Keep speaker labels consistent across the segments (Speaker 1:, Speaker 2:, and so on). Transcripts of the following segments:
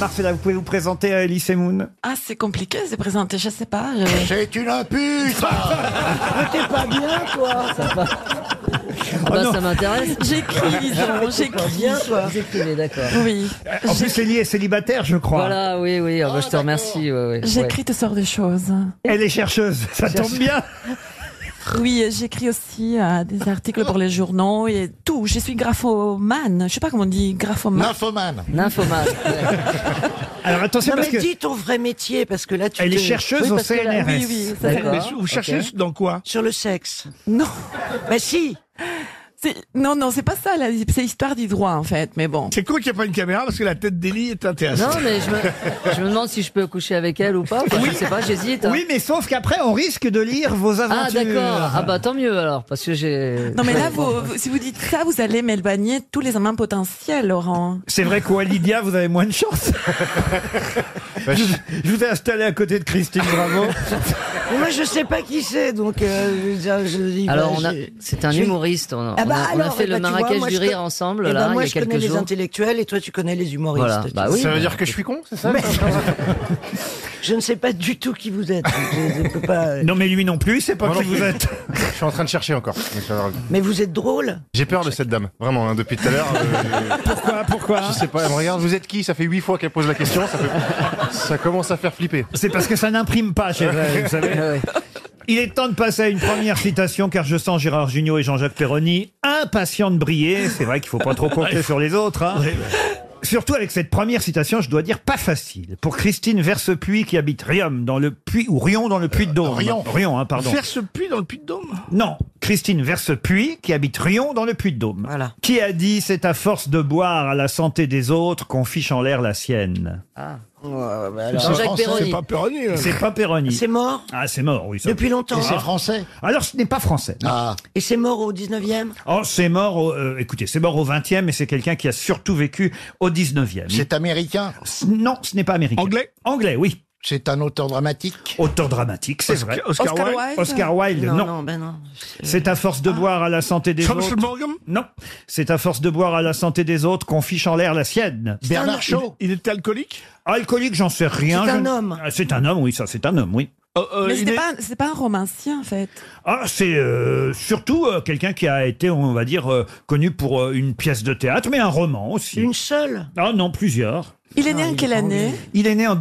Speaker 1: Arfela, vous pouvez vous présenter à Elise Moon
Speaker 2: Ah, c'est compliqué de se présenter, je sais pas. je-
Speaker 3: C'est une pute
Speaker 4: Ah, T'es pas bien, quoi.
Speaker 1: Oh non.
Speaker 5: Bah, ça m'intéresse.
Speaker 2: J'écris, disons,
Speaker 4: Pas
Speaker 2: j'écris.
Speaker 4: bien, quoi.
Speaker 5: Vous écrivez, d'accord.
Speaker 2: Oui,
Speaker 1: En plus, Ellie est célibataire, je crois.
Speaker 5: Voilà, oui, oui. ah bah, je te remercie. ouais, ouais, ouais.
Speaker 2: j'écris toutes sortes de choses.
Speaker 1: Elle est chercheuse, ça tombe bien.
Speaker 2: Oui, et j'écris aussi euh, des articles pour les journaux et tout. Je suis graphomane. Je sais pas comment on dit, graphomane.
Speaker 3: Nymphomane
Speaker 5: Nymphomane. Ouais.
Speaker 1: Alors attention,
Speaker 4: Non,
Speaker 1: parce
Speaker 4: mais
Speaker 1: que
Speaker 4: dis ton vrai métier, parce que là, tu
Speaker 1: elle est
Speaker 4: te-
Speaker 1: chercheuse
Speaker 4: Oui,
Speaker 1: au
Speaker 4: parce que là-
Speaker 1: CNRS.
Speaker 2: Oui, oui, ça,
Speaker 5: D'accord.
Speaker 6: Mais vous cherchez dans quoi
Speaker 4: Sur le sexe.
Speaker 2: Non,
Speaker 4: Mais si
Speaker 2: c'est- non, non, c'est pas ça. là, C'est l'histoire du droit en fait. Mais bon.
Speaker 6: C'est cool qu'il n'y ait pas une caméra parce que la tête d'Elie est intéressante.
Speaker 5: Non, mais je me, je me demande si je peux coucher avec elle ou pas. Enfin, Je sais pas, j'hésite. hein.
Speaker 1: Oui, mais sauf qu'après, on risque de lire vos aventures.
Speaker 5: Ah, d'accord. Ah, bah, tant mieux alors, parce que j'ai.
Speaker 2: Non mais là, vous- vous- si vous dites ça, vous allez m'éloigner de tous les amants potentiels, Laurent.
Speaker 1: C'est vrai qu'au Lydia, vous avez moins de chance. je, je vous ai installé à côté de Christine Bravo.
Speaker 4: Mais moi, je sais pas qui c'est, donc euh, je veux dire, je dis.
Speaker 5: Alors,
Speaker 4: bah,
Speaker 5: on a,
Speaker 4: j'ai-
Speaker 5: c'est un
Speaker 4: j'ai-
Speaker 5: humoriste. On, a-
Speaker 4: Ah bah,
Speaker 5: on a- on a
Speaker 4: alors,
Speaker 5: fait
Speaker 4: eh
Speaker 5: le
Speaker 4: bah, tu vois,
Speaker 5: Marrakech
Speaker 4: moi,
Speaker 5: du
Speaker 4: je
Speaker 5: rire
Speaker 4: co-
Speaker 5: ensemble,
Speaker 4: Eh ben,
Speaker 5: là,
Speaker 4: moi,
Speaker 5: il y a
Speaker 4: je connais
Speaker 5: quelques
Speaker 4: les
Speaker 5: jours.
Speaker 4: intellectuels et toi, tu connais les humoristes.
Speaker 5: Voilà,
Speaker 4: tu
Speaker 5: bah
Speaker 4: sais.
Speaker 5: oui.
Speaker 3: Ça veut dire que je suis con, c'est ça
Speaker 4: Je ne sais pas du tout qui vous êtes. donc je, je peux pas...
Speaker 1: Non, mais lui non plus, c'est pas
Speaker 3: Moi
Speaker 1: qui
Speaker 3: non plus.
Speaker 1: vous êtes.
Speaker 3: Je suis en train de chercher encore. mais ça va revenir.
Speaker 4: Mais vous êtes drôle.
Speaker 3: J'ai peur de cette dame, vraiment, hein, depuis tout à l'heure. euh,
Speaker 1: Pourquoi Pourquoi
Speaker 3: je sais pas, elle me regarde, vous êtes qui Ça fait huit fois qu'elle pose la question, ça, fait- ça commence à faire flipper.
Speaker 1: C'est parce que ça n'imprime pas chez elle, vous savez.
Speaker 4: Ah
Speaker 5: Ouais, ouais.
Speaker 1: Il est temps de passer à une première citation, car je sens Gérard Jugnot et Jean-Jacques Perroni impatients de briller. C'est vrai qu'il faut pas trop compter sur les autres.
Speaker 3: Ah.
Speaker 1: hein. Surtout avec cette première citation, je dois dire pas facile. Pour Christine Versepuy qui habite Riom dans le Puy, ou Rion dans le Puy-de-Dôme.
Speaker 3: Rion.
Speaker 1: Rion, hein, pardon.
Speaker 6: Faire ce puits dans le puits de Dôme
Speaker 1: Non, Christine Versepuy, qui habite Rion dans le Puy-de-Dôme.
Speaker 4: Voilà.
Speaker 1: Qui a dit c'est à force de boire à la santé des autres qu'on fiche en l'air la sienne.
Speaker 4: Ah.
Speaker 1: bah,
Speaker 5: Jean-Jacques Perroni.
Speaker 6: C'est pas Perroni.
Speaker 3: euh.
Speaker 6: là.
Speaker 1: C'est pas Péroni.
Speaker 4: C'est mort
Speaker 1: Ah, c'est mort, oui. ça.
Speaker 4: depuis longtemps.
Speaker 3: français
Speaker 1: Alors, ce n'est pas français. non.
Speaker 3: Ah,
Speaker 4: Et c'est mort au 19e
Speaker 1: Oh, c'est mort, au- euh, écoutez, c'est mort au 20e et c'est quelqu'un qui a surtout vécu au 19e.
Speaker 3: américain
Speaker 1: Il- Non, ce n'est pas américain.
Speaker 6: Anglais
Speaker 1: Anglais, oui.
Speaker 3: C'est un auteur dramatique
Speaker 1: Auteur dramatique, c'est vrai.
Speaker 6: Oscar,
Speaker 2: Oscar
Speaker 6: Wilde.
Speaker 2: Wilde.
Speaker 1: Oscar Wilde, non.
Speaker 4: non, ben non.
Speaker 1: C'est à force de boire à la santé des
Speaker 6: Charles
Speaker 1: autres.
Speaker 6: Euh, ah. Morgan
Speaker 1: Non, c'est à force de boire à la santé des autres qu'on fiche en l'air la sienne.
Speaker 3: Bernard
Speaker 6: Il était alcoolique
Speaker 1: Alcoolique, j'en sais rien.
Speaker 4: C'est
Speaker 1: je
Speaker 4: un
Speaker 1: ne-
Speaker 4: homme.
Speaker 1: Ah, C'est un homme, oui, ça, c'est un homme, oui.
Speaker 6: Euh, euh,
Speaker 2: Mais
Speaker 6: il
Speaker 2: c'était
Speaker 6: est-
Speaker 2: pas, un- c'est pas un romancier en fait.
Speaker 1: Ah, c'est euh, surtout euh, quelqu'un qui a été, on va dire, euh, connu pour euh, une pièce de théâtre, mais un roman aussi.
Speaker 4: Une seule
Speaker 1: Ah non, plusieurs.
Speaker 2: Il est né en quelle année
Speaker 1: Il est né en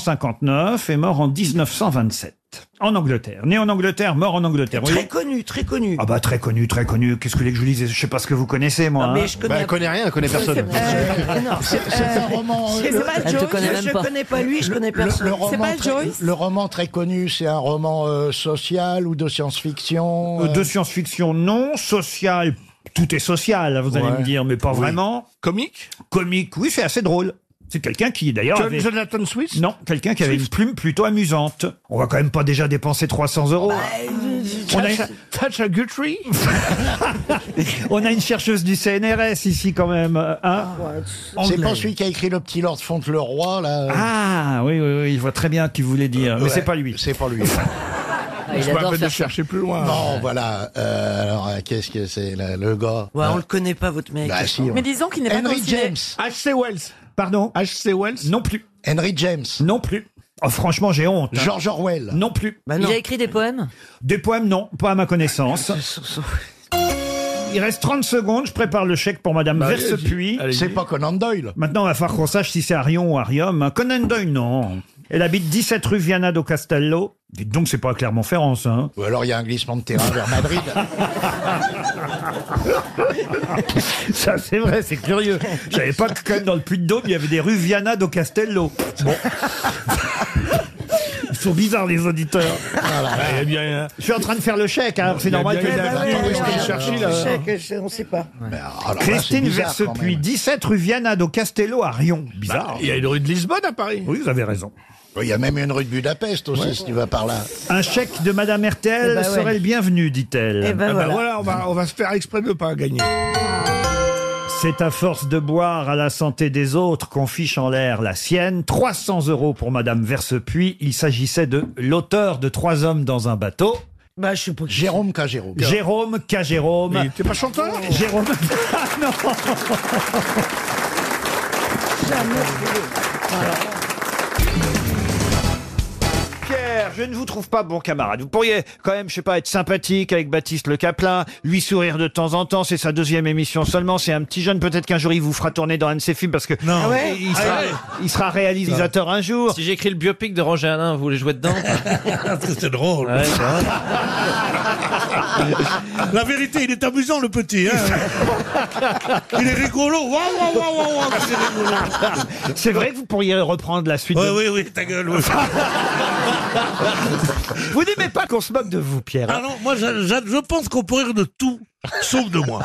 Speaker 1: 1859 et mort en 1927. En Angleterre. Né en Angleterre, mort en Angleterre.
Speaker 4: Très
Speaker 1: Oui.
Speaker 4: connue, très connue.
Speaker 1: Ah bah très connu, très connu. Qu'est-ce que vous voulez que je vous dise Je sais pas ce que vous connaissez, moi.
Speaker 4: Ah,
Speaker 1: hein.
Speaker 4: mais je
Speaker 3: Bah,
Speaker 4: connais
Speaker 3: elle connaît rien, elle connaît personne.
Speaker 7: Euh,
Speaker 4: Euh, C'est un roman.
Speaker 2: C'est pas
Speaker 5: Elle te
Speaker 2: Joyce.
Speaker 5: connaît même
Speaker 4: Je
Speaker 5: pas.
Speaker 4: connais pas lui, je connais personne.
Speaker 2: C'est pas Joyce.
Speaker 7: Le roman très connu, c'est un roman euh, social ou de science-fiction.
Speaker 1: Euh,
Speaker 7: euh,
Speaker 1: De science-fiction, non. Social, tout est social, hein, vous allez
Speaker 7: Ouais.
Speaker 1: me dire, mais pas vraiment.
Speaker 6: Comique
Speaker 1: Comique, oui, c'est assez drôle. C'est quelqu'un qui, d'ailleurs,
Speaker 6: John-
Speaker 1: avait...
Speaker 6: Jonathan Swiss
Speaker 1: Non, quelqu'un qui avait une
Speaker 6: Swift.
Speaker 1: plume plutôt amusante. On va quand même pas déjà dépenser 300 euros.
Speaker 4: Bah,
Speaker 1: on, a une,
Speaker 6: Thatcher Guthrie
Speaker 1: on a une chercheuse du CNRS ici quand même. hein.
Speaker 7: C'est pas
Speaker 1: Anglaise.
Speaker 7: celui qui a écrit Le Petit Lord Fauntleroy,
Speaker 4: euh,
Speaker 7: là. euh,
Speaker 1: Ah oui, oui, oui, je vois très bien qui voulait dire, mais
Speaker 7: Ouais.
Speaker 1: c'est pas lui.
Speaker 7: C'est pas lui.
Speaker 5: Ah,
Speaker 6: Je
Speaker 5: il
Speaker 6: me
Speaker 5: adore
Speaker 6: rappelle de
Speaker 5: faire ça.
Speaker 6: chercher plus loin.
Speaker 7: non, voilà. euh, alors, euh, qu'est-ce que c'est, là, le gars Euh,
Speaker 4: Ouais, on le connaît pas, votre mec.
Speaker 7: Bah, si, on-
Speaker 2: Mais disons qu'il n'est pas
Speaker 7: Henry
Speaker 2: considéré.
Speaker 7: James.
Speaker 6: H.C. Wells.
Speaker 1: Pardon
Speaker 6: H.C. Wells
Speaker 1: Non plus,
Speaker 7: Henry James.
Speaker 1: non plus. Oh, franchement, j'ai honte. hein.
Speaker 7: George Orwell.
Speaker 1: Non plus.
Speaker 4: Bah,
Speaker 5: Il
Speaker 4: non.
Speaker 5: a écrit des poèmes Ah,
Speaker 1: Des poèmes, non, pas à ma connaissance. Il reste 30 secondes, je prépare le chèque pour
Speaker 6: Bah,
Speaker 4: Bah,
Speaker 1: Madame Versepuy.
Speaker 7: C'est pas Conan Doyle.
Speaker 1: Maintenant, on va falloir qu'on sache si c'est Arion ou Arium. hein. Conan Doyle, non. Elle habite 17 rue Viana do Castello. Dites donc, c'est pas à Clermont-Ferrand, ça. hein.
Speaker 7: Ou alors il y a un glissement de terrain vers Madrid.
Speaker 1: Ça, c'est vrai, c'est curieux. Je savais pas que quand même dans le Puy-de-Dôme, il y avait des rues Viana do Castello. Bon. Ils sont bizarres, les auditeurs. eh
Speaker 6: Ah, il y a bien-
Speaker 1: Je suis en train de faire le chèque, hein, c'est
Speaker 6: il y a
Speaker 1: normal
Speaker 6: bien
Speaker 1: que...
Speaker 6: une
Speaker 4: bah,
Speaker 6: attitude
Speaker 4: ouais,
Speaker 6: de Stanley
Speaker 4: ouais,
Speaker 6: Churchill,
Speaker 4: Je
Speaker 6: alors.
Speaker 4: sais que je- on sait pas.
Speaker 1: Oh
Speaker 7: Alors là, c'est
Speaker 1: Christine
Speaker 7: bizarre, quand
Speaker 1: Versepuy,
Speaker 7: même.
Speaker 1: 17 rue Viana do Castello à Rion. Bizarre.
Speaker 6: Bah, Il y a une rue de Lisbonne à Paris.
Speaker 1: Oui, vous avez raison.
Speaker 7: Il y a même une rue de Budapest aussi, si tu vas par là.
Speaker 1: Un chèque de Madame Hertel
Speaker 4: Eh ben ouais.
Speaker 1: serait le bienvenu,
Speaker 4: Eh
Speaker 1: dit-elle.
Speaker 4: ben
Speaker 6: Ah bah
Speaker 4: voilà.
Speaker 6: voilà, on, va, on va se faire exprès de ne pas gagner.
Speaker 1: C'est à force de boire à la santé des autres qu'on fiche en l'air la sienne. 300 euros pour Madame Versepuy. Il s'agissait de l'auteur de Trois hommes dans un bateau.
Speaker 4: Bah, je sais pas.
Speaker 7: Jérôme K. Jérôme.
Speaker 1: Jérôme K. Jérôme.
Speaker 6: Mais t'es pas chanteur
Speaker 1: Oh. Jérôme. Ah non Pierre, je ne vous trouve pas bon camarade. Vous pourriez quand même, je sais pas, être sympathique avec Baptiste Le Caplin, lui sourire de temps en temps. C'est sa deuxième émission seulement. C'est un petit jeune. Peut-être qu'un jour il vous fera tourner dans un de ses films parce que
Speaker 6: Non.
Speaker 4: Ah
Speaker 1: il, sera,
Speaker 6: Ah
Speaker 1: il sera réalisateur un jour.
Speaker 8: Ah Si j'écris le biopic de Roger Alain, vous voulez jouer dedans
Speaker 6: Parce que c'est drôle.
Speaker 8: Ouais, c'est vrai.
Speaker 6: La vérité, il est amusant, le petit. Hein il est rigolo. Waouh, waouh, waouh, waouh, waouh, c'est rigolo.
Speaker 1: C'est vrai que vous pourriez reprendre la suite.
Speaker 6: Oui,
Speaker 1: de-
Speaker 6: oui, oui, ta gueule. oui.
Speaker 1: Vous n'aimez pas qu'on se moque de vous, Pierre. hein
Speaker 6: Ah non, moi, je, je- je pense qu'on peut rire de tout, sauf de moi.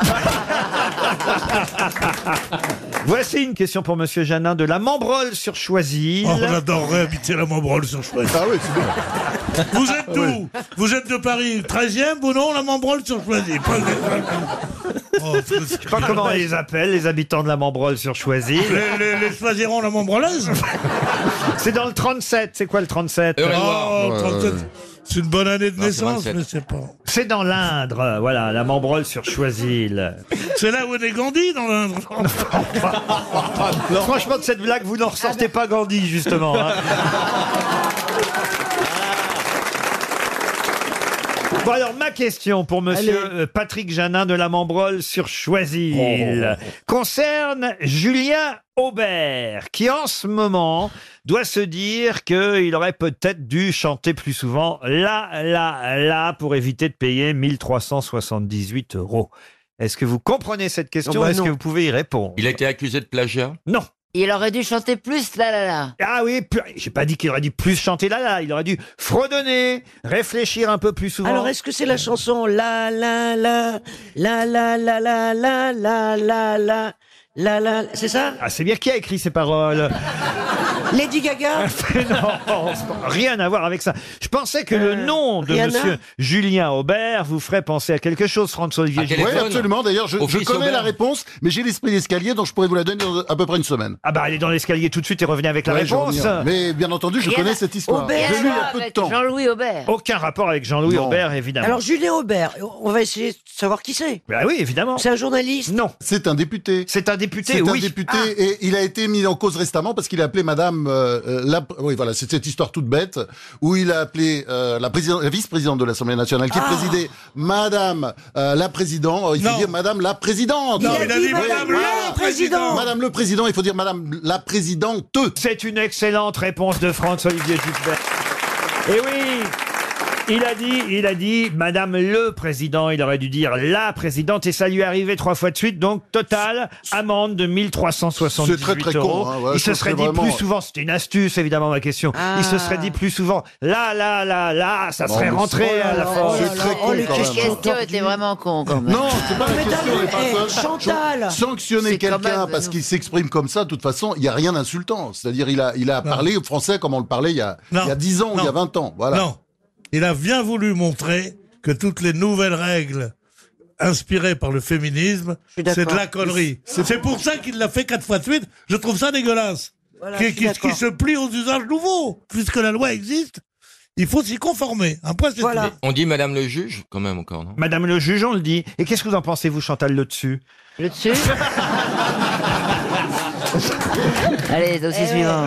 Speaker 1: Voici une question pour Monsieur Janin de la Membrole sur Choisy.
Speaker 6: Oh, j'adorerais habiter la Mambrole sur Choisy.
Speaker 9: Ah oui, c'est bien.
Speaker 6: Vous êtes d'où Vous êtes de Paris 13e ou non La Mambrole sur Choisy. Oh,
Speaker 1: Je sais pas comment on les appelle, les habitants de la Membrole sur Choisy.
Speaker 6: les, les, les Choisirons la Mambrolaise
Speaker 1: C'est dans le 37. C'est quoi le 37
Speaker 6: Oh,
Speaker 9: Ouais,
Speaker 6: 37. C'est une bonne année de naissance,
Speaker 8: 27.
Speaker 6: mais c'est pas.
Speaker 1: C'est dans l'Indre, voilà, la Membrole sur Choisil.
Speaker 6: C'est là où est né Gandhi dans l'Indre.
Speaker 1: Franchement, de cette blague, vous n'en ressortez pas Gandhi, justement. hein. Bon alors ma question pour monsieur euh, Patrick Janin de la Membrole sur Choisil concerne Julien Aubert qui en ce moment doit se dire qu'il aurait peut-être dû chanter plus souvent là là là pour éviter de payer 1378 euros. Est-ce que vous comprenez cette question Est-ce que vous pouvez y répondre
Speaker 10: Il a été accusé de plagiat
Speaker 1: Non.
Speaker 11: Il aurait dû chanter plus, là, là, là.
Speaker 1: Ah oui, pu- j'ai pas dit qu'il aurait dû plus chanter là là, il aurait dû fredonner, réfléchir un peu plus souvent.
Speaker 5: Alors, est-ce que c'est la chanson La la la la la la la la la la la la la c'est ça
Speaker 1: Ah, c'est bien qui a écrit ces paroles
Speaker 5: Lady Gaga
Speaker 1: Non, c'est pas- rien à voir avec ça. Je pensais que le nom de
Speaker 5: Euh, Rihanna
Speaker 1: monsieur Julien Aubert vous ferait penser à quelque chose, François-Olivier.
Speaker 8: À quel-
Speaker 1: Giraud.
Speaker 8: Téléphone.
Speaker 10: Oui, absolument. D'ailleurs, je, je
Speaker 8: Office
Speaker 10: connais
Speaker 8: Aubert.
Speaker 10: la réponse, mais j'ai l'esprit d'escalier, donc je pourrais vous la donner dans à peu près une semaine.
Speaker 1: Ah bah, allez dans l'escalier tout de suite et revenez avec la
Speaker 10: Ouais, je
Speaker 1: réponse.
Speaker 10: reviens. Mais bien entendu, je
Speaker 11: Rien à-
Speaker 10: connais cette histoire.
Speaker 5: Aubert.
Speaker 10: J'ai lu il y a peu de
Speaker 11: Avec
Speaker 10: temps.
Speaker 11: Jean-Louis Aubert.
Speaker 1: Aucun rapport avec Jean-Louis
Speaker 10: Non.
Speaker 1: Aubert, évidemment.
Speaker 5: Alors, Julien Aubert, on va essayer de savoir qui c'est.
Speaker 1: Bah oui, évidemment.
Speaker 5: C'est un journaliste
Speaker 1: Non,
Speaker 10: C'est un député.
Speaker 1: c'est un député,
Speaker 10: C'est un
Speaker 1: oui.
Speaker 10: député et il a été mis en cause récemment parce qu'il a appelé Madame. euh, euh, la, oui, voilà, c'est cette histoire toute bête où il a appelé euh, la, présidente- la vice-présidente de l'Assemblée nationale qui présidait Madame euh, la présidente. euh, Il
Speaker 6: Non.
Speaker 10: faut dire Madame la présidente.
Speaker 6: Non,
Speaker 5: a
Speaker 6: il a
Speaker 5: dit
Speaker 6: dit
Speaker 5: Madame
Speaker 6: Madame
Speaker 5: le
Speaker 6: le
Speaker 5: Président.
Speaker 6: Président.
Speaker 10: Madame le président, il faut dire Madame la présidente.
Speaker 1: C'est une excellente réponse de Franz-Olivier Gisbert. Et oui il a dit, il a dit, Madame le Président, il aurait dû dire la Présidente, et ça lui est arrivé trois fois de suite, donc total, amende de 1378
Speaker 10: C'est très, très
Speaker 1: euros.
Speaker 10: con, hein, ouais, je
Speaker 1: il se
Speaker 10: trouve
Speaker 1: serait
Speaker 10: que
Speaker 1: dit
Speaker 10: vraiment-
Speaker 1: plus souvent, c'était une astuce évidemment ma question, il se serait dit plus souvent, là, là, là, là, ah, ça serait
Speaker 10: mais
Speaker 1: rentré
Speaker 10: c'est-
Speaker 1: à la
Speaker 10: oh
Speaker 1: fin.
Speaker 10: là là, C'est très con,
Speaker 5: les
Speaker 10: quand même. hein.
Speaker 11: La
Speaker 5: questions
Speaker 11: question
Speaker 5: tordues.
Speaker 11: était vraiment con, quand même.
Speaker 10: Non, c'est pas la
Speaker 5: Mais
Speaker 10: question.
Speaker 5: non, mais,
Speaker 10: les
Speaker 5: eh,
Speaker 10: personnes.
Speaker 5: Chantal.
Speaker 10: Sanctionner
Speaker 11: C'est quand
Speaker 10: quelqu'un
Speaker 11: même-
Speaker 10: parce qu'il s'exprime comme ça, de toute façon, il n'y a rien d'insultant. C'est-à-dire, il a, il a parlé français comme on le parlait il y a,
Speaker 6: Non.
Speaker 10: il y a 10 ans ou
Speaker 6: Non.
Speaker 10: il y a 20 ans. Voilà.
Speaker 6: Non. Il a bien voulu montrer que toutes les nouvelles règles inspirées par le féminisme,
Speaker 5: suis d'accord.
Speaker 6: c'est de la connerie. C'est pour ça qu'il l'a fait quatre fois de suite. Je trouve ça dégueulasse.
Speaker 5: Voilà, je
Speaker 6: Qui,
Speaker 5: suis
Speaker 6: qui-
Speaker 5: d'accord.
Speaker 6: qui se plie aux usages nouveaux. Puisque la loi existe, il faut s'y conformer. Un
Speaker 1: Ah,
Speaker 6: point, c'est
Speaker 5: Voilà.
Speaker 6: tout.
Speaker 8: On dit Madame le juge, quand même encore, non
Speaker 1: Madame le juge, on le dit. Et qu'est-ce que vous en pensez, vous, Chantal, le dessus
Speaker 11: Le dessus Allez, dossier
Speaker 5: Eh
Speaker 11: suivant.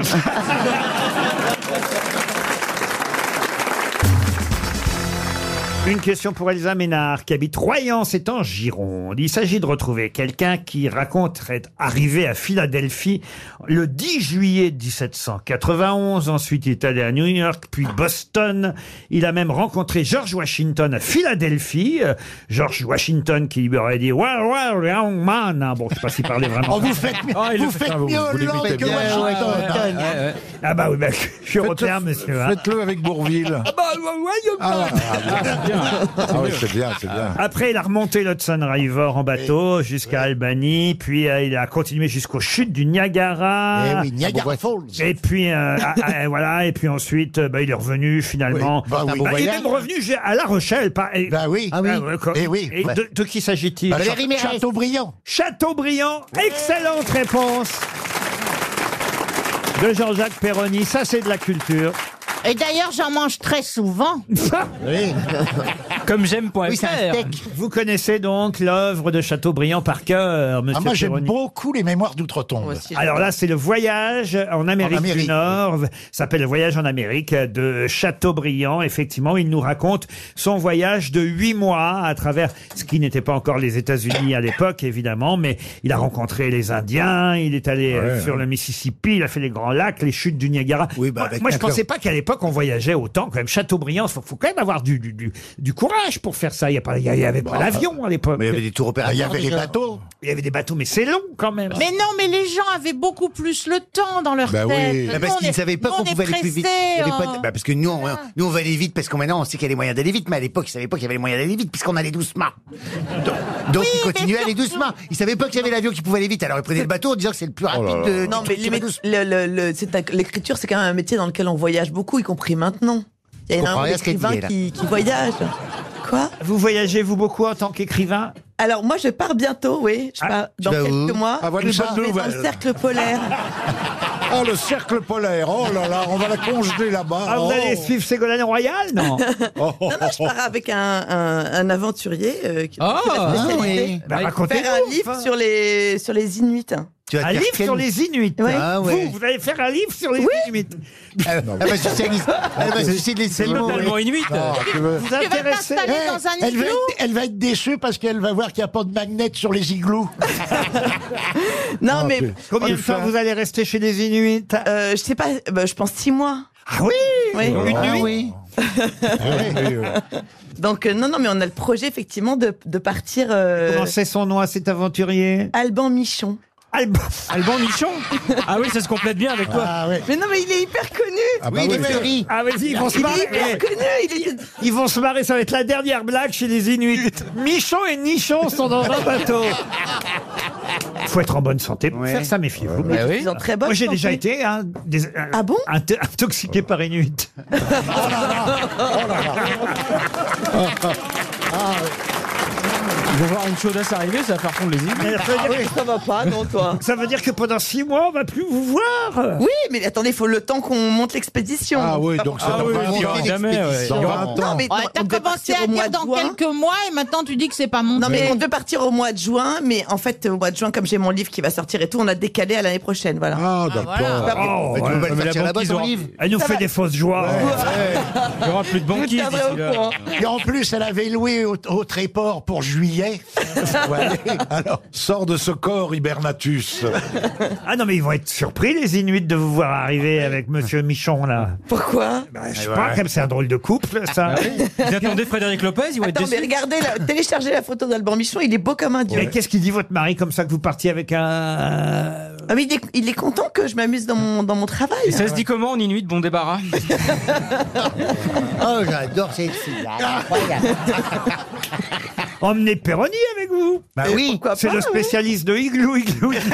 Speaker 1: Une question pour Elsa Ménard, qui habite Royan, c'est en Gironde. Il s'agit de retrouver quelqu'un qui raconte être arrivé à Philadelphie le 10 juillet 1791. Ensuite, il est allé à New York, puis Boston. Il a même rencontré George Washington à Philadelphie. Euh, George Washington qui lui aurait dit « Well, well, young man ». Ah Bon, je sais pas s'il parlait vraiment.
Speaker 7: Oh, vous faites, mieux-
Speaker 8: Ah, il le
Speaker 7: vous
Speaker 8: fait
Speaker 7: faites
Speaker 8: pas, vous-
Speaker 7: mieux
Speaker 8: vous
Speaker 7: Hollande
Speaker 8: l'imitez
Speaker 7: que
Speaker 8: bien.
Speaker 7: Washington.
Speaker 1: Ah bah oui, bah, je suis européen, monsieur. hein.
Speaker 12: Faites-le avec Bourville.
Speaker 1: bah,
Speaker 7: Ah oui, c'est bien, c'est bien.
Speaker 1: Après, il a remonté l'Hudson River en bateau jusqu'à Albany, puis euh, il a continué jusqu'aux chutes du Niagara.
Speaker 7: Eh oui, Niagara Falls.
Speaker 1: Et puis euh, ah, ah, voilà, et puis ensuite, euh, bah, il est revenu finalement.
Speaker 7: Oui, bah oui.
Speaker 1: Ah, il est même revenu j'ai- à La Rochelle. Pas, et-
Speaker 7: Bah oui.
Speaker 1: Ah oui. quoi.
Speaker 7: Eh oui.
Speaker 1: Et
Speaker 7: Ouais.
Speaker 1: de, de qui s'agit-il
Speaker 7: Valérie Mérès. Chateaubriand.
Speaker 1: Chateaubriand, excellente réponse de Jean-Jacques Perroni. Ça, c'est de la culture.
Speaker 13: Et d'ailleurs, j'en mange très souvent.
Speaker 1: Comme j'aime.fr.
Speaker 13: Oui, c'est un steak.
Speaker 1: Vous connaissez donc l'œuvre de Chateaubriand par cœur, monsieur
Speaker 7: Ah, moi, j'aime
Speaker 1: Perroni.
Speaker 7: beaucoup les mémoires d'outre-tombe.
Speaker 1: Alors là, c'est le voyage en Amérique,
Speaker 7: En Amérique,
Speaker 1: du Nord. Ça s'appelle le voyage en Amérique de Chateaubriand. Effectivement, il nous raconte son voyage de huit mois à travers ce qui n'était pas encore les États-Unis à l'époque, évidemment, mais il a rencontré les Indiens, il est allé euh,
Speaker 14: Ouais,
Speaker 1: sur
Speaker 14: ouais.
Speaker 1: le Mississippi, il a fait les grands lacs, les chutes du Niagara. moi,
Speaker 14: avec
Speaker 1: moi, je
Speaker 14: Macron.
Speaker 1: pensais pas qu'à l'époque on voyageait autant. Quand même, Chateaubriand, faut, faut quand même avoir du, du, du- du courage pour faire ça. Il y a pas, il y avait pas
Speaker 14: Bah,
Speaker 7: euh,
Speaker 1: l'avion hein. à l'époque.
Speaker 14: mais il y avait des tours opérateurs, Il y avait les déjà.
Speaker 1: bateaux. Il y avait des bateaux, mais c'est long quand même.
Speaker 13: Mais non, mais les gens avaient beaucoup plus le temps dans leur
Speaker 14: Bah
Speaker 13: tête.
Speaker 14: oui.
Speaker 13: Nous,
Speaker 14: parce
Speaker 13: on
Speaker 14: qu'ils ne
Speaker 13: est-
Speaker 14: savaient pas
Speaker 13: nous,
Speaker 14: qu'on
Speaker 13: on est
Speaker 14: pouvait aller plus vite.
Speaker 13: pressés,
Speaker 14: Il y avait pas
Speaker 13: hein.
Speaker 14: de- bah, parce que nous, on, nous, on va aller vite parce qu'on maintenant, on sait qu'il y a les moyens d'aller vite, mais à l'époque, ils ne savaient pas qu'il y avait les moyens d'aller vite puisqu'on allait doucement. Donc, donc ils continuaient à aller doucement. Ils ne savaient pas qu'il y avait l'avion qui pouvait aller vite. Alors, ils prenaient le bateau en disant que c'est le plus rapide de.
Speaker 5: Non, mais les mé- le- le- le- c'est un- l'écriture, c'est quand même un métier dans lequel on voyage beaucoup, y compris maintenant. Il y
Speaker 14: Je
Speaker 5: a
Speaker 14: comprends
Speaker 5: un
Speaker 14: rien à ce qu'elle
Speaker 5: écrivain
Speaker 14: dit, elle.
Speaker 5: qui, qui voyage. Quoi
Speaker 1: Vous voyagez, vous, beaucoup en tant qu'écrivain Ah.
Speaker 5: Alors, moi, je pars bientôt, oui. Je pars
Speaker 14: tu
Speaker 5: dans
Speaker 14: vas
Speaker 5: quelques
Speaker 14: où
Speaker 5: mois.
Speaker 14: Ah, voilà une
Speaker 5: je
Speaker 14: bonne
Speaker 5: vais dans le
Speaker 14: nouvelle.
Speaker 5: cercle polaire.
Speaker 7: Ah, le cercle polaire. Oh là là, on va la congeler là-bas.
Speaker 1: Ah, vous
Speaker 7: Oh.
Speaker 1: allez suivre Ségolène Royal Ah, Non.
Speaker 5: Non, non, je pars avec un, un- un aventurier euh, qui
Speaker 1: Ah,
Speaker 5: qui est la
Speaker 1: ah
Speaker 5: spécialité.
Speaker 1: oui. Bah,
Speaker 5: Faire
Speaker 1: racontez-nous,
Speaker 5: un livre sur les, sur les Inuits.
Speaker 14: Tu vas te
Speaker 1: Un
Speaker 14: faire
Speaker 1: livre
Speaker 14: quel-
Speaker 1: sur les Inuits.
Speaker 5: Ouais.
Speaker 14: Ah ouais.
Speaker 1: Vous, vous allez faire un livre sur les Inuits.
Speaker 5: Ah,
Speaker 14: Elle va sucer
Speaker 1: Ah,
Speaker 14: les- elle va sucer les
Speaker 1: C'est
Speaker 14: animaux,
Speaker 1: totalement
Speaker 14: oui.
Speaker 1: inuit.
Speaker 14: Non, tu veux-
Speaker 1: Vous intéressez
Speaker 7: Eh, elle, va être, elle va être déçue parce qu'elle va voir qu'il n'y a pas de magnet sur les igloos.
Speaker 5: Non,
Speaker 7: Ah,
Speaker 5: mais.
Speaker 7: tu-
Speaker 1: Combien de temps vous allez rester chez les Inuits
Speaker 5: euh, Je sais pas, bah, je pense six mois.
Speaker 1: Ah oui
Speaker 5: Oui.
Speaker 1: Une
Speaker 5: Ah
Speaker 1: nuit
Speaker 5: oui. Donc, euh, non, non, mais on a le projet, effectivement, de, de partir. euh,
Speaker 1: Comment c'est son nom à cet aventurier
Speaker 5: Alban Michon.
Speaker 1: Alban,
Speaker 15: Michon Ah oui, ça se complète bien avec toi.
Speaker 5: Mais non, mais il est hyper connu
Speaker 1: Ah bah Oui, il est oui. fleuri. Ah oui, ils vont se
Speaker 5: Il
Speaker 1: marrer. Eh.
Speaker 5: est hyper connu il est-
Speaker 1: Ils vont se marrer, ça va être la dernière blague chez les Inuits. Michon et Nichon sont dans un bateau. Faut être en bonne santé pour faire ça, méfiez-vous.
Speaker 5: Mais Bah ils sont très bonnes
Speaker 1: Moi, j'ai
Speaker 5: santé.
Speaker 1: déjà été hein, des- un-
Speaker 5: Ah bon
Speaker 1: inter- intoxiqué par Inuit.
Speaker 5: Oh
Speaker 6: Oh
Speaker 15: Ils vont voir une chaudasse arriver, ça va faire fondre les îles.
Speaker 5: Ça va pas, non, toi
Speaker 1: Ah Ça veut dire que pendant six mois, on va plus vous voir.
Speaker 5: Oui, mais attendez, il faut le temps qu'on monte l'expédition.
Speaker 7: Ah oui,
Speaker 5: c'est pas
Speaker 7: donc ça
Speaker 5: possible.
Speaker 7: Ah oui,
Speaker 15: il y aura jamais, ouais. Il y aura un
Speaker 5: Non, mais
Speaker 13: Ouais,
Speaker 5: on
Speaker 13: T'as
Speaker 5: devait
Speaker 13: commencé
Speaker 5: partir
Speaker 13: à
Speaker 5: au mois
Speaker 13: dire
Speaker 5: de
Speaker 13: dans
Speaker 5: juin.
Speaker 13: quelques mois et maintenant tu dis que c'est pas mon
Speaker 5: Non, mais
Speaker 13: truc.
Speaker 5: on devait partir au mois de juin, mais en fait, au mois de juin, comme j'ai mon livre qui va sortir et tout, on a décalé à l'année prochaine, voilà.
Speaker 7: Ah,
Speaker 15: euh,
Speaker 5: voilà.
Speaker 7: d'accord.
Speaker 1: Oh,
Speaker 7: Mais tu
Speaker 1: ouais.
Speaker 7: vas le
Speaker 1: Mais la
Speaker 7: sortir là-bas,
Speaker 1: banquise
Speaker 7: ton
Speaker 1: aura-
Speaker 7: livre
Speaker 1: Elle nous
Speaker 7: Ça
Speaker 1: fait
Speaker 7: va.
Speaker 1: des fausses joies.
Speaker 15: Il n'y aura plus de banquise.
Speaker 5: tiendrai
Speaker 15: d'ici
Speaker 5: au
Speaker 15: là.
Speaker 5: courant.
Speaker 7: Et en plus, elle avait loué au, au Tréport pour juillet.
Speaker 14: Alors,
Speaker 7: sors de ce corps, Hibernatus.
Speaker 1: Ah non, mais ils vont être surpris, les Inuits, de vous voir arriver avec Monsieur Michon, là.
Speaker 5: Pourquoi
Speaker 1: Bah, je sais
Speaker 15: Ouais.
Speaker 1: pas, comme c'est un drôle de couple, ça.
Speaker 15: Ils attendaient Frédéric Lopez, ils vont être
Speaker 5: Attends, mais
Speaker 15: déçus.
Speaker 5: regardez, la- téléchargez la photo d'Alban Michon, il est beau comme un dieu.
Speaker 1: Mais qu'est-ce qu'il dit votre mari comme ça que vous partiez avec euh, un...
Speaker 5: Ah, mais il, est, il est content que je m'amuse dans mon, dans mon travail.
Speaker 15: Et ça se dit comment en inuit, bon débarras
Speaker 14: Oh, j'adore cette fille.
Speaker 7: Ah,
Speaker 14: Incroyable.
Speaker 1: Emmenez Perroni avec vous
Speaker 14: Bah oui.
Speaker 5: pourquoi
Speaker 1: C'est
Speaker 5: pas,
Speaker 1: le spécialiste de igloo, igloo, igloo.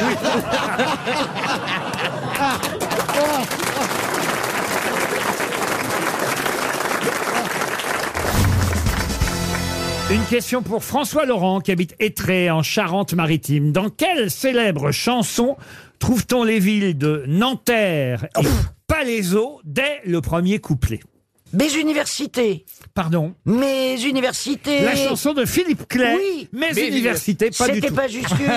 Speaker 1: Une question pour François Laurent qui habite Étré en Charente-Maritime. Dans quelle célèbre chanson trouve-t-on les villes de Nanterre et Palaiseau dès le premier couplet
Speaker 6: Mes universités.
Speaker 1: Pardon
Speaker 6: Mes universités.
Speaker 1: La chanson de Philippe Clay,
Speaker 6: Oui.
Speaker 1: Mes, universités, pas du
Speaker 6: C'était
Speaker 1: tout.
Speaker 6: pas Justus.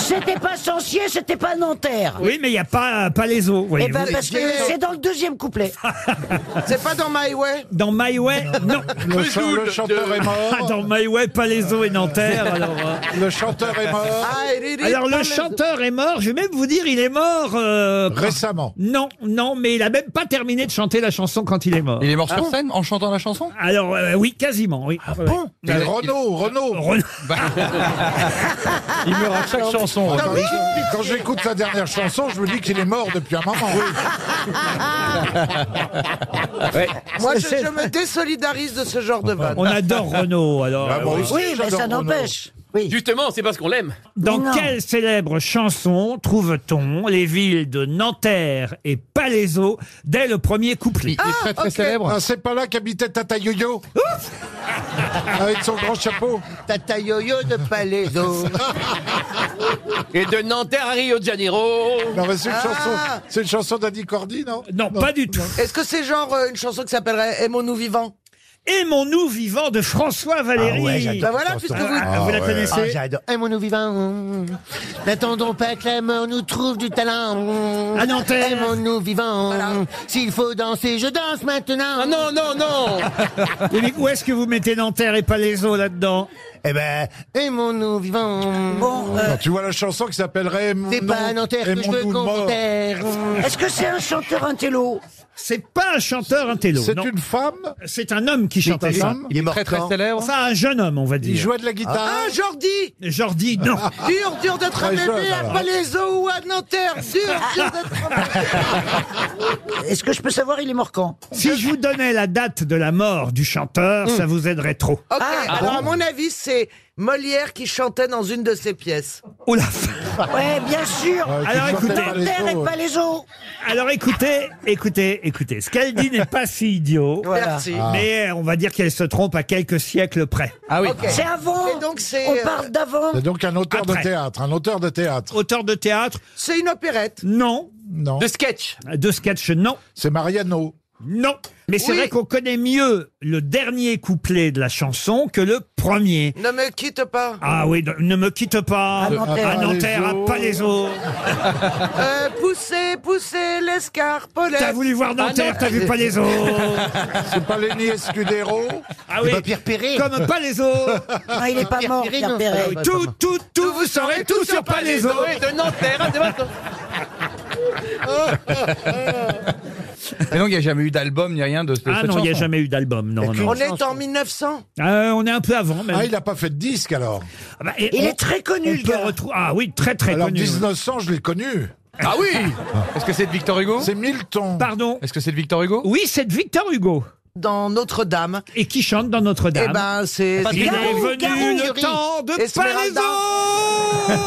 Speaker 6: c'était pas Sancier, c'était pas Nanterre.
Speaker 1: Oui, mais il n'y a pas Palaiso,
Speaker 6: Eh
Speaker 1: voyez
Speaker 6: ben, parce que c'est dans le deuxième couplet.
Speaker 1: Ah, C'est pas dans My Way Dans My Way, non.
Speaker 14: Le chan- le Besoul chanteur de- est mort.
Speaker 1: Ah, dans My Way, Palaiso et Nanterre, alors... Ah, euh.
Speaker 14: Le chanteur est mort.
Speaker 15: Ah,
Speaker 1: Alors le chanteur est mort, je vais même vous dire, il est mort... euh, par-
Speaker 14: Récemment.
Speaker 1: Non, non, mais il a même pas terminé de chanter la chanson quand il est mort. Ah
Speaker 15: Il est mort sur scène en chantant la chanson Ah
Speaker 1: Alors euh, oui, quasiment, oui. Euh, bon
Speaker 14: Mais Renaud, Renaud.
Speaker 15: Il meurt à chaque chanson.
Speaker 14: Renaud.
Speaker 7: Ah, Quand j'écoute sa dernière chanson, je me dis qu'il est mort depuis un moment.
Speaker 16: Moi, je, je me désolidarise de ce genre de vanne.
Speaker 1: On adore Renaud, alors...
Speaker 7: Ah bon,
Speaker 1: euh,
Speaker 14: Bah,
Speaker 7: ici,
Speaker 6: Oui, mais
Speaker 7: j'adore
Speaker 6: ça
Speaker 7: Renaud.
Speaker 6: n'empêche.
Speaker 5: Justement, c'est parce qu'on l'aime.
Speaker 1: Dans quelle célèbre chanson trouve-t-on les villes de Nanterre et Palaiseau dès le premier couplet
Speaker 7: Ah, c'est pas là qu'habitait Tata Yo-Yo Avec son grand chapeau.
Speaker 14: Tata Yo-Yo de Palaiso.
Speaker 5: Et de Nanterre à Rio de Janeiro.
Speaker 7: Non, mais c'est une
Speaker 5: Ah.
Speaker 7: chanson, c'est une chanson d'Andy Cordy, non
Speaker 1: Non, pas du tout.
Speaker 4: Est-ce que c'est genre euh, une chanson qui s'appellerait Aimons-nous vivants
Speaker 1: Aimons-nous vivants de François
Speaker 7: Ah
Speaker 1: Valéry.
Speaker 14: j'adore
Speaker 4: Bah voilà,
Speaker 14: cette
Speaker 4: puisque
Speaker 14: chanson.
Speaker 4: vous-
Speaker 1: Ah, vous la connaissez
Speaker 14: Ah, J'adore. Aimons-nous vivants. N'attendons pas que la mort nous trouve du talent.
Speaker 1: À Nanterre.
Speaker 14: Aimons-nous vivants. S'il faut danser, je danse maintenant.
Speaker 5: non, non, non.
Speaker 1: Et mais où est-ce que vous mettez Nanterre et Palaiso là-dedans
Speaker 14: Eh ben, aimons-nous vivants.
Speaker 4: euh,
Speaker 7: Non, Tu vois la chanson qui s'appellerait
Speaker 14: C'est pas à Nanterre que je veux qu'on terre.
Speaker 4: Est-ce que c'est un chanteur intello
Speaker 1: C'est pas un chanteur intello.
Speaker 7: C'est
Speaker 1: non.
Speaker 7: une femme
Speaker 1: C'est un homme qui chantait
Speaker 7: un
Speaker 1: ça.
Speaker 7: homme Il est mort Très, très quand célèbre.
Speaker 1: Enfin, un jeune homme, on va dire.
Speaker 7: Il jouait de la guitare. Ah.
Speaker 4: Ah, Jordi
Speaker 1: Jordi, non.
Speaker 4: Dur, dur d'être un
Speaker 1: Très
Speaker 4: bébé
Speaker 1: jeune,
Speaker 4: à
Speaker 1: alors.
Speaker 4: Palaiso ou à Nanterre Dur, dur d'être un Est-ce que je peux savoir, il est mort quand
Speaker 1: Ah, Si je vous donnais la date de la mort du chanteur, ça
Speaker 4: Hmm.
Speaker 1: vous aiderait trop.
Speaker 4: Ok, alors à mon avis, c'est Molière qui chantait dans une de ses pièces.
Speaker 1: Oula
Speaker 4: Ouais, bien sûr
Speaker 1: Ah, Alors écoutez,
Speaker 4: Nanterre et Palaiso
Speaker 1: alors écoutez, écoutez, écoutez. Ce qu'elle dit n'est pas si idiot.
Speaker 4: Voilà. Merci.
Speaker 1: Mais euh, on va dire qu'elle se trompe à quelques siècles près. Ah oui.
Speaker 4: C'est euh, avant On parle d'avant
Speaker 7: C'est donc un auteur
Speaker 1: Après.
Speaker 7: de théâtre, un auteur de théâtre.
Speaker 1: Auteur de théâtre
Speaker 4: C'est une opérette
Speaker 1: Non.
Speaker 7: Non.
Speaker 5: De sketch.
Speaker 1: De sketch, non.
Speaker 7: C'est Mariano.
Speaker 1: Non. Mais c'est
Speaker 4: Oui.
Speaker 1: vrai qu'on connaît mieux le dernier couplet de la chanson que le premier.
Speaker 4: Ne me quitte pas
Speaker 1: Ah oui, ne- ne me quitte
Speaker 7: Ah,
Speaker 1: pas.
Speaker 4: À Nanterre.
Speaker 1: à Nanterre, à Palaiso.
Speaker 4: Euh, Poussez, poussez l'escarpolette Ah
Speaker 1: T'as voulu voir
Speaker 7: Ah,
Speaker 1: Nanterre, t'as vu Palaiso.
Speaker 7: C'est pas Lenny Escudero. Eh ben,
Speaker 1: Ah oui.
Speaker 14: Pierre Perret.
Speaker 1: Comme Palaiso.
Speaker 4: Non, il est pas mort, Pierre
Speaker 1: Ah
Speaker 4: Perret.
Speaker 1: oui, Tout, tout, tout, vous saurez tout sur Palaiso.
Speaker 5: Et de Nanterre à
Speaker 16: Mais donc, il n'y a jamais eu d'album, ni rien de, de
Speaker 1: Ah
Speaker 16: cette
Speaker 1: non, il n'y a
Speaker 16: chanson.
Speaker 1: jamais eu d'album, non, non.
Speaker 4: On est en 1900
Speaker 1: Euh, on est un peu avant, même.
Speaker 7: Ah, il n'a pas fait de disque alors.
Speaker 1: Ah bah, et
Speaker 4: Il
Speaker 1: on-
Speaker 4: est très connu,
Speaker 1: on
Speaker 4: le
Speaker 1: peut
Speaker 4: gars.
Speaker 1: retrou- Ah oui, très très
Speaker 7: alors,
Speaker 1: connu.
Speaker 7: 1900, je l'ai connu.
Speaker 16: Ah oui Est-ce que c'est de Victor Hugo
Speaker 7: C'est Milton.
Speaker 1: Pardon
Speaker 16: Est-ce que c'est de Victor Hugo
Speaker 1: Oui, c'est de Victor Hugo.
Speaker 4: Dans Notre-Dame.
Speaker 1: Et qui chante dans Notre-Dame
Speaker 4: Eh ben, c'est...
Speaker 1: Il
Speaker 4: Garou,
Speaker 1: est venu
Speaker 4: Garou,
Speaker 1: le
Speaker 4: Yuri.
Speaker 1: temps de
Speaker 4: Esmeralda.
Speaker 1: Palaiso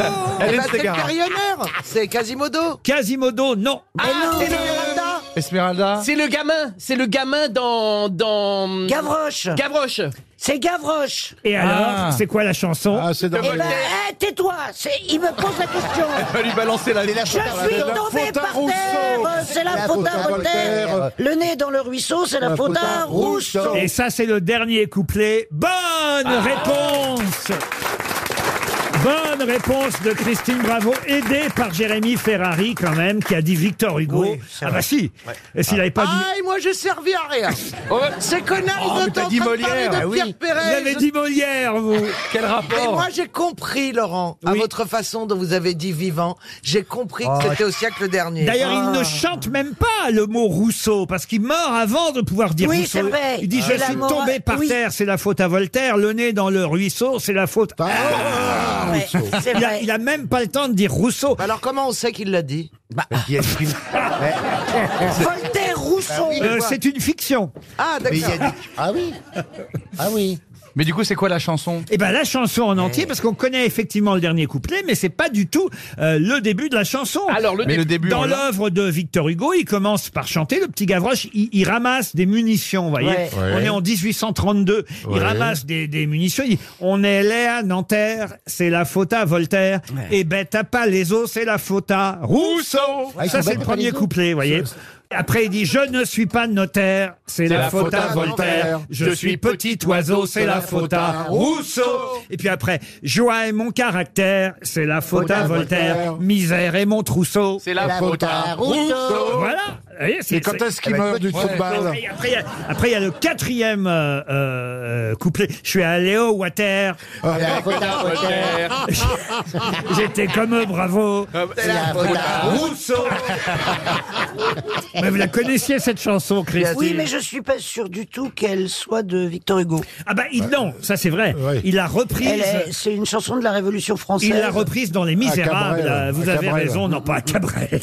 Speaker 4: Eh ben, c'est le carillonneur C'est Quasimodo
Speaker 1: Quasimodo, non.
Speaker 4: Ah, c'est Esmeralda
Speaker 16: Esmeralda
Speaker 5: C'est le gamin. C'est le gamin dans. dans...
Speaker 4: Gavroche
Speaker 5: Gavroche.
Speaker 4: C'est Gavroche
Speaker 1: Et alors,
Speaker 16: Ah.
Speaker 1: c'est quoi la chanson
Speaker 7: Ah, c'est dans
Speaker 4: Eh ben, eh, tais-toi C'est- Il me pose la question
Speaker 16: va lui balancer la...
Speaker 4: Je suis
Speaker 7: la
Speaker 4: tombé
Speaker 7: faute à
Speaker 4: par
Speaker 7: Rousseau.
Speaker 4: terre C'est la, faute à Voltaire.
Speaker 7: Voltaire.
Speaker 4: Le nez dans le ruisseau, c'est la, faute à Rousseau
Speaker 1: Et ça, c'est le dernier couplet. Bonne réponse Bonne réponse de Christine Bravo, aidée par Jérémy Ferrari quand même, qui a dit Victor Hugo.
Speaker 4: Oui, c'est
Speaker 1: ah
Speaker 4: vrai.
Speaker 1: bah si Et s'il n'avait pas dit...
Speaker 4: Ah, et moi j'ai servi à rien Ces connards,
Speaker 16: Oh,
Speaker 4: ils
Speaker 16: mais
Speaker 4: étaient
Speaker 16: t'as
Speaker 4: en
Speaker 16: dit
Speaker 4: train de parler
Speaker 16: Molière,
Speaker 4: de
Speaker 16: ah oui.
Speaker 4: Pierre Perret
Speaker 1: Vous avez
Speaker 4: Je-
Speaker 1: dit Molière, vous
Speaker 16: Quel
Speaker 4: Et
Speaker 16: rapport
Speaker 4: moi j'ai compris, Laurent, à
Speaker 1: Oui.
Speaker 4: votre façon dont vous avez dit vivant, j'ai compris que c'était au siècle dernier.
Speaker 1: D'ailleurs, il
Speaker 4: Ah.
Speaker 1: ne chante même pas le mot Rousseau, parce qu'il meurt avant de pouvoir dire
Speaker 4: Oui, c'est
Speaker 1: Rousseau.
Speaker 4: vrai.
Speaker 1: Il dit
Speaker 4: C'est
Speaker 1: Je
Speaker 4: la
Speaker 1: suis
Speaker 4: mora-
Speaker 1: tombé par
Speaker 4: oui.
Speaker 1: terre, c'est la faute à Voltaire. Le nez dans le ruisseau, c'est la faute. à...
Speaker 4: Ah, ouais, c'est
Speaker 1: il, a,
Speaker 4: vrai.
Speaker 1: il a même pas le temps de dire Rousseau. Bah.
Speaker 4: Bah Alors comment on sait qu'il l'a dit
Speaker 14: Il y a une- Ouais.
Speaker 4: Voltaire Rousseau Bah
Speaker 1: Euh, c'est une fiction.
Speaker 4: Ah
Speaker 14: Mais il y
Speaker 4: d'accord.
Speaker 14: a des- Ah oui Ah oui
Speaker 16: Mais du coup, c'est quoi la chanson
Speaker 1: Et ben la chanson en entier, parce qu'on connaît effectivement le dernier couplet, mais c'est pas du tout euh, le début de la chanson.
Speaker 5: Alors, le
Speaker 16: Mais
Speaker 5: début.
Speaker 16: le début,
Speaker 1: Dans
Speaker 16: on l'a.
Speaker 1: l'œuvre de Victor Hugo, il commence par chanter. Le petit Gavroche, il, il ramasse des munitions, vous voyez.
Speaker 4: Ouais.
Speaker 1: On est en 1832. Il
Speaker 16: Ouais.
Speaker 1: ramasse des, des munitions. Il dit, on est laid à Nanterre, c'est la faute à Voltaire. Eh ben, Et bête à Palaiso, c'est la faute à Rousseau.
Speaker 14: Ah, ils
Speaker 1: Ça,
Speaker 14: sont
Speaker 1: c'est
Speaker 14: bêtes
Speaker 1: le
Speaker 14: à
Speaker 1: premier
Speaker 14: Palaiso
Speaker 1: couplet, vous voyez. Après, il dit, je ne suis pas notaire, c'est la, faute à Voltaire. Je suis petit oiseau, c'est la faute à Rousseau. Et puis après, joie est mon caractère, c'est la faute à Voltaire. Misère est mon trousseau.
Speaker 5: C'est la, hein.
Speaker 14: La faute à Rousseau
Speaker 1: Voilà. Vous voyez, c'est-
Speaker 7: Et quand
Speaker 1: c'est-
Speaker 7: est-ce qu'il
Speaker 14: Eh ben,
Speaker 7: meurt du
Speaker 14: écoute,
Speaker 7: trou de balle
Speaker 1: Après, après, il y a- après, il y a le quatrième euh, euh, couplet. Je suis allé au water.
Speaker 14: Ah,
Speaker 7: Ah,
Speaker 14: La faute à Voltaire
Speaker 1: J'étais comme eux, bravo.
Speaker 14: C'est la faute à
Speaker 1: Rousseau. Mais vous la connaissiez cette chanson, Christine
Speaker 17: Oui, mais je suis pas sûr du tout qu'elle soit de Victor Hugo.
Speaker 1: Ah bah il- non, ça c'est vrai. Il l'a reprise.
Speaker 17: Elle est- C'est une chanson de la Révolution française.
Speaker 1: Il l'a reprise dans Les Misérables.
Speaker 17: À Cabrel,
Speaker 1: euh, vous
Speaker 17: à
Speaker 1: avez
Speaker 17: Cabrel.
Speaker 1: raison, non pas à Cabrel.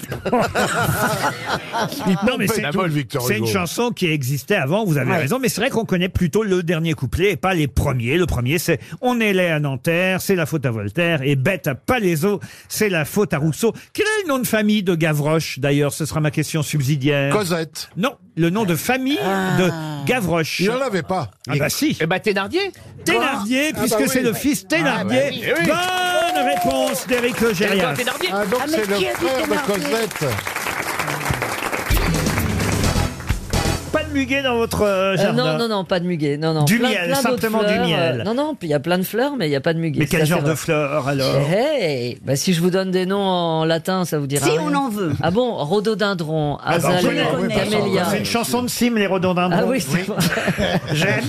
Speaker 1: non mais c'est
Speaker 6: la balle, Victor
Speaker 1: c'est
Speaker 6: Hugo.
Speaker 1: une chanson qui existait avant. Vous avez
Speaker 6: Ouais.
Speaker 1: raison, mais c'est vrai qu'on connaît plutôt le dernier couplet et pas les premiers. Le premier c'est On est laid à Nanterre, c'est la faute à Voltaire et bête à Palaiso, c'est la faute à Rousseau. Quel est le nom de famille de Gavroche d'ailleurs Ce sera ma question subsidiaire.
Speaker 6: Cosette.
Speaker 1: Non, le nom de famille
Speaker 7: Ah.
Speaker 1: de Gavroche. Il n'en
Speaker 6: avait pas.
Speaker 1: Ah bah si.
Speaker 18: Eh ben Thénardier
Speaker 1: Thénardier,
Speaker 18: Ah,
Speaker 1: puisque
Speaker 18: bah oui.
Speaker 1: c'est le fils Thénardier.
Speaker 18: Ah, bah oui. Eh oui.
Speaker 1: Bonne réponse d'Éric Logérias.
Speaker 6: Ah, donc c'est le frère de Cosette.
Speaker 1: Pas de muguet dans votre euh,
Speaker 5: Euh,
Speaker 1: jardin.
Speaker 5: non, non, non, pas de muguet. Non, non.
Speaker 1: Du
Speaker 5: Plein-
Speaker 1: miel,
Speaker 5: plein d'autres
Speaker 1: simplement du
Speaker 5: fleurs,
Speaker 1: miel.
Speaker 5: euh, Non, non, il y a plein de fleurs, mais il n'y a pas de muguet.
Speaker 1: Mais
Speaker 5: ça,
Speaker 1: quel
Speaker 5: c'est
Speaker 1: genre de
Speaker 5: vrai.
Speaker 1: fleurs alors
Speaker 5: Hey, bah, si je vous donne des noms en latin, ça vous dira.
Speaker 1: Si,
Speaker 5: rien.
Speaker 1: on en veut.
Speaker 5: Ah bon, rhododendron,
Speaker 1: Ah, bah,
Speaker 5: azalée,
Speaker 1: on connaît.
Speaker 5: camélia.
Speaker 1: C'est une chanson de Sim, les rhododendrons.
Speaker 5: Ah oui, c'est vrai.
Speaker 1: J'aime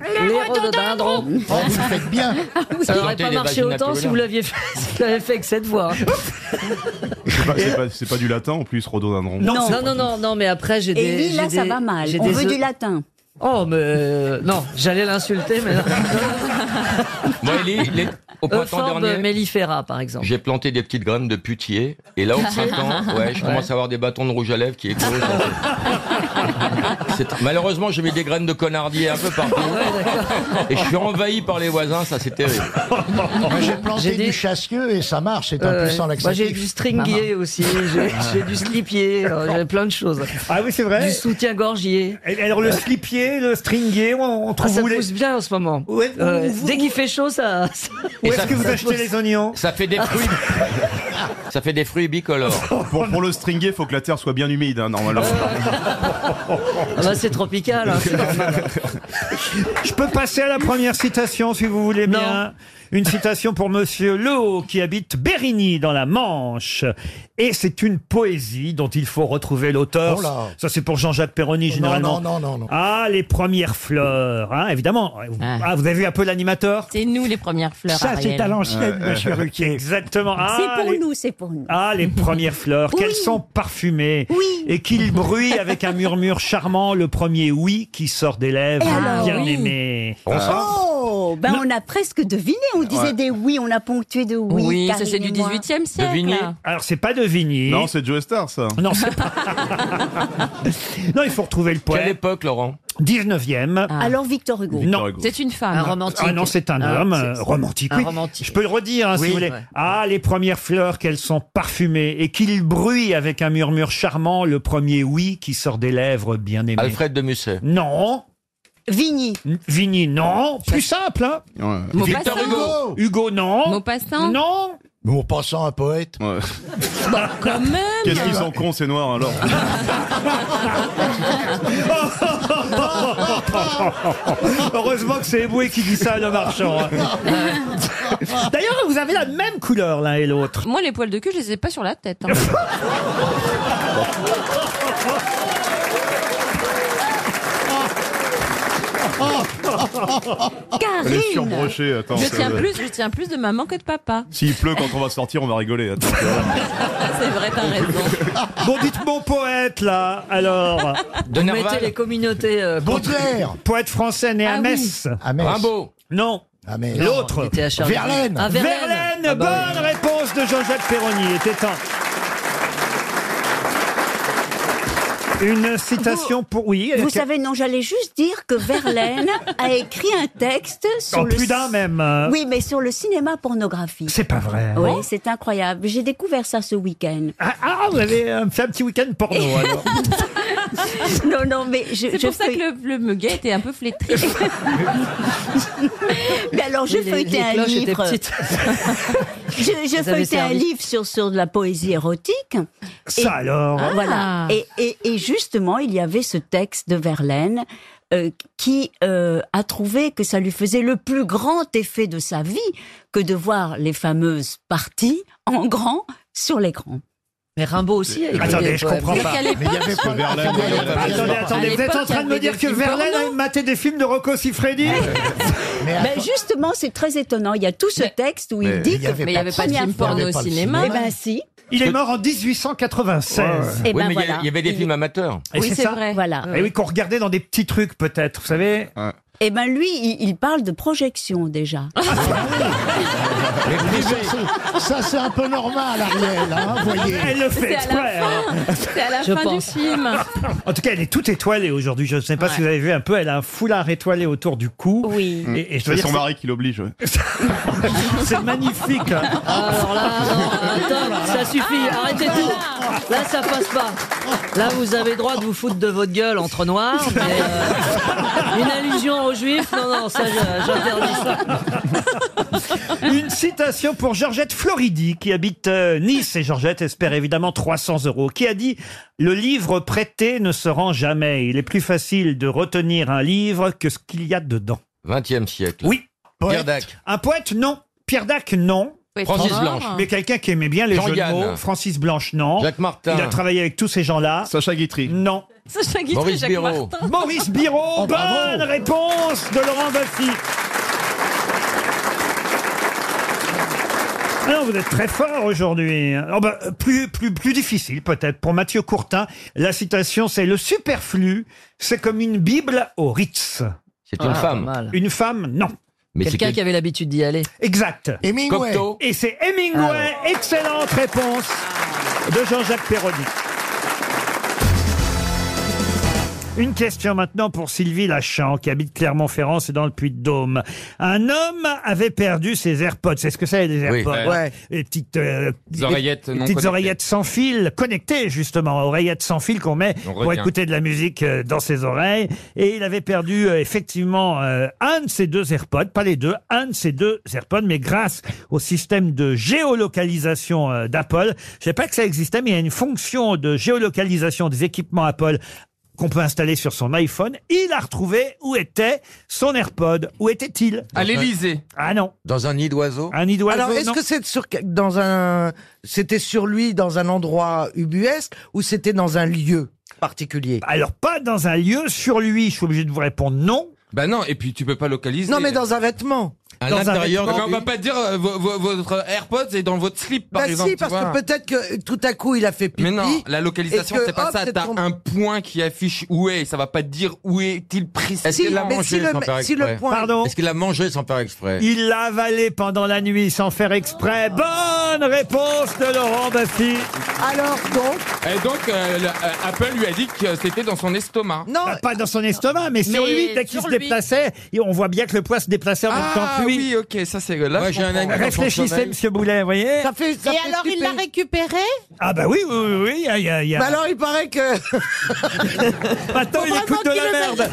Speaker 5: Les rhododendrons.
Speaker 1: Oh,
Speaker 5: vous faites bien. Ça n'aurait pas
Speaker 8: Sortez les
Speaker 5: marché
Speaker 8: vaginateurs
Speaker 5: autant si
Speaker 8: blancs.
Speaker 5: vous l'aviez fait, si vous l'avez fait avec cette voix. hein.
Speaker 8: C'est pas, c'est pas- c'est pas du latin en plus, rhododendron.
Speaker 5: Non, non, non, non, non, mais après, j'ai
Speaker 19: Et
Speaker 5: des.
Speaker 19: lui, là,
Speaker 5: j'ai
Speaker 19: ça
Speaker 5: des-
Speaker 19: va mal.
Speaker 5: j'ai
Speaker 19: On
Speaker 5: des
Speaker 19: veut
Speaker 5: o-
Speaker 19: du latin.
Speaker 5: Oh, mais. euh, non, j'allais l'insulter, mais. non.
Speaker 8: Moi, Ellie, les- au printemps
Speaker 5: Euphorbe
Speaker 8: dernier,
Speaker 5: mellifera, par exemple.
Speaker 8: j'ai planté des petites graines de putier. Et là, au printemps, ouais, je
Speaker 5: Ouais.
Speaker 8: commence à avoir des bâtons de rouge à lèvres qui éclosent. C'est- Malheureusement, j'ai mis des graines de connardier un peu partout. Et je suis envahi par les voisins, ça c'est terrible.
Speaker 7: Moi, J'ai planté
Speaker 5: J'ai des-
Speaker 7: du chassieux et ça marche, c'est un
Speaker 5: Euh,
Speaker 7: puissant
Speaker 5: ouais.
Speaker 7: laxatif. Ah.
Speaker 5: Moi, j'ai du stringier aussi, j'ai- j'ai du slipier, euh, j'ai plein de choses.
Speaker 1: Ah oui, c'est vrai
Speaker 5: Du soutien-gorgier. Ah,
Speaker 1: Et Alors le slipier, le stringier, on, on trouve
Speaker 5: ça
Speaker 1: où les-
Speaker 5: pousse bien en ce moment.
Speaker 1: Ouais,
Speaker 5: Euh,
Speaker 1: vous-
Speaker 5: dès qu'il fait chaud, ça. ça-
Speaker 1: Où est-ce que vous achetez les oignons
Speaker 8: Ça fait des fruits. Ça fait des fruits bicolores.
Speaker 20: Pour, pour le stringuer, faut que la terre soit bien humide, hein, normalement.
Speaker 5: Ah bah, c'est tropical. hein, c'est normal.
Speaker 1: Je peux passer à la première citation si vous voulez bien. Une citation pour Monsieur Lehaut qui habite Bérigny dans la Manche. Et c'est une poésie dont il faut retrouver l'auteur.
Speaker 7: Oh là.
Speaker 1: Ça c'est pour Jean-Jacques Perroni généralement.
Speaker 7: non, non, non, non.
Speaker 1: Ah, les premières fleurs, hein, évidemment. Ah, vous avez vu un peu l'animateur
Speaker 19: C'est nous les premières fleurs.
Speaker 1: Ça, c'est
Speaker 19: Ariel.
Speaker 1: à l'ancienne,
Speaker 20: Ouais.
Speaker 1: monsieur Ruquier. Exactement. Ah,
Speaker 19: C'est pour
Speaker 1: les-
Speaker 19: nous, c'est pour nous.
Speaker 1: Ah, les premières fleurs, qu'elles sont parfumées et qu'ils bruient avec un murmure charmant le premier oui qui sort des lèvres
Speaker 19: Et alors,
Speaker 1: Eh ben, bien
Speaker 19: oui.
Speaker 1: aimées.
Speaker 19: Oh, ben on a presque deviné. On disait
Speaker 1: Ouais.
Speaker 19: des oui, on a ponctué de oui.
Speaker 1: Oui, ça,
Speaker 19: Karine
Speaker 1: c'est du
Speaker 19: et moi.
Speaker 1: 18e siècle. Deviné. Alors c'est pas de Vigny.
Speaker 20: Non, c'est Joe Star, ça.
Speaker 1: Non, c'est pas. non, il faut retrouver le poème.
Speaker 8: Quelle époque, Laurent
Speaker 1: 19e.
Speaker 19: Ah. Alors Victor Hugo.
Speaker 1: Non.
Speaker 19: C'est une femme.
Speaker 5: Un romantique.
Speaker 1: Ah non, c'est un
Speaker 5: Ah,
Speaker 1: homme
Speaker 5: c'est-
Speaker 1: euh, romantique.
Speaker 5: un
Speaker 1: oui.
Speaker 5: romantique.
Speaker 1: Je peux le redire hein, si
Speaker 5: Oui.
Speaker 1: vous voulez.
Speaker 5: Ouais.
Speaker 1: Ah, les premières fleurs qu'elles sont parfumées et qu'il bruit avec un murmure charmant le premier oui qui sort des lèvres bien aimées.
Speaker 8: Alfred de Musset.
Speaker 1: Non.
Speaker 19: Vigny.
Speaker 1: Vigny, non. Plus simple, hein.
Speaker 8: Victor Hugo.
Speaker 1: Hugo, non.
Speaker 19: Maupassant
Speaker 1: Non.
Speaker 7: Bon, passant un poète.
Speaker 19: Quand même
Speaker 20: Qu'est-ce qu'ils sont cons, ces noirs, alors
Speaker 1: Heureusement que c'est Eboué qui dit ça à le marchand. hein.
Speaker 5: Euh,
Speaker 1: D'ailleurs, vous avez la même couleur l'un et l'autre.
Speaker 21: Moi, les poils de cul, je les ai pas sur la tête. hein.
Speaker 20: Elle est surbrochée, attends.
Speaker 21: je
Speaker 20: ça-
Speaker 21: tiens, plus, je tiens plus de maman que de papa. Ah,
Speaker 20: S'il pleut quand on va sortir, on va rigoler. hein, euh. Attends,
Speaker 21: C'est vrai, t'as raison.
Speaker 1: Bon, dites mon poète, là, alors.
Speaker 5: Vous mettez les communautés. euh,
Speaker 1: Baudelaire Poète français né
Speaker 5: Ah
Speaker 1: à
Speaker 5: oui.
Speaker 1: Metz.
Speaker 7: À Metz. Rimbaud.
Speaker 1: Non.
Speaker 7: Metz.
Speaker 5: Non, il
Speaker 1: L'autre.
Speaker 5: était à Charlie.
Speaker 7: Verlaine.
Speaker 5: Ah, Verlaine.
Speaker 1: Verlaine,
Speaker 5: Ah bah oui.
Speaker 1: bonne réponse de Jean-Jacques Perroni. Il était temps. Une citation pour. Oui.
Speaker 19: Vous
Speaker 1: quel-
Speaker 19: savez, non, j'allais juste dire que Verlaine a écrit un texte sur
Speaker 1: En
Speaker 19: le...
Speaker 1: plus d'un, même. euh,
Speaker 19: Oui, mais sur le cinéma pornographique.
Speaker 1: C'est pas vrai.
Speaker 19: Oui, c'est incroyable. J'ai découvert ça ce week-end.
Speaker 1: Ah, ah, vous avez euh, fait un petit week-end porno, alors.
Speaker 19: non, non, mais je.
Speaker 21: C'est
Speaker 19: je
Speaker 21: pour ça
Speaker 19: feuille-
Speaker 21: que le, le muguet était un peu flétri.
Speaker 19: Mais alors, je
Speaker 21: Oui, les-
Speaker 19: feuilletais
Speaker 21: les
Speaker 19: un
Speaker 21: cloches étaient
Speaker 19: livre.
Speaker 21: petites.
Speaker 19: je je
Speaker 21: avez
Speaker 19: feuilletais un
Speaker 21: servi.
Speaker 19: livre sur, sur de la poésie érotique.
Speaker 1: Ça alors.
Speaker 19: Ah.
Speaker 21: Ah.
Speaker 19: Voilà. Et, et, et justement, il y avait ce texte de Verlaine euh, qui euh, a trouvé que ça lui faisait le plus grand effet de sa vie que de voir les fameuses parties en grand sur l'écran.
Speaker 5: Mais Rimbaud aussi. a écrit
Speaker 1: Attendez,
Speaker 5: des
Speaker 1: je
Speaker 5: poèmes.
Speaker 1: comprends pas. Attendez, attendez, vous êtes en train de me dire que Verlaine a maté des films de Rocco Siffredi
Speaker 19: Mais justement, c'est très étonnant. Il y a tout ce texte où
Speaker 1: mais-
Speaker 19: il dit
Speaker 1: il y
Speaker 19: que
Speaker 1: avait Mais il y pas avait de pas de
Speaker 21: film film porno porno au au cinéma. cinéma.
Speaker 19: Eh ben si.
Speaker 1: Il est mort en 1896.
Speaker 19: Eh
Speaker 8: oui,
Speaker 19: ben
Speaker 8: mais il y a-
Speaker 19: voilà.
Speaker 8: il y avait des
Speaker 19: Il-
Speaker 8: films amateurs.
Speaker 1: Et c'est ça
Speaker 19: Voilà.
Speaker 1: Et oui, qu'on regardait dans des petits trucs peut-être, vous savez.
Speaker 19: Eh ben lui, il, il parle de projection déjà.
Speaker 7: Ça, c'est un peu normal, Ariel, hein, voyez.
Speaker 1: Elle le fait
Speaker 11: C'est à la
Speaker 1: exprès. hein.
Speaker 11: fin, c'est à la
Speaker 1: Je
Speaker 11: fin
Speaker 1: pense.
Speaker 11: du film.
Speaker 1: En tout cas, elle est toute étoilée aujourd'hui. Je ne sais pas
Speaker 11: Ouais.
Speaker 1: si vous avez vu un peu. Elle a un foulard étoilé autour du cou.
Speaker 19: Oui.
Speaker 1: Et, et je dois
Speaker 22: C'est
Speaker 1: dire,
Speaker 22: son mari qui l'oblige. ouais.
Speaker 1: c'est magnifique. hein.
Speaker 3: Alors là, non, attends, ça suffit, arrêtez tout. Là, ça passe pas. Là, vous avez droit de vous foutre de votre gueule entre noirs, mais euh, une allusion aux juifs, non, non, ça, je- j'interdis ça.
Speaker 1: Une citation pour Georgette Floridi, qui habite euh, Nice, et Georgette espère évidemment 300 euros, qui a dit « Le livre prêté ne se rend jamais. Il est plus facile de retenir un livre que ce qu'il y a dedans. »
Speaker 8: 20e siècle.
Speaker 1: Oui.
Speaker 8: Pierre Dac.
Speaker 1: Un poète, non. Pierre Dac, non.
Speaker 8: Poète Francis mort. Blanche.
Speaker 1: Mais quelqu'un qui aimait bien les jeux de
Speaker 8: Jean-Yann.
Speaker 1: mots. Francis Blanche, non.
Speaker 8: Jacques Martin.
Speaker 1: Il a travaillé avec tous ces gens-là. Sacha Guitry. Non.
Speaker 11: Sacha Guitry,
Speaker 1: Maurice
Speaker 11: Jacques
Speaker 1: Biro.
Speaker 11: Martin.
Speaker 1: Maurice Biro,
Speaker 11: Oh,
Speaker 1: bonne
Speaker 11: bravo.
Speaker 1: réponse de Laurent Baffy. Alors, vous êtes très fort aujourd'hui. hein. Oh, bah, plus, plus, plus difficile peut-être pour Mathieu Courtin. La citation, c'est le superflu, c'est comme une Bible au Ritz.
Speaker 8: C'est une Ah, femme. pas mal.
Speaker 1: Une femme, non.
Speaker 8: Mais Quelqu'un c'était- qui
Speaker 1: avait l'habitude d'y aller. Exact.
Speaker 8: Hemingway. Cocteau.
Speaker 1: Et c'est Hemingway. Excellente réponse de Jean-Jacques Perroni. Une question maintenant pour Sylvie Lachan, qui habite Clermont-Ferrand, c'est dans le Puy-de-Dôme. Un homme avait perdu ses AirPods. C'est ce que c'est, les
Speaker 10: Oui.
Speaker 1: AirPods
Speaker 10: Ouais.
Speaker 1: hein Les petites, euh,
Speaker 10: Des oreillettes
Speaker 1: les
Speaker 10: non
Speaker 1: petites
Speaker 10: connectées.
Speaker 1: oreillettes sans fil, connectées justement, oreillettes sans fil qu'on met
Speaker 10: On
Speaker 1: pour
Speaker 10: retient.
Speaker 1: écouter de la musique euh, dans ses oreilles. Et il avait perdu euh, effectivement euh, un de ses deux AirPods, pas les deux, un de ses deux AirPods, mais grâce au système de géolocalisation euh, d'Apple. Je sais pas que ça existait, mais il y a une fonction de géolocalisation des équipements Apple qu'on peut installer sur son iPhone. Il a retrouvé où était son AirPod. Où était-il
Speaker 10: À l'Élysée.
Speaker 1: Ah non.
Speaker 8: Dans un nid d'oiseau
Speaker 1: Un nid d'oiseau.
Speaker 4: Alors, est-ce
Speaker 1: non.
Speaker 4: que c'est sur dans un c'était sur lui dans un endroit ubuesque ou c'était dans un lieu particulier
Speaker 1: Alors pas dans un lieu sur lui. Je suis obligé de vous répondre non.
Speaker 10: Bah non, et puis tu peux pas localiser.
Speaker 4: Non, mais dans un vêtement.
Speaker 10: À
Speaker 4: Dans un
Speaker 10: l'intérieur.
Speaker 4: vêtement.
Speaker 10: Mais On va pas dire euh, vo- vo- votre AirPods est dans votre slip, par
Speaker 4: Bah
Speaker 10: exemple.
Speaker 4: si,
Speaker 10: tu
Speaker 4: parce
Speaker 10: vois.
Speaker 4: que peut-être que euh, tout à coup il a fait pipi.
Speaker 10: Mais non, la localisation,
Speaker 4: et que,
Speaker 10: c'est pas
Speaker 4: hop,
Speaker 10: ça.
Speaker 4: c'est
Speaker 10: T'as
Speaker 4: tombé.
Speaker 10: un point qui affiche où est. Ça va pas te dire où est-il précis.
Speaker 4: Est-ce qu'il l'a mais mangé si le- sans faire si le exprès point-
Speaker 1: Pardon
Speaker 8: Est-ce qu'il l'a mangé sans faire exprès
Speaker 1: Il l'a avalé pendant la nuit sans faire exprès. Bonne réponse de Laurent Baffy.
Speaker 4: Alors donc
Speaker 10: Et donc, euh, le- euh, Apple lui a dit que c'était dans son estomac.
Speaker 1: Non, pas dans son estomac, mais sur
Speaker 10: Mais
Speaker 1: lui, dès qu'il
Speaker 10: sur
Speaker 1: se
Speaker 10: lui.
Speaker 1: déplaçait, et on voit bien que le poids se déplaçait en même temps
Speaker 10: Ah
Speaker 1: que lui.
Speaker 10: oui, ok, ça c'est là.
Speaker 1: Moi,
Speaker 10: je
Speaker 1: j'ai un
Speaker 10: comprends.
Speaker 1: ami Réfléchissez, monsieur Boulet, vous voyez
Speaker 4: Ça fait, ça
Speaker 13: Et
Speaker 4: fait
Speaker 13: alors, il l'a
Speaker 4: flipper.
Speaker 13: récupéré
Speaker 1: Ah bah oui, oui, oui, oui, il y a- il y a... il y a-
Speaker 4: Bah alors il paraît que
Speaker 1: Attends, il écoute de la merde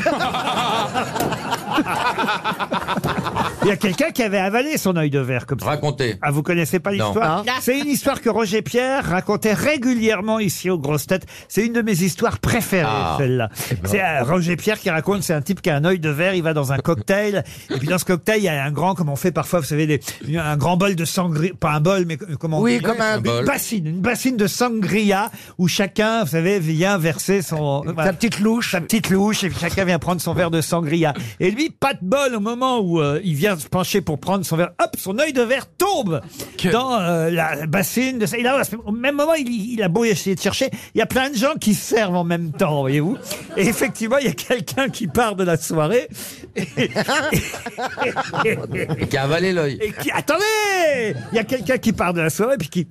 Speaker 1: Il y a quelqu'un qui avait avalé son œil de verre comme ça.
Speaker 8: Racontez.
Speaker 1: Ah, vous connaissez pas
Speaker 8: Non.
Speaker 1: l'histoire
Speaker 10: Ah.
Speaker 1: C'est une histoire que Roger Pierre racontait régulièrement ici aux grosses têtes. C'est une de mes histoires préférées,
Speaker 8: Ah.
Speaker 1: celle-là.
Speaker 8: Eh ben.
Speaker 1: C'est euh, Roger Pierre qui raconte, c'est un type qui a un œil de verre, il va dans un cocktail, et puis dans ce cocktail, il y a un grand, comme on fait parfois, vous savez, des- un grand bol de sangria, pas un bol, mais comment on
Speaker 4: Oui,
Speaker 1: dit
Speaker 4: comme un- Un
Speaker 1: Une
Speaker 4: bol.
Speaker 1: bassine, une bassine de sangria, où chacun, vous savez, vient verser son... Sa
Speaker 4: petite louche.
Speaker 1: Sa petite louche, et puis chacun vient prendre son verre de sangria. Et lui, pas de bol, au moment où euh, il vient se pencher pour prendre son verre, hop, son œil de verre tombe dans euh, la bassine de ça. Il a- au même moment, il, il a beau essayer de chercher, il y a plein de gens qui se servent en même temps, voyez-vous. Et effectivement, il y a quelqu'un qui part de la soirée. Et-
Speaker 8: Et qui a avalé l'œil.
Speaker 1: et qui- attendez Il y a quelqu'un qui part de la soirée puis qui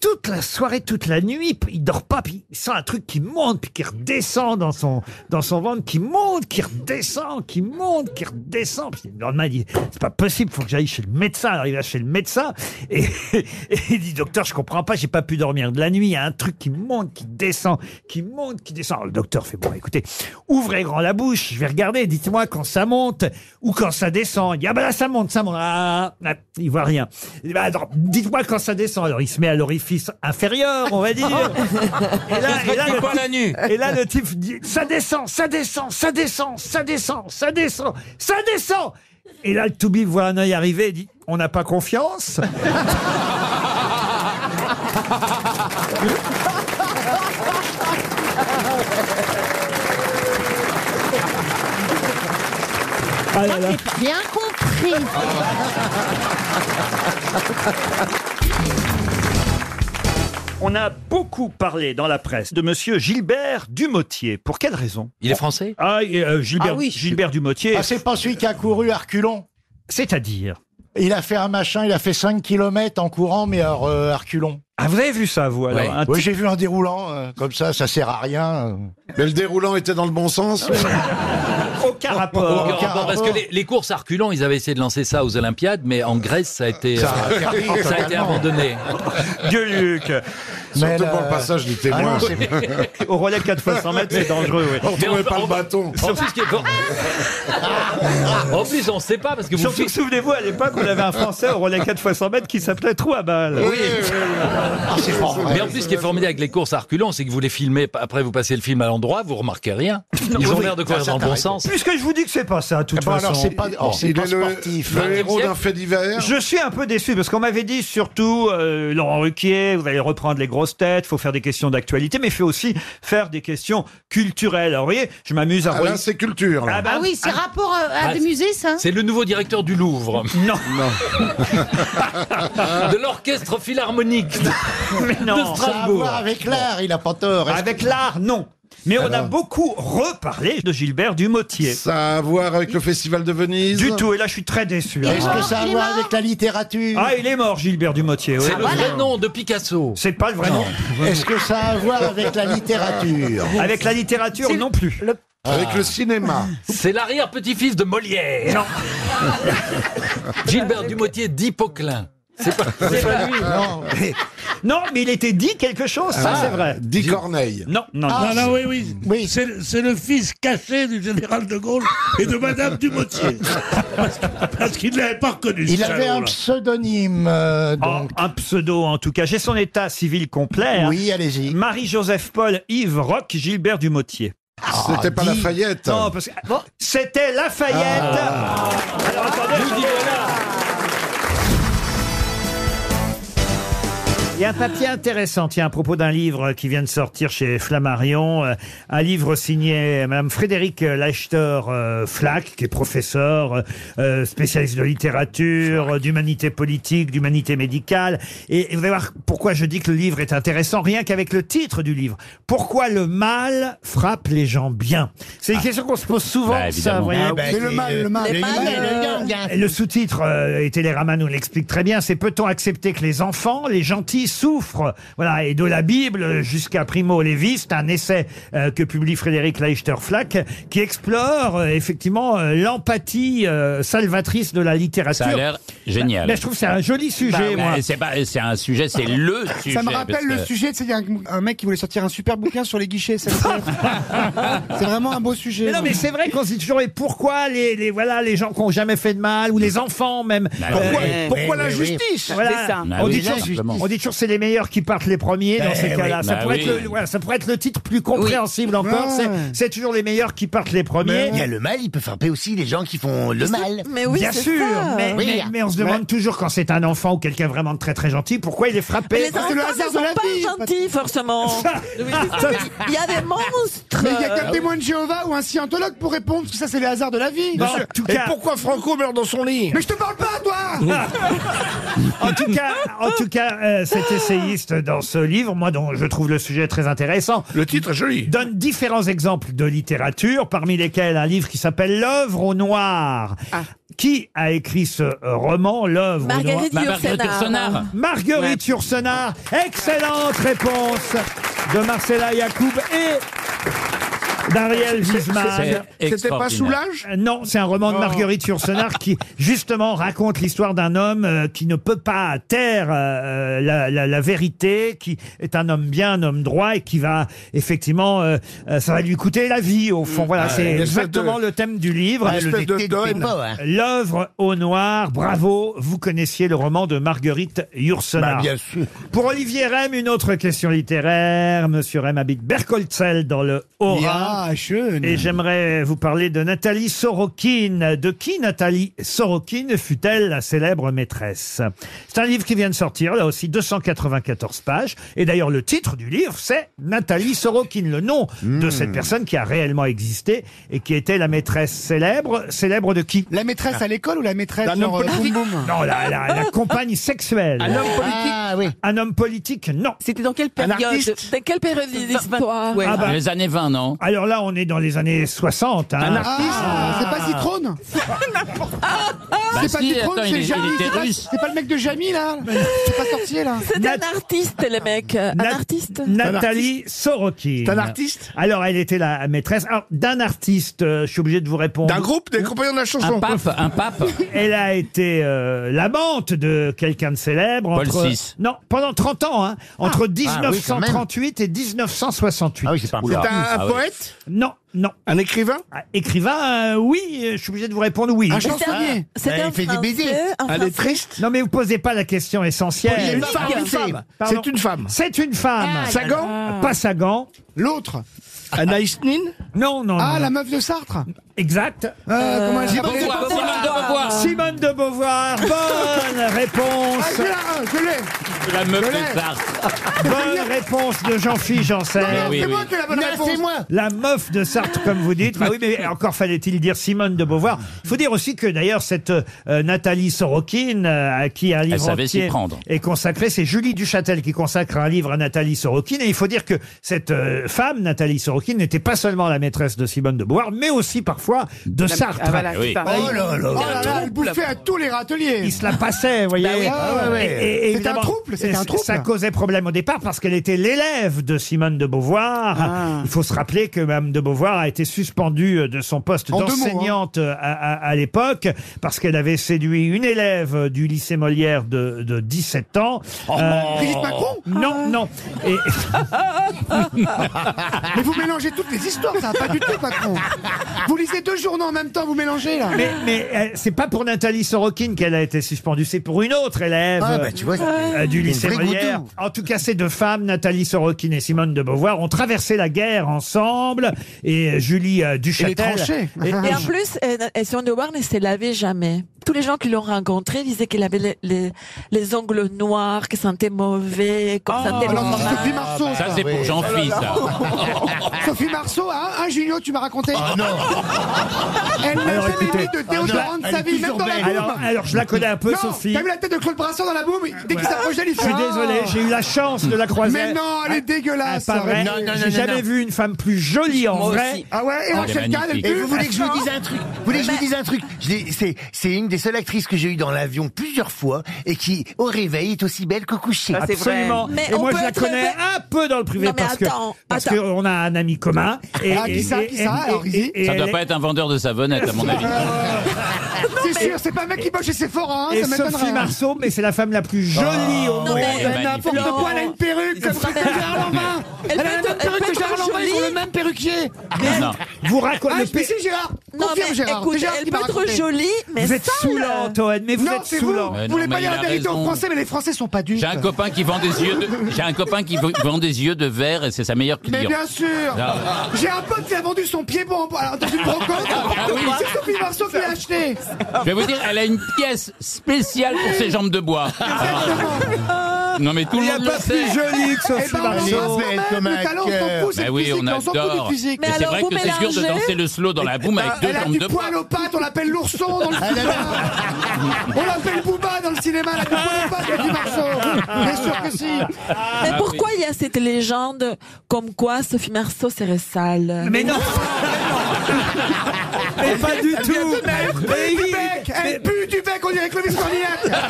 Speaker 1: toute la soirée, toute la nuit, p- il dort pas, puis il sent un truc qui monte, puis qui redescend dans son, dans son ventre, qui monte, qui redescend, qui monte, qui redescend. Puis le lendemain, il dit, c'est pas possible, faut que j'aille chez le médecin. Alors il va chez le médecin, et, et il dit, docteur, je comprends pas, j'ai pas pu dormir de la nuit, il y a un truc qui monte, qui descend, qui monte, qui descend. Alors, le docteur fait, bon, écoutez, ouvrez grand la bouche, je vais regarder, dites-moi quand ça monte ou quand ça descend. Il dit, ah ben là, ça monte, ça monte. Ah, ah, il voit rien. Il dit, bah, attends, dites-moi quand ça descend. Alors, il se met à l'orifice inférieur, on va dire.
Speaker 8: Oh.
Speaker 1: et, là, et là,
Speaker 8: Tu
Speaker 1: le
Speaker 8: pas
Speaker 1: type-
Speaker 8: la nuit.
Speaker 1: et là, le type dit, ça descend, ça descend, ça descend, ça descend, ça descend, ça descend. Et là, le Toubi voit un œil arriver et dit, on n'a pas confiance. Ah là là.
Speaker 13: Bien compris.
Speaker 1: On a beaucoup parlé dans la presse de monsieur Gilbert Dumotier. Pour quelle raison Il est français Ah, euh, Gilbert,
Speaker 7: Ah oui.
Speaker 1: Gilbert Dumotier.
Speaker 7: Ah, c'est pas celui qui a couru à reculons
Speaker 1: C'est-à-dire
Speaker 7: Il a fait un machin, il a fait 5 km en courant, mais alors, euh, à reculons.
Speaker 1: Ah, vous avez vu ça, vous, alors
Speaker 7: Ouais.
Speaker 1: un
Speaker 7: Oui,
Speaker 1: type-
Speaker 7: j'ai vu un déroulant, euh, comme ça, ça sert à rien.
Speaker 23: Mais le déroulant était dans le bon sens.
Speaker 1: Ah Aucun rapport.
Speaker 24: Aucun rapport, Parce que les, les courses à reculons, ils avaient essayé de lancer ça aux Olympiades, mais en Grèce, ça a été,
Speaker 7: Ça a
Speaker 24: euh,
Speaker 7: perdu
Speaker 24: ça a été
Speaker 7: totalement.
Speaker 24: abandonné.
Speaker 1: Dieu Luc
Speaker 7: Mais Surtout là- pour le passage du témoin. Ah non,
Speaker 1: Au relais 4 fois 100 mètres, c'est dangereux. Oui.
Speaker 24: On retrouvait Mais on- pas le on-
Speaker 1: bâton.
Speaker 24: En plus, ce qui est fort- en plus, on ne sait pas parce que vous
Speaker 1: Surtout que souvenez-vous, à l'époque, on avait un Français au relais 4 fois 100 mètres qui s'appelait Trouabal.
Speaker 24: Oui. Oh, Mais en plus, ce qui est formidable avec les courses à reculons, c'est que vous les filmez, après vous passez le film à l'endroit, vous remarquez rien. Ils ont l'air de courir dans le bon sens.
Speaker 1: Puisque je vous dis que c'est pas ça, de toute
Speaker 24: Eh ben,
Speaker 1: façon.
Speaker 24: alors, c'est pas- alors, c'est
Speaker 1: Il
Speaker 24: pas
Speaker 1: est le-
Speaker 24: sportif.
Speaker 1: le
Speaker 24: 20e
Speaker 1: héros d'un
Speaker 24: siècle.
Speaker 1: fait divers. Je suis un peu déçu parce qu'on m'avait dit surtout euh, Laurent Ruquier, vous allez reprendre les grosses têtes, faut faire des questions d'actualité, mais faut aussi faire des questions culturelles. Alors, vous voyez, je m'amuse à.
Speaker 23: Ah, là, c'est culture, là.
Speaker 1: bah,
Speaker 5: Ah oui, c'est
Speaker 1: ah,
Speaker 5: rapport euh, à
Speaker 1: Ah,
Speaker 7: Bah,
Speaker 5: des musées, ça
Speaker 24: C'est le nouveau directeur du Louvre.
Speaker 1: Non.
Speaker 24: de l'orchestre philharmonique de,
Speaker 1: Mais non.
Speaker 24: de
Speaker 7: Ça a à
Speaker 24: Strasbourg.
Speaker 7: voir avec l'art, il a pas tort. est-ce
Speaker 1: Avec l'art, non. Mais on a beaucoup reparlé de Gilbert Dumotier.
Speaker 23: Ça a à voir avec le Festival de Venise
Speaker 1: Du tout, et là je suis très déçu.
Speaker 7: Est-ce que ça a à voir avec la littérature
Speaker 1: Ah, il est mort, Gilbert Dumotier. oui.
Speaker 24: C'est le vrai nom de Picasso.
Speaker 1: C'est pas le vrai nom.
Speaker 7: Est-ce que ça a à voir avec la littérature
Speaker 1: Avec la littérature, non plus.
Speaker 23: Avec le cinéma.
Speaker 24: C'est l'arrière-petit-fils de Molière. Gilbert Dumotier d'Hippoclin. C'est pas, c'est pas lui. Ah.
Speaker 7: Non.
Speaker 1: Non, mais il était dit quelque chose, ça
Speaker 23: Ah,
Speaker 1: c'est vrai.
Speaker 24: Bah
Speaker 23: Dit Corneille.
Speaker 1: Non, non, non.
Speaker 6: Ah, non, oui, oui. C'est, le- c'est le fils caché du général de Gaulle et de Madame Dumotier. Parce, parce qu'il ne l'avait pas reconnu.
Speaker 7: Il
Speaker 6: ce
Speaker 7: avait un
Speaker 6: salaud-là.
Speaker 7: pseudonyme, euh, donc.
Speaker 1: Ah, Un pseudo en tout cas. J'ai son état civil complet.
Speaker 7: Oui,
Speaker 1: allez-y. Marie-Joseph Paul Yves Roch Gilbert Dumotier. Ah,
Speaker 23: C'était
Speaker 7: Ah,
Speaker 23: pas Lafayette.
Speaker 1: Non, parce que c'était Lafayette. Ah, Alors attendez, je vous dis- Il y a un papier intéressant, tiens, à propos d'un livre qui vient de sortir chez Flammarion, euh, un livre signé Madame Frédéric Leichter euh, Flack, qui est professeur, euh, spécialiste de littérature, euh, d'humanité politique, d'humanité médicale. Et, et vous allez voir pourquoi je dis que le livre est intéressant, rien qu'avec le titre du livre. Pourquoi le mal frappe les gens bien C'est une question qu'on se pose souvent, ça, vous voyez.
Speaker 7: C'est le mal, le mal.
Speaker 1: Les
Speaker 7: mal, le gang.
Speaker 1: Le sous-titre, euh, et Télérama nous l'explique très bien, c'est peut-on accepter que les enfants, les gentils, souffrent Voilà, et de la Bible jusqu'à Primo Levi, c'est un essai euh, que publie Frédéric Leichter-Flack, qui explore euh, effectivement euh, l'empathie euh, salvatrice de la littérature.
Speaker 25: Ça a l'air génial.
Speaker 1: Mais je trouve que c'est un joli sujet, moi.
Speaker 25: Bah, C'est pas- c'est un sujet, c'est le sujet.
Speaker 16: Ça me
Speaker 25: parce
Speaker 16: rappelle le
Speaker 25: que-
Speaker 16: sujet, tu sais, il y a un- un mec qui voulait sortir un super bouquin sur les guichets SNCF. c'est vraiment un beau sujet.
Speaker 1: Mais non, mais c'est vrai qu'on se dit toujours, et pourquoi les, les- voilà, les gens qui n'ont jamais fait de mal, ou les enfants même Euh, Pourquoi,
Speaker 25: Bah. oui, oui,
Speaker 1: pourquoi la
Speaker 25: oui, oui.
Speaker 1: justice
Speaker 25: C'est ça. Bah
Speaker 1: on,
Speaker 25: oui,
Speaker 1: dit
Speaker 25: la
Speaker 1: toujours,
Speaker 25: justice.
Speaker 1: on dit toujours c'est les meilleurs qui partent les premiers dans
Speaker 25: Eh
Speaker 1: ces
Speaker 25: oui.
Speaker 1: cas-là. ça,
Speaker 25: Bah
Speaker 1: pourrait
Speaker 25: oui. Ah.
Speaker 1: être le, voilà, ça pourrait être le titre plus compréhensible encore.
Speaker 25: Ouais.
Speaker 1: c'est- C'est toujours les meilleurs qui partent les premiers.
Speaker 26: Il y a le mal, il peut frapper aussi les gens qui font le mal.
Speaker 1: Bien sûr, mais,
Speaker 26: Oui.
Speaker 1: mais- mais on se demande toujours quand c'est un enfant ou quelqu'un vraiment de très très gentil, pourquoi il est frappé
Speaker 2: Mais les enfants ne sont pas gentils, forcément. Il y a des monstres.
Speaker 16: Mais il n'y a qu'un témoin de Jéhovah ou un scientologue pour répondre, parce que ça, c'est les hasards de la vie.
Speaker 1: Bon, en tout cas-
Speaker 16: pourquoi Franco meurt dans son lit Mais je te parle pas, toi
Speaker 1: en tout cas, en tout cas euh, cet essayiste dans ce livre, moi dont je trouve le sujet très intéressant.
Speaker 27: Le titre est joli.
Speaker 1: Donne différents exemples de littérature, parmi lesquels un livre qui s'appelle L'œuvre au noir.
Speaker 25: Ah.
Speaker 1: Qui a écrit ce euh, roman, L'œuvre au noir
Speaker 25: Marguerite Ma- Bah, Marguerite Yourcenar. Yourcenar.
Speaker 1: Marguerite Yourcenar. Excellente réponse de Marcella Yacoub et d'Ariel
Speaker 16: C'est-
Speaker 1: Wiesmann.
Speaker 16: c'est- C'était pas Soulage
Speaker 1: Euh, Non, c'est un
Speaker 27: Oh.
Speaker 1: roman de Marguerite Yourcenar qui, justement, raconte l'histoire d'un homme euh, qui ne peut pas taire euh, la, la- la vérité, qui est un homme bien, un homme droit, et qui va, effectivement, euh, euh, ça va lui coûter la vie, au fond. Voilà,
Speaker 27: Ah,
Speaker 1: c'est
Speaker 27: une espèce
Speaker 1: exactement
Speaker 27: de-
Speaker 1: le thème du livre.
Speaker 27: une espèce de
Speaker 1: détective.
Speaker 27: dogme.
Speaker 7: hein.
Speaker 1: L'œuvre au noir, bravo, vous connaissiez le roman de Marguerite Yourcenar.
Speaker 7: Bah, bien sûr.
Speaker 1: Pour Olivier Rem, une autre question littéraire. Monsieur Rem habite Berkoltsel dans le Haut-Rhin. Et j'aimerais vous parler de Nathalie Sorokine. De qui Nathalie Sorokine fut-elle la célèbre maîtresse C'est un livre qui vient de sortir, là aussi 294 pages. Et d'ailleurs, le titre du livre, c'est Nathalie Sorokine, le nom de
Speaker 7: Hmm.
Speaker 1: cette personne qui a réellement existé et qui était la maîtresse célèbre. Célèbre de qui
Speaker 7: La maîtresse à l'école ou la maîtresse
Speaker 1: D'un
Speaker 7: genre,
Speaker 1: homme
Speaker 7: euh, boum
Speaker 1: politique.
Speaker 7: boum Ah,
Speaker 1: Non, la, la- la compagne sexuelle.
Speaker 7: Un homme politique.
Speaker 1: Un homme politique, non. C'était dans quelle
Speaker 7: Ah,
Speaker 24: période
Speaker 1: Dans quelle période
Speaker 24: l'histoire Ouais. Les années 20, non
Speaker 1: Ah, bah. Alors là, on est dans les années 60. hein.
Speaker 24: Un artiste
Speaker 7: Ah, c'est pas Zitrone
Speaker 1: Bah
Speaker 7: Ah, C'est pas
Speaker 1: si,
Speaker 7: Zitrone,
Speaker 1: attends, il
Speaker 7: c'est
Speaker 1: est-
Speaker 7: Jamy.
Speaker 1: il était
Speaker 7: c'est pas-
Speaker 1: russe.
Speaker 7: C'est pas le mec de Jamy, là C'est pas sorcier, là
Speaker 1: C'est un
Speaker 7: artiste, les mecs.
Speaker 1: Nat- Nathalie Sorokine.
Speaker 6: C'est un artiste
Speaker 1: Alors, elle était la maîtresse Alors, d'un artiste, euh, je suis obligé de vous répondre.
Speaker 6: D'un groupe, des compagnons de la chanson. Un pape, un pape.
Speaker 1: Elle a été euh, l'amante de quelqu'un de célèbre.
Speaker 6: Paul
Speaker 1: entre-
Speaker 6: VI.
Speaker 1: Non, pendant 30 ans, hein, entre
Speaker 6: Ah oui, quand même.
Speaker 1: 1938 et 1968. Ah oui, c'est pas
Speaker 6: un C'est un- un Ah oui. poète
Speaker 1: Non, non. Un écrivain Écrivain, euh, oui, euh, je suis obligé de vous répondre oui.
Speaker 6: Un chansonnier C'est un- c'est un Il fait des Français, baisers. un
Speaker 1: Elle
Speaker 6: Français.
Speaker 1: est triste Non, mais vous posez pas la question essentielle.
Speaker 6: Il y a une femme, une femme.
Speaker 1: Pardon.
Speaker 6: C'est une femme.
Speaker 1: C'est une femme.
Speaker 6: Ah, Sagan là, là.
Speaker 1: Pas Sagan. L'autre Anaïs Nin Non, non.
Speaker 7: Ah,
Speaker 1: non.
Speaker 7: la meuf de Sartre
Speaker 1: Exact.
Speaker 7: Euh, comment elle
Speaker 1: Simone
Speaker 7: s'appelle
Speaker 1: de Beauvoir. Simone de Beauvoir. Bonne réponse.
Speaker 7: Ah, je l'ai, je l'ai
Speaker 1: La
Speaker 7: meuf de
Speaker 1: Bonne réponse de Jean-Philippe Janssen.
Speaker 7: Non, non, c'est moi qui ai la bonne Non, réponse. c'est moi.
Speaker 1: La meuf de Sartre, comme vous dites. Bah oui, mais encore fallait-il dire Simone de Beauvoir. Il faut dire aussi que d'ailleurs, cette euh, Nathalie Sorokine, euh, à qui un livre
Speaker 24: savait s'y
Speaker 1: entier
Speaker 24: prendre.
Speaker 1: est consacré, c'est Julie Duchatel qui consacre un livre à Nathalie Sorokine. Et il faut dire que cette euh, femme, Nathalie Sorokine, n'était pas seulement la maîtresse de Simone de Beauvoir, mais aussi parfois de
Speaker 7: La-
Speaker 1: Sartre.
Speaker 7: Ah, voilà,
Speaker 1: Oui.
Speaker 7: c'est pareil. Oh là là. Oh là là, elle bouffait à tous les râteliers.
Speaker 1: Il se la passait, vous voyez.
Speaker 7: Bah oui. Ah ouais, ouais. C'était un
Speaker 1: évidemment,
Speaker 7: trouble, c'était un
Speaker 1: Ça
Speaker 7: trouble.
Speaker 1: causait problème au départ parce qu'elle était l'élève de Simone de Beauvoir.
Speaker 7: Ah.
Speaker 1: Il faut se rappeler que Mme de Beauvoir a été suspendue de son poste
Speaker 7: En deux mots, hein.
Speaker 1: d'enseignante euh, à, à- à l'époque parce qu'elle avait séduit une élève du lycée Molière de, de 17 ans.
Speaker 7: Oh,
Speaker 1: Euh,
Speaker 7: Brigitte Macron Ah.
Speaker 1: Non, non. Et-
Speaker 7: Mais vous mélangez toutes les histoires, ça va pas du tout, patron. Vous lisez deux journaux en même temps, vous mélangez, là.
Speaker 1: Mais, mais, euh, c'est pas pour Nathalie Sorokine qu'elle a été suspendue, c'est pour une autre élève
Speaker 7: Ah, bah, tu vois,
Speaker 1: euh, euh, du
Speaker 7: une
Speaker 1: lycée
Speaker 7: vraie
Speaker 1: Molière.
Speaker 7: goutou.
Speaker 1: En tout cas, ces deux femmes, Nathalie Sorokine et Simone de Beauvoir, ont traversé la guerre ensemble. Et Julie euh, Duchatel. et-
Speaker 2: Et,
Speaker 1: et-
Speaker 2: en plus, euh, euh, Simone de Beauvoir ne s'est lavée jamais. Tous les gens qui l'ont rencontrée disaient qu'elle avait les, les- les ongles noirs, qu'elle sentait mauvais, qu'elle
Speaker 6: Ah,
Speaker 2: sentait le
Speaker 7: alors,
Speaker 2: mal.
Speaker 7: Sophie Marceau.
Speaker 24: Ça, c'est pour
Speaker 14: Ah,
Speaker 1: Oh
Speaker 24: Jean-Philippe, ça.
Speaker 7: Sophie Marceau, hein, hein, Junio, tu m'as raconté Ah
Speaker 1: non
Speaker 7: Elle n'a
Speaker 1: Alors,
Speaker 7: jamais
Speaker 1: écoutez. ah,
Speaker 7: mis de déodorant de
Speaker 1: Elle
Speaker 7: sa
Speaker 1: est
Speaker 7: vie, même
Speaker 1: toujours
Speaker 7: dans la
Speaker 1: belle.
Speaker 7: boum
Speaker 1: Alors- alors, je la connais un peu,
Speaker 7: Non,
Speaker 1: Sophie.
Speaker 7: T'as vu la tête de Claude Brassens dans la boum Dès qu'il
Speaker 1: Ouais.
Speaker 7: s'approche Ah. d'elle, il
Speaker 1: Je suis désolé, j'ai eu la chance de la croiser.
Speaker 7: Mais non, elle est
Speaker 1: Ah,
Speaker 7: dégueulasse.
Speaker 1: Pas vrai.
Speaker 7: Non, non, non,
Speaker 1: J'ai
Speaker 7: non,
Speaker 1: jamais
Speaker 7: non.
Speaker 1: vu une femme plus jolie en
Speaker 7: Moi
Speaker 1: vrai.
Speaker 7: aussi. Ah ouais, et Ah, elle est Rachel Kahn, elle magnifique.
Speaker 14: Et vous voulez que je vous dise un truc Vous voulez que je vous dise un truc Je l'ai- C'est c'est une des seules actrices que j'ai eues dans l'avion plusieurs fois et qui, au réveil, est aussi belle qu'au coucher.
Speaker 1: Ah, Absolument. et moi, je la connais un peu dans le privé
Speaker 14: Non, mais
Speaker 1: parce
Speaker 14: attends,
Speaker 1: que parce
Speaker 14: attends.
Speaker 1: qu'on a un ami commun. Et,
Speaker 7: Ah, qui ça, qui ça Alors,
Speaker 1: et- et- et
Speaker 24: Ça
Speaker 1: elle
Speaker 24: doit
Speaker 1: est-
Speaker 24: pas être un vendeur de savonnette, à mon avis.
Speaker 7: C'est sûr, c'est pas un mec qui bosse chez Sephora, hein,
Speaker 1: et
Speaker 7: ça m'étonnerait. Ah.
Speaker 1: Sophie Marceau, mais c'est la femme la plus jolie au
Speaker 7: Non,
Speaker 1: monde.
Speaker 7: mais elle a n'importe quoi, elle a une perruque comme celle de Gérard Lambin. Elle a la même perruque que Gérard Lambin, ils ont le même perruquier.
Speaker 24: Non.
Speaker 1: Vous racontez.
Speaker 7: Ah,
Speaker 1: le
Speaker 7: je me
Speaker 1: pe-
Speaker 7: suis dit, Gérard.
Speaker 2: Non,
Speaker 7: Confirme,
Speaker 2: mais
Speaker 7: Gérard.
Speaker 2: écoute,
Speaker 7: C'est Gérard
Speaker 2: elle
Speaker 7: qui m'a
Speaker 2: peut être
Speaker 7: raconté.
Speaker 2: jolie, mais
Speaker 1: Vous êtes
Speaker 2: sale.
Speaker 1: saoulante, Owen, mais vous
Speaker 7: Non,
Speaker 1: êtes
Speaker 7: c'est vous. hein,
Speaker 24: Mais
Speaker 1: saoulante.
Speaker 7: Vous
Speaker 24: Euh, non,
Speaker 7: voulez
Speaker 24: mais
Speaker 7: pas dire
Speaker 24: il
Speaker 7: la
Speaker 24: a
Speaker 7: vérité
Speaker 24: raison.
Speaker 7: aux Français, mais les Français sont pas dupes.
Speaker 24: J'ai un copain qui vend des yeux de, j'ai un copain qui vend des yeux de verre et c'est sa meilleure cliente.
Speaker 7: Mais bien sûr
Speaker 24: Ah.
Speaker 7: J'ai un pote qui a vendu son pied pour en- alors, dans une brocante. C'est Sophie Marceau qui l'a acheté.
Speaker 24: Je vais vous dire, elle a une pièce spéciale pour ses jambes de bois. Non mais tout le
Speaker 1: Il n'y a
Speaker 24: monde le
Speaker 1: pas
Speaker 24: sait.
Speaker 1: plus jolie que
Speaker 7: Eh ben,
Speaker 1: Sophie
Speaker 7: on l'embrasse
Speaker 1: Marceau.
Speaker 7: quand même, le talent, on
Speaker 28: euh,
Speaker 7: s'en fout, c'est
Speaker 24: Bah
Speaker 7: le
Speaker 24: oui,
Speaker 7: physique,
Speaker 24: on
Speaker 7: on s'en fout
Speaker 24: adore.
Speaker 7: du physique.
Speaker 24: Mais c'est vrai que c'est dur de danser le slow dans la boum avec deux
Speaker 7: Elle a
Speaker 24: jambes
Speaker 7: du
Speaker 24: de bois.
Speaker 7: poil aux pattes, on l'appelle l'ourson dans le cinéma. on l'appelle Booba dans le cinéma, elle a du poil aux pattes, Sophie Marceau. Bien sûr que si.
Speaker 1: Ah,
Speaker 2: Mais pourquoi il y a cette légende comme quoi Sophie Marceau serait sale
Speaker 1: Mais non Mais pas du tout Mais oui, mais-
Speaker 7: Elle pue du bec, on dirait Clovis Cornillac.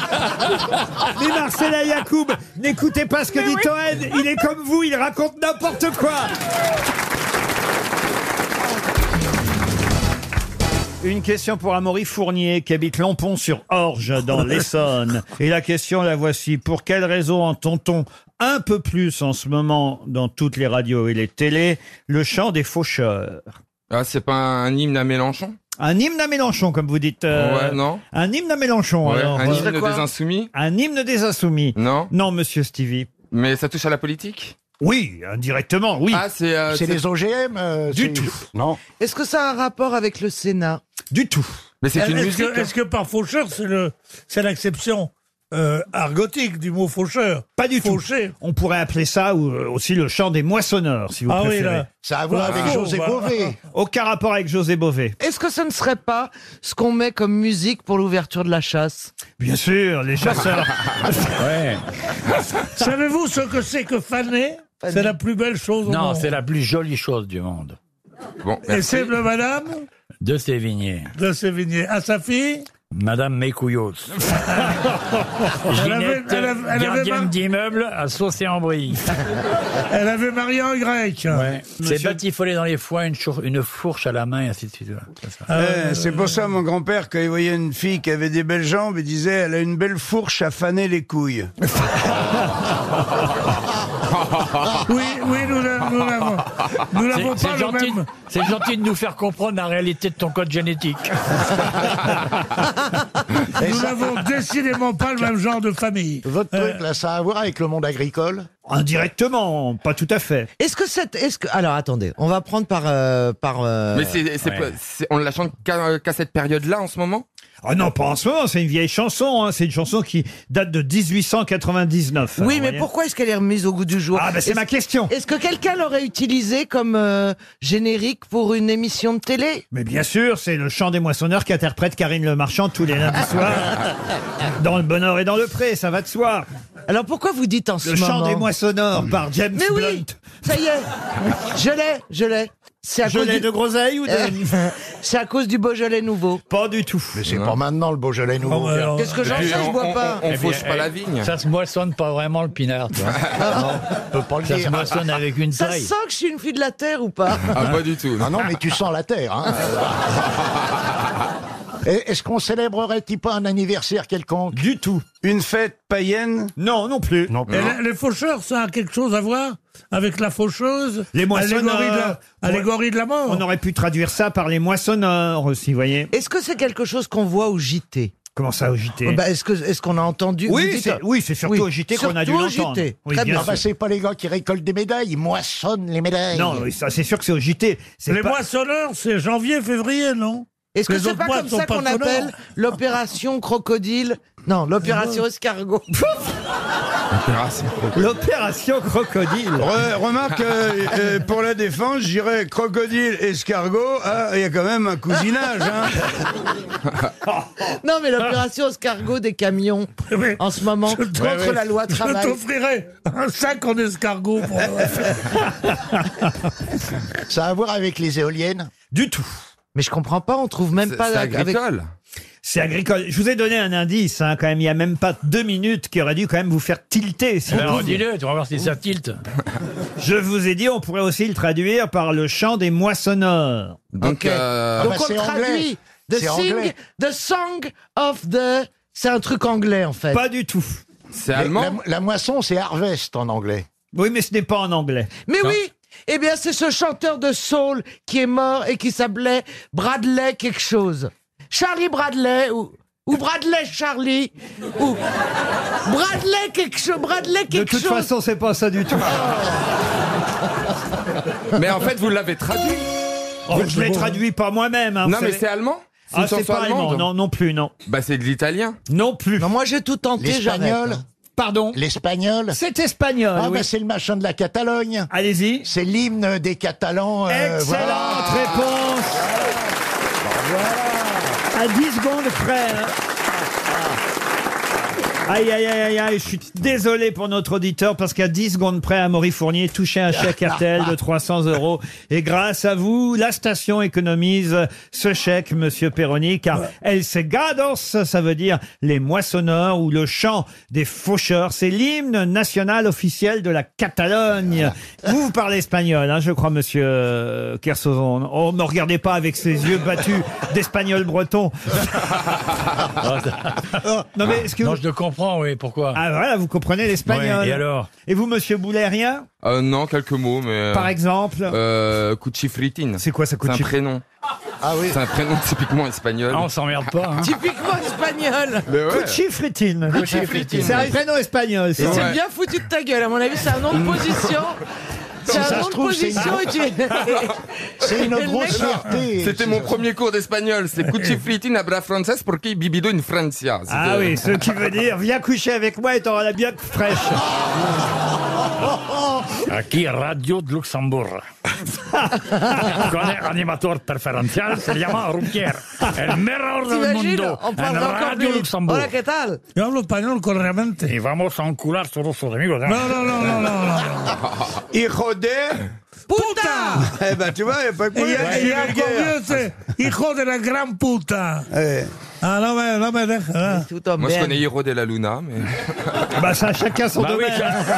Speaker 1: Mais Marcella Yacoub, n'écoutez pas ce que dit Toen, il est comme vous, il raconte n'importe quoi. Une question pour Amaury Fournier qui habite Lampon sur Orge dans l'Essonne. Et la question la voici. Pour quelle raison entend-on un peu plus en ce moment dans toutes les radios et les télés le chant des faucheurs
Speaker 29: Ah, c'est pas un hymne à Mélenchon
Speaker 1: Un hymne à Mélenchon, comme vous dites. euh,
Speaker 29: Ouais, non.
Speaker 1: Un hymne à Mélenchon,
Speaker 29: Ouais,
Speaker 1: alors.
Speaker 29: un
Speaker 1: euh,
Speaker 29: hymne des insoumis
Speaker 1: Un hymne des insoumis.
Speaker 29: Non.
Speaker 1: Non, monsieur Stevie.
Speaker 29: Mais ça touche à la politique
Speaker 1: Oui, indirectement, oui.
Speaker 4: Ah, c'est, euh,
Speaker 7: C'est
Speaker 4: c'est-
Speaker 7: les OGM euh,
Speaker 1: Du
Speaker 7: c'est-
Speaker 1: tout. Non.
Speaker 4: Est-ce que ça a un rapport avec le Sénat
Speaker 1: Du tout.
Speaker 28: Est-ce que, est-ce que par faucheur, c'est le, c'est l'acception euh, argotique du mot faucheur
Speaker 1: Pas du
Speaker 28: tout.
Speaker 1: On pourrait appeler ça ou, euh, aussi le chant des moissonneurs, si vous
Speaker 28: Ah oui,
Speaker 1: préférez.
Speaker 28: là. Ça a à voir
Speaker 4: Ah,
Speaker 28: avec José
Speaker 4: bah.
Speaker 28: Bové.
Speaker 1: Aucun rapport avec José Bové.
Speaker 4: Est-ce que ce ne serait pas ce qu'on met comme musique pour l'ouverture de la chasse
Speaker 1: Bien sûr, les chasseurs.
Speaker 4: ouais.
Speaker 28: Savez-vous ce que c'est que faner C'est la plus belle chose au
Speaker 6: Non,
Speaker 28: monde.
Speaker 6: c'est la plus jolie chose du monde.
Speaker 15: Bon,
Speaker 28: Et c'est le madame
Speaker 6: De Sévigné.
Speaker 28: de Sévigné. À sa fille
Speaker 6: Madame Mécouillos.
Speaker 28: Elle avait-
Speaker 6: Ginette,
Speaker 28: elle avait- elle avait
Speaker 6: gardienne
Speaker 28: mar-
Speaker 6: d'immeuble à Saucy-en-Brie.
Speaker 28: Elle avait marié un grec.
Speaker 6: C'est batifolé dans les foins, une, chour- une fourche à la main, et ainsi de suite. C'est ça.
Speaker 7: Euh,
Speaker 28: Euh,
Speaker 16: Eh, c'est pour ça, mon grand-père, quand il voyait une fille qui avait des belles jambes, il disait Elle a une belle fourche à faner les couilles.
Speaker 28: Oui, oui, nous l'a- nous l'avons. Nous l'avons
Speaker 6: C'est-
Speaker 28: pas
Speaker 6: c'est
Speaker 28: le
Speaker 6: gentil-
Speaker 28: même.
Speaker 6: C'est gentil de nous faire comprendre la réalité de ton code génétique.
Speaker 28: Nous n'avons décidément pas le même genre de famille.
Speaker 7: Votre truc, là, ça a à voir avec le monde agricole
Speaker 1: Indirectement, pas tout à fait.
Speaker 4: Est-ce que cette. Est-ce que... Alors attendez, on va prendre par. euh, par euh,
Speaker 15: Mais c'est, c'est pas- c'est- on la chante qu'à, qu'à cette période-là en ce moment
Speaker 1: Ah non, pas en ce moment, c'est une vieille chanson. hein. C'est une chanson qui date de 1899.
Speaker 4: Oui,
Speaker 1: Alors,
Speaker 4: mais
Speaker 1: voyez.
Speaker 4: pourquoi est-ce qu'elle est remise au goût du jour
Speaker 1: Ah, bah, c'est
Speaker 4: Est-ce-
Speaker 1: ma question.
Speaker 4: Est-ce que quelqu'un l'aurait utilisée comme euh, générique pour une émission de télé
Speaker 1: Mais bien sûr, c'est le chant des moissonneurs qu'interprète Karine Le Marchand tous les lundis soirs. dans le bonheur et dans le pré, ça va de soi.
Speaker 4: Alors pourquoi vous dites en ce
Speaker 1: Le chant
Speaker 4: moment
Speaker 1: des moissonneurs par James
Speaker 4: Mais oui,
Speaker 1: Blunt.
Speaker 4: ça y est, je l'ai, je l'ai. C'est à
Speaker 1: Je
Speaker 4: cause
Speaker 1: l'ai
Speaker 4: du-
Speaker 1: de groseille ou de-
Speaker 4: C'est à cause du Beaujolais nouveau.
Speaker 1: Pas du tout. Ah
Speaker 7: Mais c'est pas maintenant le Beaujolais nouveau.
Speaker 4: Qu'est-ce que j'en
Speaker 7: Et puis,
Speaker 4: sais, je
Speaker 7: on-
Speaker 4: bois
Speaker 7: on-
Speaker 4: pas.
Speaker 7: on
Speaker 6: Eh bien,
Speaker 7: fauche pas
Speaker 6: eh,
Speaker 7: la vigne.
Speaker 6: Ça se moissonne pas vraiment le pinard, tu vois.
Speaker 7: On peut pas le
Speaker 6: ça se
Speaker 7: dire.
Speaker 6: moissonne avec une
Speaker 4: Ça
Speaker 6: taille.
Speaker 4: sent que je suis une fille de la terre ou pas
Speaker 15: Ah, pas du tout.
Speaker 7: Ah non, mais tu sens la terre. hein. Et- Est-ce qu'on célébrerait-il pas un anniversaire quelconque
Speaker 1: Du tout.
Speaker 16: Une fête païenne
Speaker 1: Non, non plus.
Speaker 28: Et les, les faucheurs, ça a quelque chose à voir avec la faucheuse
Speaker 1: Les moissonneurs.
Speaker 28: Allégorie de la, allégorie de la mort
Speaker 1: On aurait pu traduire ça par les moissonneurs aussi, vous voyez.
Speaker 4: Oh. Est-ce que c'est quelque chose qu'on voit au JT
Speaker 1: Comment ça, au JT
Speaker 4: Bah, Est-ce que- est-ce qu'on a entendu
Speaker 1: Oui,
Speaker 4: vous dites-
Speaker 1: c'est- oui, c'est surtout au JT qu'on a dû
Speaker 4: surtout au
Speaker 1: l'entendre.
Speaker 4: JT.
Speaker 1: Oui,
Speaker 4: Très
Speaker 1: bien
Speaker 4: bien.
Speaker 7: Ah
Speaker 1: sûr.
Speaker 7: bah, c'est pas les gars qui récoltent des médailles, ils moissonnent les médailles.
Speaker 1: Non, oui, ça, c'est sûr que c'est au JT. C'est
Speaker 28: Les
Speaker 1: pas-
Speaker 28: moissonneurs, c'est janvier, février, non
Speaker 4: Est-ce que
Speaker 28: Les
Speaker 4: c'est
Speaker 28: autres
Speaker 4: pas
Speaker 28: mois
Speaker 4: comme
Speaker 28: sont
Speaker 4: ça
Speaker 28: pas
Speaker 4: qu'on
Speaker 28: sonores.
Speaker 4: appelle l'opération crocodile Non, l'opération escargot.
Speaker 1: L'opération crocodile.
Speaker 16: Re- remarque, euh, euh, pour la défense, j'irais crocodile, escargot. Ah, Il y a quand même un cousinage. Hein.
Speaker 4: non, mais l'opération escargot des camions
Speaker 28: Ah. Oui.
Speaker 4: en ce moment
Speaker 28: Je
Speaker 4: contre
Speaker 28: t'offre-
Speaker 4: la loi
Speaker 28: Je
Speaker 4: travail.
Speaker 28: t'offrirai un sac en escargot pour
Speaker 7: Ça a à voir avec les éoliennes
Speaker 1: Du tout.
Speaker 4: Mais je comprends pas, on trouve même pas avec-
Speaker 1: C'est agricole. Je vous ai donné un indice, hein, quand même, il n'y a même pas deux minutes qui aurait dû quand même vous faire tilter. Si vous
Speaker 6: Alors
Speaker 1: pouviez.
Speaker 6: Ah, dis-le, tu vas voir si ça tilte.
Speaker 1: Je vous ai dit, on pourrait aussi le traduire par le chant des Ah, moissonneurs.
Speaker 15: Donc,
Speaker 4: Ok.
Speaker 15: euh,
Speaker 4: Donc
Speaker 7: bah,
Speaker 4: on
Speaker 7: c'est
Speaker 4: le traduit
Speaker 7: anglais.
Speaker 4: the
Speaker 7: C'est
Speaker 4: sing,
Speaker 7: anglais.
Speaker 4: the song of the. C'est un truc anglais en fait.
Speaker 1: Pas du tout.
Speaker 15: c'est
Speaker 7: La,
Speaker 15: allemand
Speaker 7: la- la moisson, c'est harvest en anglais.
Speaker 1: Oui, mais ce n'est pas en anglais.
Speaker 4: Mais oui, eh bien c'est ce chanteur de soul qui est mort et qui s'appelait Bradley quelque chose. Charlie Bradley ou ou Bradley Charlie ou Bradley quelque chose. Bradley
Speaker 1: De
Speaker 4: quelque
Speaker 1: toute
Speaker 4: chose.
Speaker 1: façon, c'est pas ça du tout.
Speaker 15: Mais en fait, vous l'avez traduit.
Speaker 1: Oh, je l'ai traduit pas moi-même. hein,
Speaker 15: non,
Speaker 1: vous
Speaker 15: mais
Speaker 1: savez.
Speaker 15: c'est allemand une
Speaker 1: Ah, c'est
Speaker 15: chanson
Speaker 1: pas allemand.
Speaker 15: allemande.
Speaker 1: Non, non plus, non.
Speaker 15: Bah, c'est de l'italien.
Speaker 1: Non plus.
Speaker 7: Bah,
Speaker 4: Non, moi j'ai tout tenté,
Speaker 7: L'espagnol
Speaker 4: j'arrête.
Speaker 1: Pardon
Speaker 7: L'espagnol
Speaker 1: C'est espagnol,
Speaker 7: Ah
Speaker 1: oui.
Speaker 7: bah c'est le machin de la Catalogne.
Speaker 1: Allez-y.
Speaker 7: C'est l'hymne des Catalans. euh,
Speaker 1: Excellente
Speaker 7: voilà.
Speaker 1: réponse À 10 secondes près hein. Aïe, aïe, aïe, aïe, aïe, je suis désolé pour notre auditeur parce qu'à 10 secondes près, Amaury Fournier touchait un chèque RTL de 300 euros. Et grâce à vous, la station économise ce chèque, monsieur Perroni, car El Segados, ça veut dire les moissonneurs ou le chant des faucheurs. C'est l'hymne national officiel de la Catalogne. Vous, vous parlez espagnol, hein, je crois, monsieur euh, Kersozon. Oh, ne me regardez pas avec ces yeux battus d'espagnol breton. Non, mais est-ce que
Speaker 6: Ah. Non,
Speaker 1: vous-
Speaker 6: je te comprends, oui, pourquoi
Speaker 1: ah voilà, vous comprenez l'espagnol.
Speaker 6: Ouais, et alors
Speaker 1: Et vous, monsieur Boulet, rien
Speaker 15: Euh, non, quelques mots, mais.
Speaker 1: Par exemple
Speaker 15: euh, Cucifritine.
Speaker 1: C'est quoi ça,
Speaker 15: C'est un
Speaker 1: cucif-
Speaker 15: prénom. C'est un prénom typiquement espagnol.
Speaker 6: on s'emmerde pas.
Speaker 5: Typiquement espagnol.
Speaker 15: Mais ouais.
Speaker 1: Cuchifritine.
Speaker 15: Cuchifritine.
Speaker 1: C'est un prénom espagnol.
Speaker 5: Et c'est bien foutu de ta gueule, à mon avis, c'est un nom de position. C'est
Speaker 15: Si ça
Speaker 5: un
Speaker 15: se
Speaker 5: nom de
Speaker 15: trouve, c'est une-
Speaker 5: position et tu
Speaker 15: Et le mec-
Speaker 5: fierté.
Speaker 15: C'était mon premier cours d'espagnol. C'est cuchifritin abra francés porque vivido in Francia. C'était-
Speaker 1: Ah oui, ce qui veut dire viens coucher avec moi et t'auras la bière fraîche.
Speaker 6: Aquí Radio de Luxembourg. Con el animador preferencial se llama Rupier. El mejor del
Speaker 5: T'imagines,
Speaker 6: mundo
Speaker 5: on
Speaker 6: en
Speaker 5: parle encore
Speaker 6: Radio
Speaker 5: plus.
Speaker 6: Luxembourg.
Speaker 5: Hola, ¿qué tal?
Speaker 6: Yo hablo español correctamente. Y vamos a encular todos sus amigos. ¿eh?
Speaker 16: Non, non, non, non, non, non. Hijo de...
Speaker 5: Putain
Speaker 16: Eh ben, tu vois, il n'y a pas que moi.
Speaker 28: Et
Speaker 16: je
Speaker 28: il
Speaker 16: suis
Speaker 28: y a encore
Speaker 16: vulgaire.
Speaker 28: mieux, c'est Hijo de la gran puta.
Speaker 16: Eh.
Speaker 28: Ah non, mais, non, mais d'accord. hein.
Speaker 15: Moi, je connais Hiro de la Luna, mais.
Speaker 1: Bah, ça, chacun son
Speaker 15: Bah oui,
Speaker 1: domaine.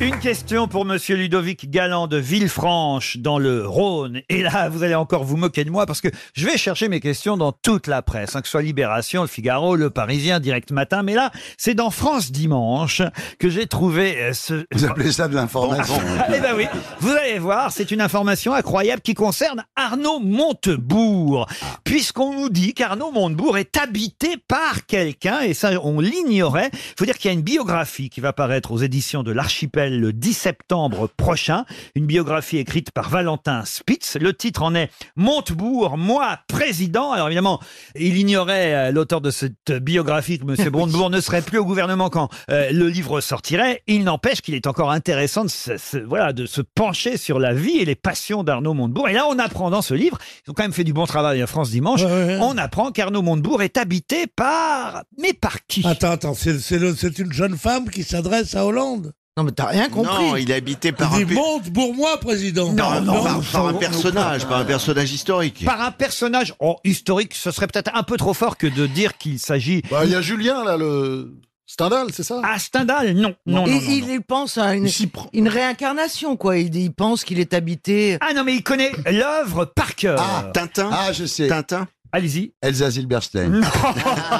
Speaker 1: Une question pour Monsieur Ludovic Galland de Villefranche dans le Rhône. Et là, vous allez encore vous moquer de moi parce que je vais chercher mes questions dans toute la presse, hein, que ce soit Libération, Le Figaro, Le Parisien, Direct Matin. Mais là, c'est dans France Dimanche que j'ai trouvé euh, ce.
Speaker 30: Vous appelez ça de l'information hein.
Speaker 1: Eh ben oui, vous allez voir, c'est une information incroyable qui concerne Arnaud Montebourg, puisqu'on nous dit qu'Arnaud Montebourg est habité par quelqu'un, et ça on l'ignorait. Il faut dire qu'il y a une biographie qui va paraître aux éditions de l'Archipel le 10 septembre prochain, une biographie écrite par Valentin Spitz. Le titre en est Montebourg, moi président. Alors évidemment, il ignorait euh, l'auteur de cette biographie que M. Montebourg ne serait plus au gouvernement quand euh, le livre sortirait. Il n'empêche qu'il est encore intéressant de se, se- voilà, de se pencher sur la vie et les passions d'Arnaud Montebourg. Et là, on apprend dans ce livre, ils ont quand même fait du bon travail à France Dimanche, on apprend qu'Arnaud Montebourg est habité par... Mais par qui
Speaker 28: Attends, attends, c'est- c'est le- c'est une jeune femme qui s'adresse à Hollande.
Speaker 7: Non, mais t'as rien
Speaker 28: compris.
Speaker 30: Non, il est habité par
Speaker 28: Il dit
Speaker 30: un, pe-
Speaker 28: monte pour moi, président.
Speaker 30: par- par- par un personnage, par un personnage historique.
Speaker 1: Par un personnage oh, historique, ce serait peut-être un peu trop fort que de dire qu'il s'agit...
Speaker 30: Bah, Il y a Julien, là, le... Stendhal, c'est ça
Speaker 1: Ah, Stendhal, non. Non, non,
Speaker 4: il,
Speaker 1: non, non.
Speaker 4: il- il pense à une, une réincarnation, quoi. Il, il pense qu'il est habité.
Speaker 1: Ah non, mais il connaît l'œuvre par cœur.
Speaker 30: Ah, Tintin Ah, je sais. Tintin
Speaker 1: Allez-y.
Speaker 30: Elsa Zilberstein.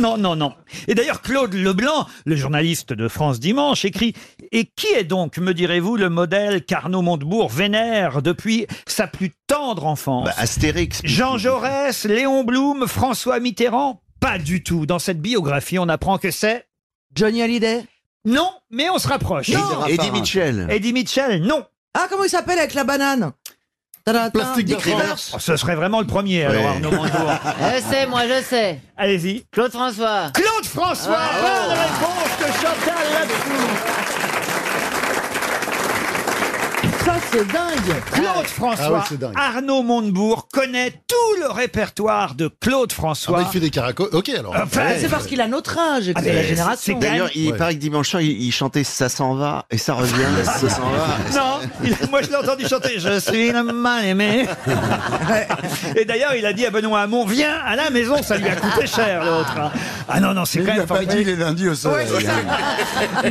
Speaker 1: Non, non, non. Et d'ailleurs, Claude Leblanc, le journaliste de France Dimanche, écrit Et qui est donc, me direz-vous, le modèle qu'Arnaud Montebourg vénère depuis sa plus tendre enfance
Speaker 30: Bah, Astérix.
Speaker 1: Jean Jaurès, Léon Blum, François Mitterrand Pas du tout. Dans cette biographie, on apprend que c'est.
Speaker 4: Johnny Hallyday
Speaker 1: Non, mais on se rapproche.
Speaker 4: Non.
Speaker 30: Eddie Eddie Mitchell.
Speaker 1: Eddie Mitchell, non.
Speaker 4: Ah, comment il s'appelle avec la banane Tadata, Dick Rivers.
Speaker 1: Oh, ce serait vraiment le premier, alors, Arnaud Montebourg.
Speaker 30: Eh,
Speaker 19: Je sais, moi je sais.
Speaker 1: Allez-y.
Speaker 19: Claude François.
Speaker 1: Claude François,
Speaker 11: Ah.
Speaker 1: bonne réponse de Chantal Latsou.
Speaker 4: Ça, c'est dingue.
Speaker 1: Claude François,
Speaker 30: Ah ouais, c'est dingue.
Speaker 1: Arnaud Montebourg connaît tout le répertoire de Claude François.
Speaker 30: Ah bah, il fait des caracoles. Ok, alors.
Speaker 1: Enfin,
Speaker 30: Ouais.
Speaker 4: C'est parce qu'il a notre âge et que
Speaker 1: Euh, Ah,
Speaker 4: c'est
Speaker 1: mais
Speaker 4: la
Speaker 1: c'est-
Speaker 4: génération.
Speaker 1: c'est-
Speaker 30: Eh, D'ailleurs, il
Speaker 1: Ouais.
Speaker 30: paraît que dimanche soir, il, il chantait Ça s'en va et ça revient, ça s'en va.
Speaker 1: Non, il- moi je l'ai entendu chanter Je suis une mal aimée. Et d'ailleurs, il a dit à Benoît Hamon Viens à la maison, ça lui a coûté cher l'autre. hein. Ah non, non, c'est quand
Speaker 30: Il
Speaker 1: même
Speaker 30: n'a pas dit
Speaker 1: formidable.
Speaker 30: les lundis au soleil.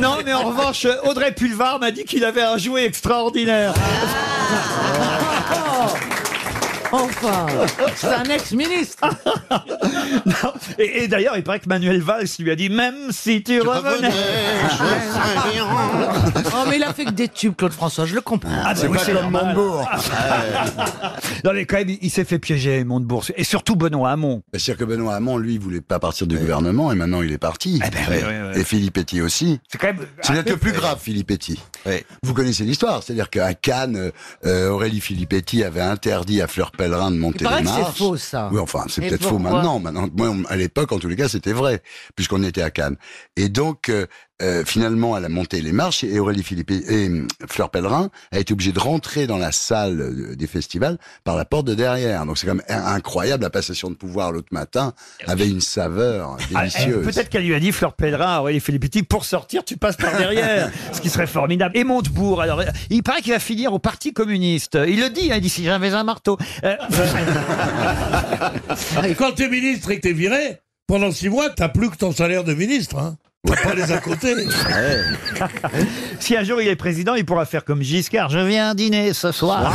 Speaker 1: Non, mais en revanche, Audrey Pulvar m'a dit qu'il avait un jouet extraordinaire.
Speaker 4: Enfin, c'est un ex-ministre.
Speaker 1: Ah, Non. Et, et d'ailleurs, il paraît que Manuel Valls lui a dit Même si tu, revenais. ah,
Speaker 4: Oh, mais il a fait que des tubes, Claude François, je le comprends.
Speaker 1: Ah, bah oui, c'est normal.
Speaker 30: Montebourg.
Speaker 4: Ah,
Speaker 30: euh,
Speaker 1: Non, mais quand même, il- il s'est fait piéger, Montebourg. Et surtout Benoît Hamon.
Speaker 30: Bah, C'est-à-dire que Benoît Hamon, lui, voulait pas partir du gouvernement et maintenant il est parti.
Speaker 1: Eh ben oui,
Speaker 30: Ouais.
Speaker 1: oui, oui.
Speaker 30: Et Philippe Etty aussi.
Speaker 1: C'est quand même.
Speaker 30: C'est peut-être le plus grave, Filippetti. Vous connaissez l'histoire, c'est-à-dire qu'à Cannes, euh, Aurélie Filippetti avait interdit à Fleur Pellerin de monter
Speaker 4: paraît
Speaker 30: les
Speaker 4: que c'est
Speaker 30: marches.
Speaker 4: faux, ça.
Speaker 30: Oui, enfin, c'est
Speaker 4: Et
Speaker 30: peut-être faux
Speaker 4: pourquoi
Speaker 30: maintenant. Maintenant, moi, on- à l'époque, en tous les cas, c'était vrai, puisqu'on était à Cannes. Et donc, euh, euh, finalement, elle a monté les marches et Aurélie Filippetti et hum, Fleur Pellerin a été obligée de rentrer dans la salle euh, des festivals par la porte de derrière. Donc, c'est quand même in- incroyable. La passation de pouvoir l'autre matin avait une saveur
Speaker 1: Ah, eh,
Speaker 30: délicieuse.
Speaker 1: Peut-être qu'elle lui a dit Fleur Pellerin, Aurélie Filippetti, pour sortir, tu passes par derrière. ce qui serait formidable. Et Montebourg, alors, euh, il paraît qu'il va finir au Parti communiste. Il le dit, hein, il dit si j'avais un marteau. Euh,
Speaker 28: Et quand t'es ministre et que t'es viré, pendant six mois, t'as plus que ton salaire de ministre. Hein. T'as pas les à côté.
Speaker 1: si un jour il est président, il pourra faire comme Giscard je viens dîner ce soir.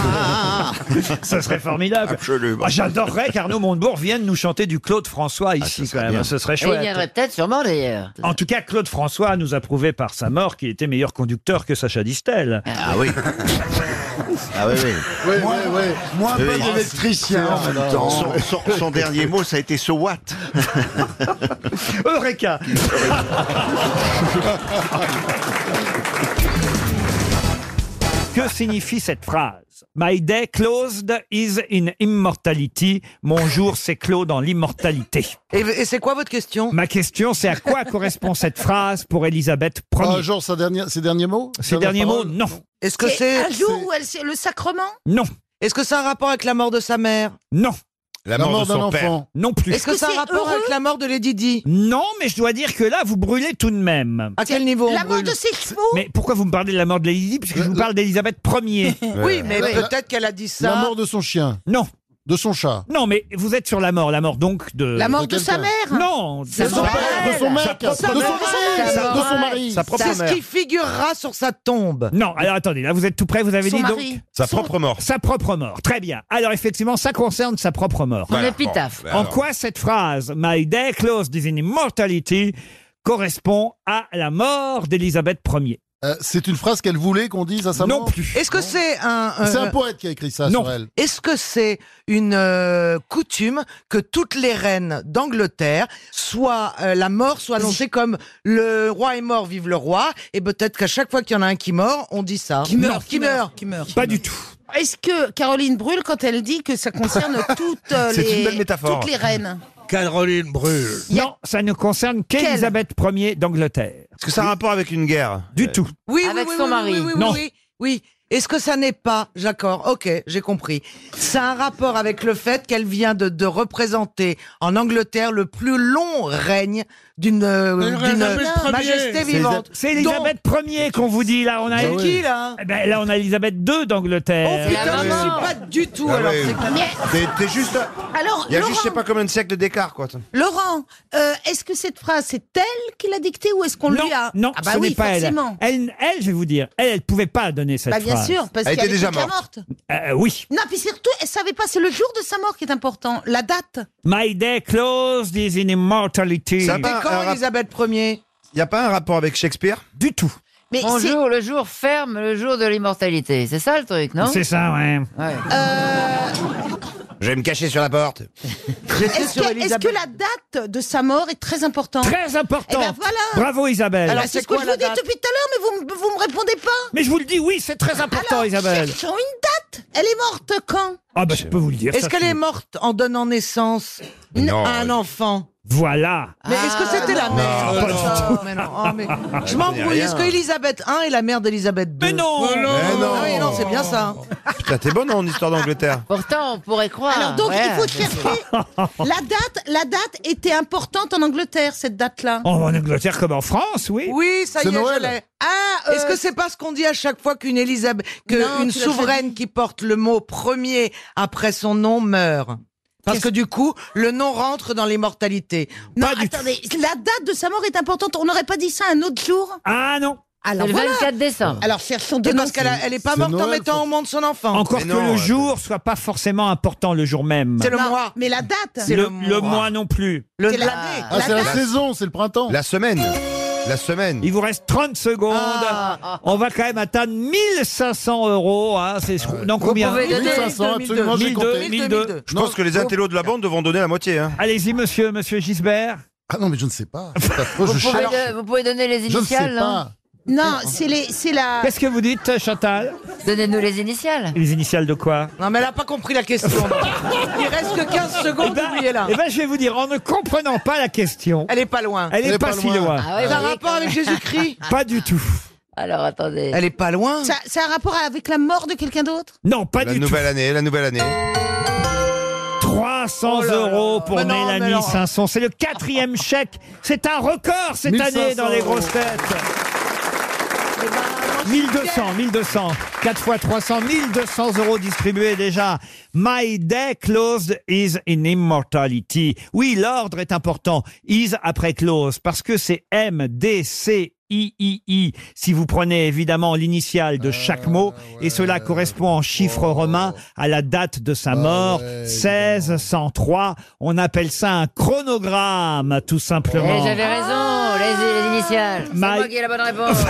Speaker 1: Ça serait formidable. Absolument. J'adorerais qu'Arnaud Montebourg vienne nous chanter du Claude François ici, quand même. Ah, Ce serait
Speaker 11: Et Ah, il
Speaker 1: chouette.
Speaker 11: viendrait peut-être sûrement d'ailleurs.
Speaker 1: En tout cas, Claude François nous a prouvé par sa mort qu'il était meilleur conducteur que Sacha Distel. Ah oui.
Speaker 3: Ah oui, oui.
Speaker 7: Oui,
Speaker 3: Moi-
Speaker 7: oui, oui.
Speaker 3: Moi,
Speaker 7: Oui.
Speaker 3: pas d'électricien.
Speaker 7: En même temps.
Speaker 3: Son, son- son dernier mot, ça a été so what
Speaker 1: Eureka Que signifie cette phrase My day closed is in immortality. Mon jour s'est clos dans l'immortalité.
Speaker 4: Et, et c'est quoi votre question
Speaker 1: Ma question, c'est à quoi correspond cette phrase pour Elisabeth Ier
Speaker 7: Un jour, sa dernière, ses derniers mots
Speaker 1: Ces derniers mots, non.
Speaker 4: Est-ce que c'est
Speaker 5: un jour où elle s'est- le sacrement
Speaker 1: Non.
Speaker 4: Est-ce que c'est un rapport avec la mort de sa mère
Speaker 1: Non.
Speaker 4: La mort de son père.
Speaker 1: Non plus.
Speaker 4: Est-ce que c'est un rapport avec la mort de Lady Di
Speaker 1: Non, mais je dois dire que là, vous brûlez tout de même.
Speaker 4: À quel niveau on
Speaker 5: La mort
Speaker 4: brûle Euh,
Speaker 5: de ses chevaux
Speaker 1: Mais pourquoi vous me parlez de la mort de Lady Di Puisque je vous parle d'Elisabeth Ier.
Speaker 4: Oui, mais peut-être qu'elle a dit ça.
Speaker 7: La mort de son chien.
Speaker 1: Non.
Speaker 7: De son chat.
Speaker 1: Non, mais vous êtes sur la mort. La mort donc de.
Speaker 5: La mort de, sa
Speaker 1: quelqu'un.
Speaker 5: mère
Speaker 1: Non, de
Speaker 7: son père, de son mec,
Speaker 1: Sa
Speaker 7: de son
Speaker 1: propre mère.
Speaker 7: mari,
Speaker 1: Sa
Speaker 7: de
Speaker 1: propre-
Speaker 7: son mari.
Speaker 1: Sa propre
Speaker 4: C'est ce
Speaker 1: mère.
Speaker 4: qui figurera sur sa tombe.
Speaker 1: Non, alors attendez, là vous êtes tout prêt, vous avez
Speaker 4: Son
Speaker 1: dit
Speaker 4: mari.
Speaker 1: donc.
Speaker 4: Sa
Speaker 1: propre mort. Sa propre mort, très bien. Alors effectivement, ça concerne sa propre mort.
Speaker 11: Voilà, épitaphe. bon, ben
Speaker 1: en
Speaker 11: alors.
Speaker 1: quoi cette phrase, My day closed is in immortality, correspond à la mort d'Élisabeth Ier
Speaker 7: Euh, C'est une phrase qu'elle voulait qu'on dise à sa
Speaker 1: Non
Speaker 7: mort
Speaker 1: plus.
Speaker 4: Est-ce que c'est un.
Speaker 6: Euh,
Speaker 7: C'est un poète qui a écrit ça
Speaker 4: non.
Speaker 7: sur elle.
Speaker 4: Est-ce que c'est une euh, coutume que toutes les reines d'Angleterre, soit euh, la mort, soit annoncée comme le roi est mort, vive le roi, et peut-être qu'à chaque fois qu'il y en a un qui meurt, on dit ça.
Speaker 5: Qui meurt,
Speaker 4: Non,
Speaker 5: qui
Speaker 4: qui meurt,
Speaker 5: meurt, qui meurt.
Speaker 1: Pas du tout.
Speaker 5: Est-ce que Caroline Brûle, quand elle dit que ça concerne toutes, euh,
Speaker 1: C'est une
Speaker 5: les,
Speaker 1: belle métaphore.
Speaker 5: toutes les reines
Speaker 1: Caroline Brûle. Non, ça ne concerne qu'Élisabeth Ier d'Angleterre. Est-ce que ça a un rapport avec une guerre Du tout.
Speaker 4: Oui, oui,
Speaker 11: Avec
Speaker 4: oui,
Speaker 11: son
Speaker 4: oui,
Speaker 11: mari.
Speaker 4: Oui, oui, oui,
Speaker 1: Non.
Speaker 4: oui, oui. Est-ce que ça n'est pas, j'accorde, ok, j'ai compris. C'est un rapport avec le fait qu'elle vient de, de représenter en Angleterre le plus long règne d'une euh,
Speaker 1: Mais
Speaker 4: d'une
Speaker 1: Elisabeth Ier.
Speaker 4: majesté vivante.
Speaker 1: C'est Elisabeth Ier qu'on vous dit là. On a
Speaker 4: C'est qui, là
Speaker 1: Eh ben, Là, on a Elisabeth II d'Angleterre.
Speaker 4: Oh, putain, La je maman. suis pas du tout,
Speaker 1: Ah
Speaker 4: alors, c'est quoi
Speaker 3: T'es t'es juste.
Speaker 5: Alors,
Speaker 3: Il y a juste,
Speaker 5: Laurent-
Speaker 3: je sais pas combien de siècles d'écart, quoi.
Speaker 5: Laurent, euh, est-ce que cette phrase, c'est elle qui l'a dictée ou est-ce qu'on
Speaker 1: non,
Speaker 5: lui a
Speaker 1: non,
Speaker 5: ah bah
Speaker 1: ce
Speaker 5: oui,
Speaker 1: n'est pas elle.
Speaker 5: forcément.
Speaker 1: elle. Elle, je vais vous dire, elle, elle pouvait pas donner cette
Speaker 5: Bah, bien
Speaker 1: phrase.
Speaker 5: sûr, parce qu'elle était déjà morte.
Speaker 1: Euh, oui.
Speaker 5: Non, puis surtout, elle savait pas, c'est le jour de sa mort qui est important, la date.
Speaker 1: My day closed is in immortality.
Speaker 3: Ça va,
Speaker 4: Quand Elisabeth Ier
Speaker 3: Il n'y a pas un rapport avec Shakespeare
Speaker 1: Du tout.
Speaker 5: Mais
Speaker 11: Mon
Speaker 5: c'est-
Speaker 11: jour, le jour ferme, le jour de l'immortalité. C'est ça le truc, non
Speaker 1: C'est ça, ouais.
Speaker 11: Ouais.
Speaker 3: Je vais me cacher sur la porte.
Speaker 5: Est-ce que, est-ce que la date de sa mort est très importante
Speaker 1: Très importante.
Speaker 5: Eh ben voilà.
Speaker 1: Bravo Isabelle.
Speaker 5: Alors c'est ce que je vous dis depuis tout à l'heure, mais vous, m- vous me répondez pas.
Speaker 1: Mais je vous le dis, oui, c'est très important,
Speaker 5: Alors,
Speaker 1: Isabelle.
Speaker 5: Cherchons une date. Elle est morte quand
Speaker 1: Ah bah je peux vous le dire.
Speaker 4: Est-ce
Speaker 1: ça,
Speaker 4: qu'elle
Speaker 1: c'est-
Speaker 4: est morte en donnant naissance
Speaker 1: Non.
Speaker 4: à un enfant
Speaker 1: Voilà.
Speaker 4: mais est-ce que c'était la mère
Speaker 1: non,
Speaker 4: Oh,
Speaker 1: pas du
Speaker 4: non, mais non,
Speaker 1: Ah,
Speaker 4: oh, mais- Je m'embrouille. Est-ce que Elisabeth I est la mère d'Elisabeth II Mais
Speaker 1: non
Speaker 4: Mais
Speaker 3: non.
Speaker 4: Ah oui, non, c'est bien ça.
Speaker 3: Putain, t'es bonne en histoire d'Angleterre.
Speaker 11: Pourtant, on pourrait croire.
Speaker 5: Alors donc
Speaker 11: Ouais.
Speaker 5: il faut chercher la date. La date était importante en Angleterre cette date-là.
Speaker 1: Oh, en Angleterre comme en France, oui.
Speaker 4: Oui, ça y
Speaker 1: C'est
Speaker 4: est,
Speaker 1: Noël.
Speaker 4: je l'ai.
Speaker 5: Ah, euh,
Speaker 4: Est-ce que c'est pas ce qu'on dit à chaque fois qu'une Élisabeth, que
Speaker 5: Non,
Speaker 4: une
Speaker 5: tu l'as
Speaker 4: souveraine qui porte le mot premier après son nom meurt Parce que du coup, le nom rentre dans l'immortalité.
Speaker 5: non,
Speaker 4: Pas du tout.
Speaker 5: attendez, la date de sa mort est importante. On n'aurait pas dit ça un autre jour
Speaker 1: Ah non.
Speaker 5: Alors
Speaker 11: C'est le
Speaker 5: voilà.
Speaker 11: 24 décembre.
Speaker 5: Alors cherchons
Speaker 4: Et
Speaker 5: deux
Speaker 4: parce qu'elle a- elle est pas
Speaker 1: C'est
Speaker 4: morte en
Speaker 1: Noël,
Speaker 4: mettant au monde son enfant.
Speaker 1: Encore que le
Speaker 3: euh,
Speaker 1: jour soit pas forcément important le jour même.
Speaker 4: C'est le mois.
Speaker 5: Mais la date.
Speaker 1: Le- le mois non plus.
Speaker 4: Le
Speaker 5: C'est la-
Speaker 4: l'année.
Speaker 7: Ah, c'est la, saison, c'est le printemps.
Speaker 3: La semaine. La semaine.
Speaker 1: Il vous reste 30 secondes.
Speaker 7: Ah.
Speaker 1: On va quand même atteindre 1500 euros. hein, c'est sur-
Speaker 3: Euh,
Speaker 1: non, combien
Speaker 11: pouvez donner 1500,
Speaker 3: 2002, absolument, j'ai
Speaker 1: 1002,
Speaker 3: compté.
Speaker 1: 1002.
Speaker 3: Je pense que les intellos de la bande vont donner la moitié. Hein.
Speaker 1: Allez-y, monsieur, monsieur Gisbert.
Speaker 7: Ah non, mais je ne sais pas. C'est affreux,
Speaker 11: vous,
Speaker 7: je
Speaker 11: pouvez
Speaker 7: cherche.
Speaker 11: de- vous pouvez donner les
Speaker 7: Je ne sais
Speaker 11: initiales.
Speaker 7: pas.
Speaker 11: hein.
Speaker 5: Non, c'est les, c'est la.
Speaker 1: Qu'est-ce que vous dites, Chantal
Speaker 11: Donnez-nous les initiales.
Speaker 1: Les initiales de quoi
Speaker 4: Non, mais elle a pas compris la question. Il reste que 15 secondes,
Speaker 7: Ah.
Speaker 4: oubliez-la.
Speaker 1: Eh ben, je vais vous dire, en ne comprenant pas la question,
Speaker 4: Elle est pas loin.
Speaker 1: elle n'est pas, si loin.
Speaker 11: Ah ouais,
Speaker 4: Ça a
Speaker 11: voyez,
Speaker 4: rapport
Speaker 11: quand
Speaker 4: avec
Speaker 11: même.
Speaker 4: Jésus-Christ
Speaker 1: Pas du tout.
Speaker 11: Alors attendez.
Speaker 4: Elle est pas
Speaker 7: Ah.
Speaker 4: loin.
Speaker 5: Ça, ça a rapport avec la mort de quelqu'un d'autre
Speaker 1: Non, pas
Speaker 3: la
Speaker 1: du
Speaker 3: nouvelle année, la nouvelle année.
Speaker 1: tout. 300 euros pour
Speaker 4: Mais non, mais
Speaker 1: Mélanie
Speaker 4: non.
Speaker 1: 500. C'est le quatrième chèque. C'est un record cette année
Speaker 7: 1500
Speaker 1: dans les grosses
Speaker 7: euros.
Speaker 1: têtes. 1200, 1200. 4 fois 300, 1200 euros distribués déjà. My day closed is in immortality. Oui, l'ordre est important. Is après close parce que c'est M, D, C, I-I-I, si vous prenez évidemment l'initiale de chaque mot, et cela correspond en chiffres romains à la date de sa mort, 1603. On appelle ça un chronogramme, tout
Speaker 11: Eh,
Speaker 1: simplement.
Speaker 11: J'avais raison, les, les initiales. C'est
Speaker 1: Ma-
Speaker 11: moi qui ai la bonne réponse.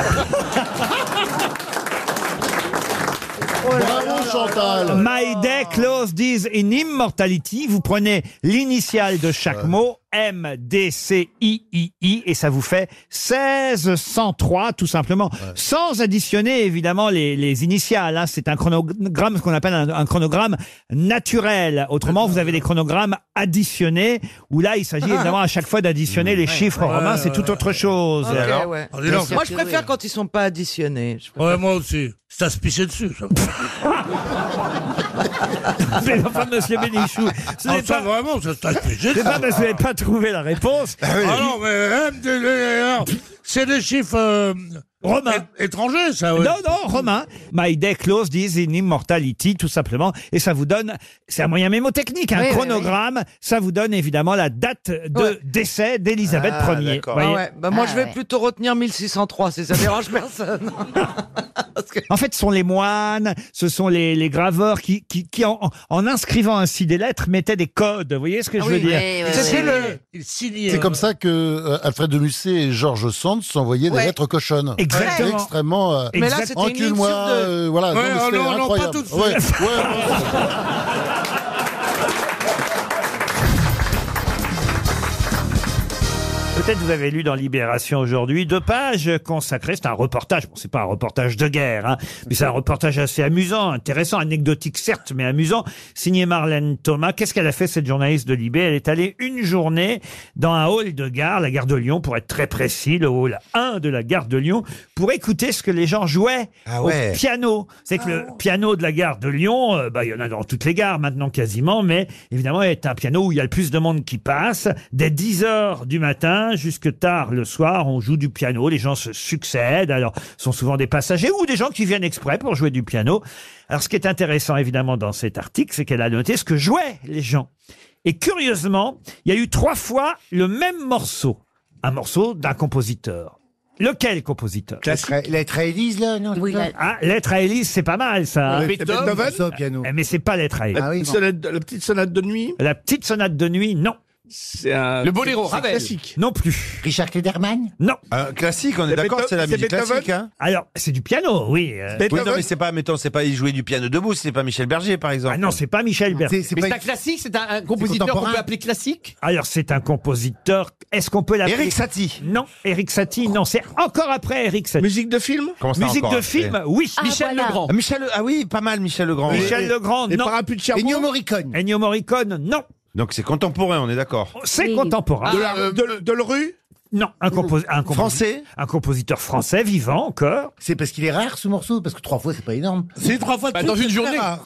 Speaker 1: Bravo Chantal My day close this in immortality. Vous prenez l'initiale de chaque mot, M, D, C, I, I, I, et ça vous fait 1603, tout simplement. Sans additionner, évidemment, les, les initiales. hein. C'est un chronogramme, ce qu'on appelle un, un chronogramme naturel. Autrement, vous avez des chronogrammes additionnés, où là, il
Speaker 4: Ah.
Speaker 1: s'agit évidemment à chaque fois
Speaker 4: Hmm.
Speaker 1: d'additionner les chiffres romains. C'est tout autre chose.
Speaker 4: Oh, Ok,
Speaker 1: Alors
Speaker 4: ouais.
Speaker 1: Dis donc.
Speaker 4: Moi, je préfère quand ils sont pas additionnés. Je
Speaker 6: Ouais, moi aussi. Ça se pissait dessus, ça.
Speaker 1: Mais enfin, monsieur Bénichou, ce
Speaker 6: Ah,
Speaker 1: n'est
Speaker 6: ça,
Speaker 1: pas-
Speaker 6: vraiment, ça se pissait
Speaker 1: C'est
Speaker 6: dessus.
Speaker 1: pas parce que vous n'avez pas trouvé la réponse.
Speaker 6: Ah non, mais euh, euh, euh, c'est des chiffres euh,
Speaker 1: Romains.
Speaker 6: é- étrangers, ça. ouais.
Speaker 1: Non, non, Romain. My day close this in immortality, tout simplement. Et ça vous donne, c'est un moyen mémotechnique, un
Speaker 4: Oui, oui,
Speaker 1: chronogramme. Ça vous donne évidemment la date de
Speaker 4: Ouais.
Speaker 1: décès d'Élisabeth
Speaker 4: Ah,
Speaker 1: Ier.
Speaker 4: d'accord.
Speaker 1: Voyez
Speaker 4: Ah ouais. Bah, moi,
Speaker 1: Ah
Speaker 4: je vais
Speaker 1: ouais.
Speaker 4: plutôt retenir 1603, si ça dérange personne.
Speaker 1: En fait, ce sont les moines, ce sont les, les graveurs qui, qui, qui en, en- en inscrivant ainsi des lettres, mettaient des codes. Vous voyez ce
Speaker 4: Ah
Speaker 1: que je veux dire Euh,
Speaker 6: C'était le. il signait.
Speaker 10: C'est comme ça que euh, Alfred de Musset et Georges Sand s'envoyaient des
Speaker 6: Ouais.
Speaker 10: lettres cochonnes.
Speaker 6: Exactement.
Speaker 10: C'est Extrêmement. euh,
Speaker 6: Mais là, c'était une ligne
Speaker 10: Encule-moi.
Speaker 6: sur deux.
Speaker 10: euh, voilà.
Speaker 6: Ouais,
Speaker 10: mais
Speaker 6: oh
Speaker 10: c'était
Speaker 6: non, non, pas
Speaker 10: incroyable.
Speaker 6: tout de suite.
Speaker 10: Ouais, ouais, ouais.
Speaker 1: Peut-être vous avez lu dans Libération aujourd'hui deux pages consacrées. C'est un reportage. Bon, c'est pas un reportage de guerre, hein, mais c'est un reportage assez amusant, intéressant, anecdotique certes, mais amusant. Signé Marlène Thomas. Qu'est-ce qu'elle a fait cette journaliste de Libé Elle est allée une journée dans un hall de gare, la gare de Lyon, pour être très précis, le hall 1 de la gare de Lyon, pour écouter ce que les gens jouaient
Speaker 3: Ah ouais.
Speaker 1: au piano. C'est que le piano de la gare de Lyon, euh, bah, il y en a dans toutes les gares maintenant quasiment, mais évidemment, est un piano où il y a le plus de monde qui passe. Dès 10 heures du matin jusque tard le soir, on joue du piano, les gens se succèdent. Alors, ce sont souvent des passagers ou des gens qui viennent exprès pour jouer du piano. Alors, ce qui est intéressant évidemment dans cet article, c'est qu'elle a noté ce que jouaient les gens. Et curieusement, il y a eu trois fois le même morceau. Un morceau d'un compositeur. Lequel compositeur
Speaker 7: Lettre à Élise, là non,
Speaker 11: Oui, la-
Speaker 1: ah, lettre à Élise, c'est pas mal ça.
Speaker 7: Euh, Beethoven, Beethoven ça, au piano.
Speaker 1: Eh, Mais c'est pas lettre à Élise.
Speaker 7: La Ah oui, petite non.
Speaker 1: petite sonate de nuit La petite sonate de nuit, non. Euh, C'est
Speaker 7: Le boléro, Ah c'est- c'est Ravel. classique.
Speaker 1: Non plus. Ah
Speaker 7: Richard Klederman
Speaker 1: Non.
Speaker 3: classique, on est C'est d'accord, Beethoven- c'est la c'est musique Beethoven classique, hein
Speaker 1: Alors, c'est du piano, oui. euh.
Speaker 3: Oui, non, mais c'est pas, mettons, c'est pas, il jouait du piano debout, c'est pas Michel Berger, par exemple. Ah
Speaker 1: non, c'est pas Michel Berger.
Speaker 3: C'est
Speaker 1: Mais
Speaker 3: pas
Speaker 1: c'est un
Speaker 20: classique, c'est un, compositeur qu'on peut appeler classique
Speaker 1: Alors, c'est un compositeur. Est-ce qu'on peut l'appeler
Speaker 20: Éric
Speaker 1: Satie. Non, Eric Satie, non. C'est encore après Eric Satie. Musique de film
Speaker 3: Comment ça,
Speaker 1: Musique
Speaker 3: encore
Speaker 1: de film,
Speaker 3: après
Speaker 1: oui.
Speaker 3: Ah, Michel voilà. Legrand. Ah, Michel Le- ah oui, pas mal, Michel Legrand.
Speaker 1: Michel
Speaker 3: Et-
Speaker 1: Legrand,
Speaker 3: et
Speaker 1: non.
Speaker 3: Parapluie de Cherbourg
Speaker 1: Ennio Morricone. Ennio Morricone, non.
Speaker 3: Donc c'est contemporain, on est d'accord. Ah.
Speaker 1: C'est contemporain.
Speaker 3: De la-
Speaker 1: rue Non, un, compos- un composi-
Speaker 7: Français
Speaker 1: Un compositeur français vivant encore.
Speaker 7: C'est parce qu'il est rare ce morceau, parce que trois fois c'est pas énorme.
Speaker 1: C'est trois
Speaker 15: Bah,
Speaker 3: Bah,
Speaker 1: fois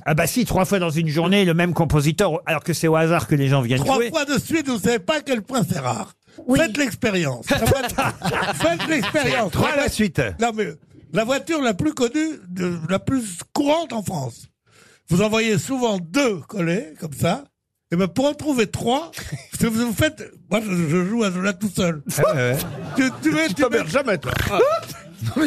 Speaker 1: Ah bah si, trois fois dans une journée, le même compositeur, alors que c'est au hasard que les gens viennent
Speaker 6: Trois
Speaker 1: jouer.
Speaker 6: fois de suite, vous savez pas à quel point c'est rare. Faites l'expérience. La voiture- Faites l'expérience.
Speaker 3: Trois à la
Speaker 6: vo-
Speaker 3: suite.
Speaker 6: Non, mais la voiture la plus connue, de- la plus courante en France. Vous envoyez souvent deux collés, comme ça. Et ben pour en trouver trois, parce que vous vous faites. Moi, je, je joue à cela tout seul.
Speaker 3: Ah,
Speaker 6: Tu, tu, mets- tu mets-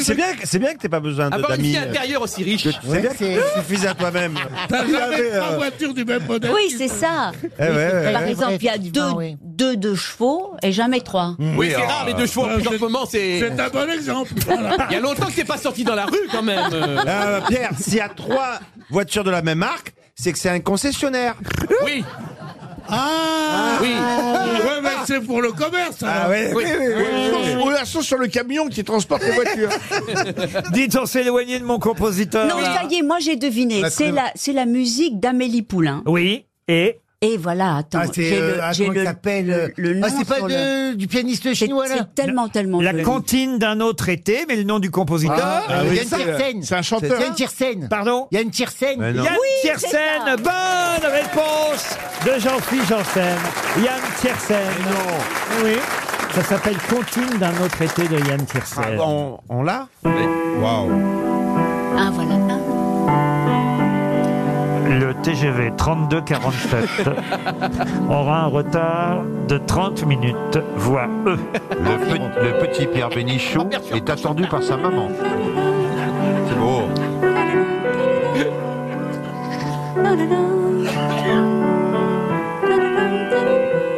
Speaker 3: C'est bien, que- c'est bien que t'aies pas
Speaker 6: Ah,
Speaker 3: besoin de-
Speaker 20: Avoir une
Speaker 3: d'amis. euh.
Speaker 20: vie intérieure aussi riche.
Speaker 3: C'est bien que tu suffis à toi-même.
Speaker 6: T'as
Speaker 3: Il
Speaker 6: jamais
Speaker 3: avait,
Speaker 6: trois
Speaker 3: euh,
Speaker 6: voitures du même modèle.
Speaker 19: Oui, c'est ça.
Speaker 3: Eh ouais, ouais,
Speaker 19: Par
Speaker 3: ouais.
Speaker 19: exemple, il y a deux, deux, deux chevaux et jamais trois.
Speaker 20: Oui,
Speaker 1: ah.
Speaker 20: c'est rare les deux chevaux. En
Speaker 1: Euh,
Speaker 20: plus, en ce moment, c'est.
Speaker 6: C'est un bon exemple.
Speaker 20: Il y a longtemps que c'est pas sorti dans la rue quand même. euh.
Speaker 3: Euh, Pierre, s'il y a trois voitures de la même marque, c'est que c'est un concessionnaire.
Speaker 20: Oui.
Speaker 6: Ah
Speaker 20: Oui.
Speaker 6: Ouais, mais c'est pour le commerce.
Speaker 3: Ah,
Speaker 1: Ah
Speaker 6: alors.
Speaker 20: oui, oui, oui, oui, oui.
Speaker 10: Ou la sauce sur le camion qui transporte les voitures.
Speaker 1: Dites, on s'est éloigné de mon compositeur.
Speaker 19: Non,
Speaker 1: là.
Speaker 19: ça y est, moi j'ai deviné.
Speaker 1: La
Speaker 19: C'est
Speaker 1: trou-
Speaker 19: la, c'est la musique d'Amélie Poulain.
Speaker 1: Oui, et
Speaker 19: Et voilà, attends,
Speaker 7: Ah, c'est,
Speaker 19: j'ai
Speaker 7: euh,
Speaker 19: le-
Speaker 7: ah,
Speaker 19: j'ai
Speaker 7: comment
Speaker 19: le,
Speaker 7: il s'appelle,
Speaker 19: le-
Speaker 7: euh,
Speaker 19: le nom
Speaker 7: ah, c'est pas
Speaker 19: sur
Speaker 7: de-
Speaker 19: le-
Speaker 7: du pianiste chinois, là
Speaker 19: C'est tellement, tellement
Speaker 1: La
Speaker 19: joli.
Speaker 1: cantine d'un autre été, mais le nom du compositeur.
Speaker 7: Ah, euh, Yann
Speaker 1: ça-
Speaker 7: Tiersen. Yann Tiersen.
Speaker 1: Pardon
Speaker 7: Yann Tiersen.
Speaker 1: Yann Tiersen, bonne réponse de Jean-Philippe Janssen. Yann Tiersen. non. Oui. Ça s'appelle Contine d'un autre été de Yann Tiersen.
Speaker 3: Ah, on on l'a Waouh.
Speaker 19: Ah, voilà. Ah.
Speaker 1: le TGV 3247 aura un retard de 30 minutes, voire E.
Speaker 31: Le, pe- le petit Pierre Bénichou
Speaker 1: Ah,
Speaker 31: est attendu par sa maman. C'est
Speaker 3: Oh.
Speaker 31: beau.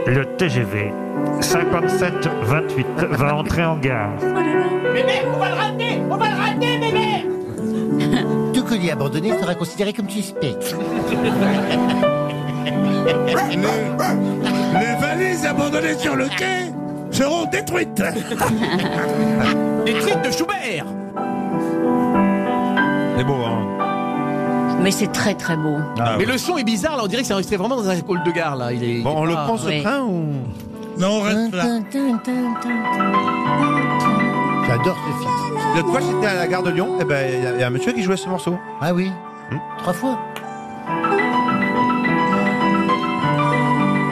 Speaker 1: Le TGV 5728 va entrer en gare.
Speaker 20: Bébé, on va le rater On va le rater, bébé
Speaker 14: Tout colis abandonné sera considéré comme suspect.
Speaker 28: Les valises abandonnées sur le quai seront détruites.
Speaker 31: Détruites de Schubert C'est beau, hein
Speaker 11: Mais c'est très très beau.
Speaker 31: Ah,
Speaker 8: Mais
Speaker 31: oui.
Speaker 8: le son est bizarre, là. On dirait que c'est enregistré vraiment dans un hall de gare, là. Il est,
Speaker 31: Bon, Ah, on le prend,
Speaker 8: ce
Speaker 31: ce train,
Speaker 8: ou.
Speaker 28: Non, on reste là.
Speaker 31: J'adore ce film.
Speaker 3: L'autre fois, j'étais à la gare de Lyon, et ben, il y a- il y, a un monsieur qui jouait ce morceau. Hmm.
Speaker 14: Ah oui Trois fois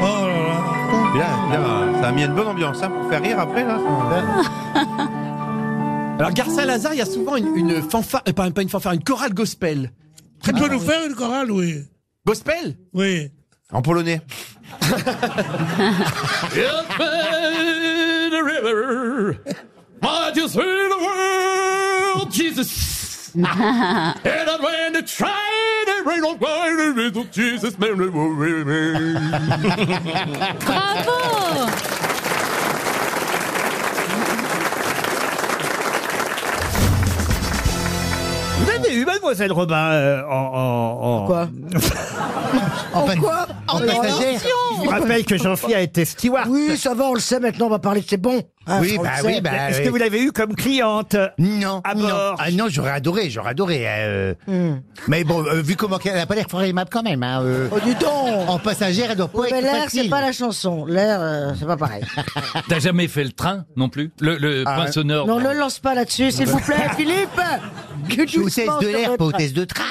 Speaker 28: Oh là là.
Speaker 3: Bien, bien, ça a mis une bonne ambiance, hein, pour faire rire après, là.
Speaker 8: Alors, Gare Saint-Lazare, il y a souvent une, une fanfare, euh, pas, pas une fanfare, une chorale gospel. Ah,
Speaker 28: Tu peux nous faire une chorale, oui.
Speaker 8: Gospel
Speaker 28: Oui.
Speaker 3: En polonais.
Speaker 31: the river. I just heard the world, Jesus. and I ran the train and ran on by the river, Jesus. man, the river.
Speaker 20: Bravo
Speaker 1: Vous avez eu Mademoiselle Robin euh, en, en, en... Quoi
Speaker 13: En quoi En
Speaker 1: passagère.
Speaker 13: émission
Speaker 1: Je vous rappelle que Jean-Philippe a été steward.
Speaker 13: Oui, ça va, on le sait maintenant, on va parler de c'est bon. Hein,
Speaker 14: Oui,
Speaker 13: on le
Speaker 14: bah
Speaker 13: sait.
Speaker 14: oui, bah
Speaker 1: Ah, Est-ce que vous l'avez eu comme cliente
Speaker 14: Non,
Speaker 1: à
Speaker 14: non.
Speaker 1: bord
Speaker 14: Ah non, j'aurais adoré, j'aurais adoré. euh, Mais bon, euh, vu comment elle a pas l'air fort aimable quand même. Hein, euh,
Speaker 13: Hmm. Oh, dis donc
Speaker 14: En passagère, elle doit pas
Speaker 13: Ouais, mais
Speaker 14: être
Speaker 13: l'air,
Speaker 14: facile.
Speaker 13: c'est pas la chanson. L'air, euh, c'est pas pareil.
Speaker 24: T'as jamais fait le train non plus Le, le
Speaker 13: Ah,
Speaker 24: prince sonore
Speaker 13: Non, ne lance pas là-dessus, s'il vous plaît, Philippe Que tu
Speaker 14: Hôtesse
Speaker 13: penses
Speaker 14: de
Speaker 13: sur
Speaker 14: l'air,
Speaker 13: votre-
Speaker 14: pas hôtesse de train.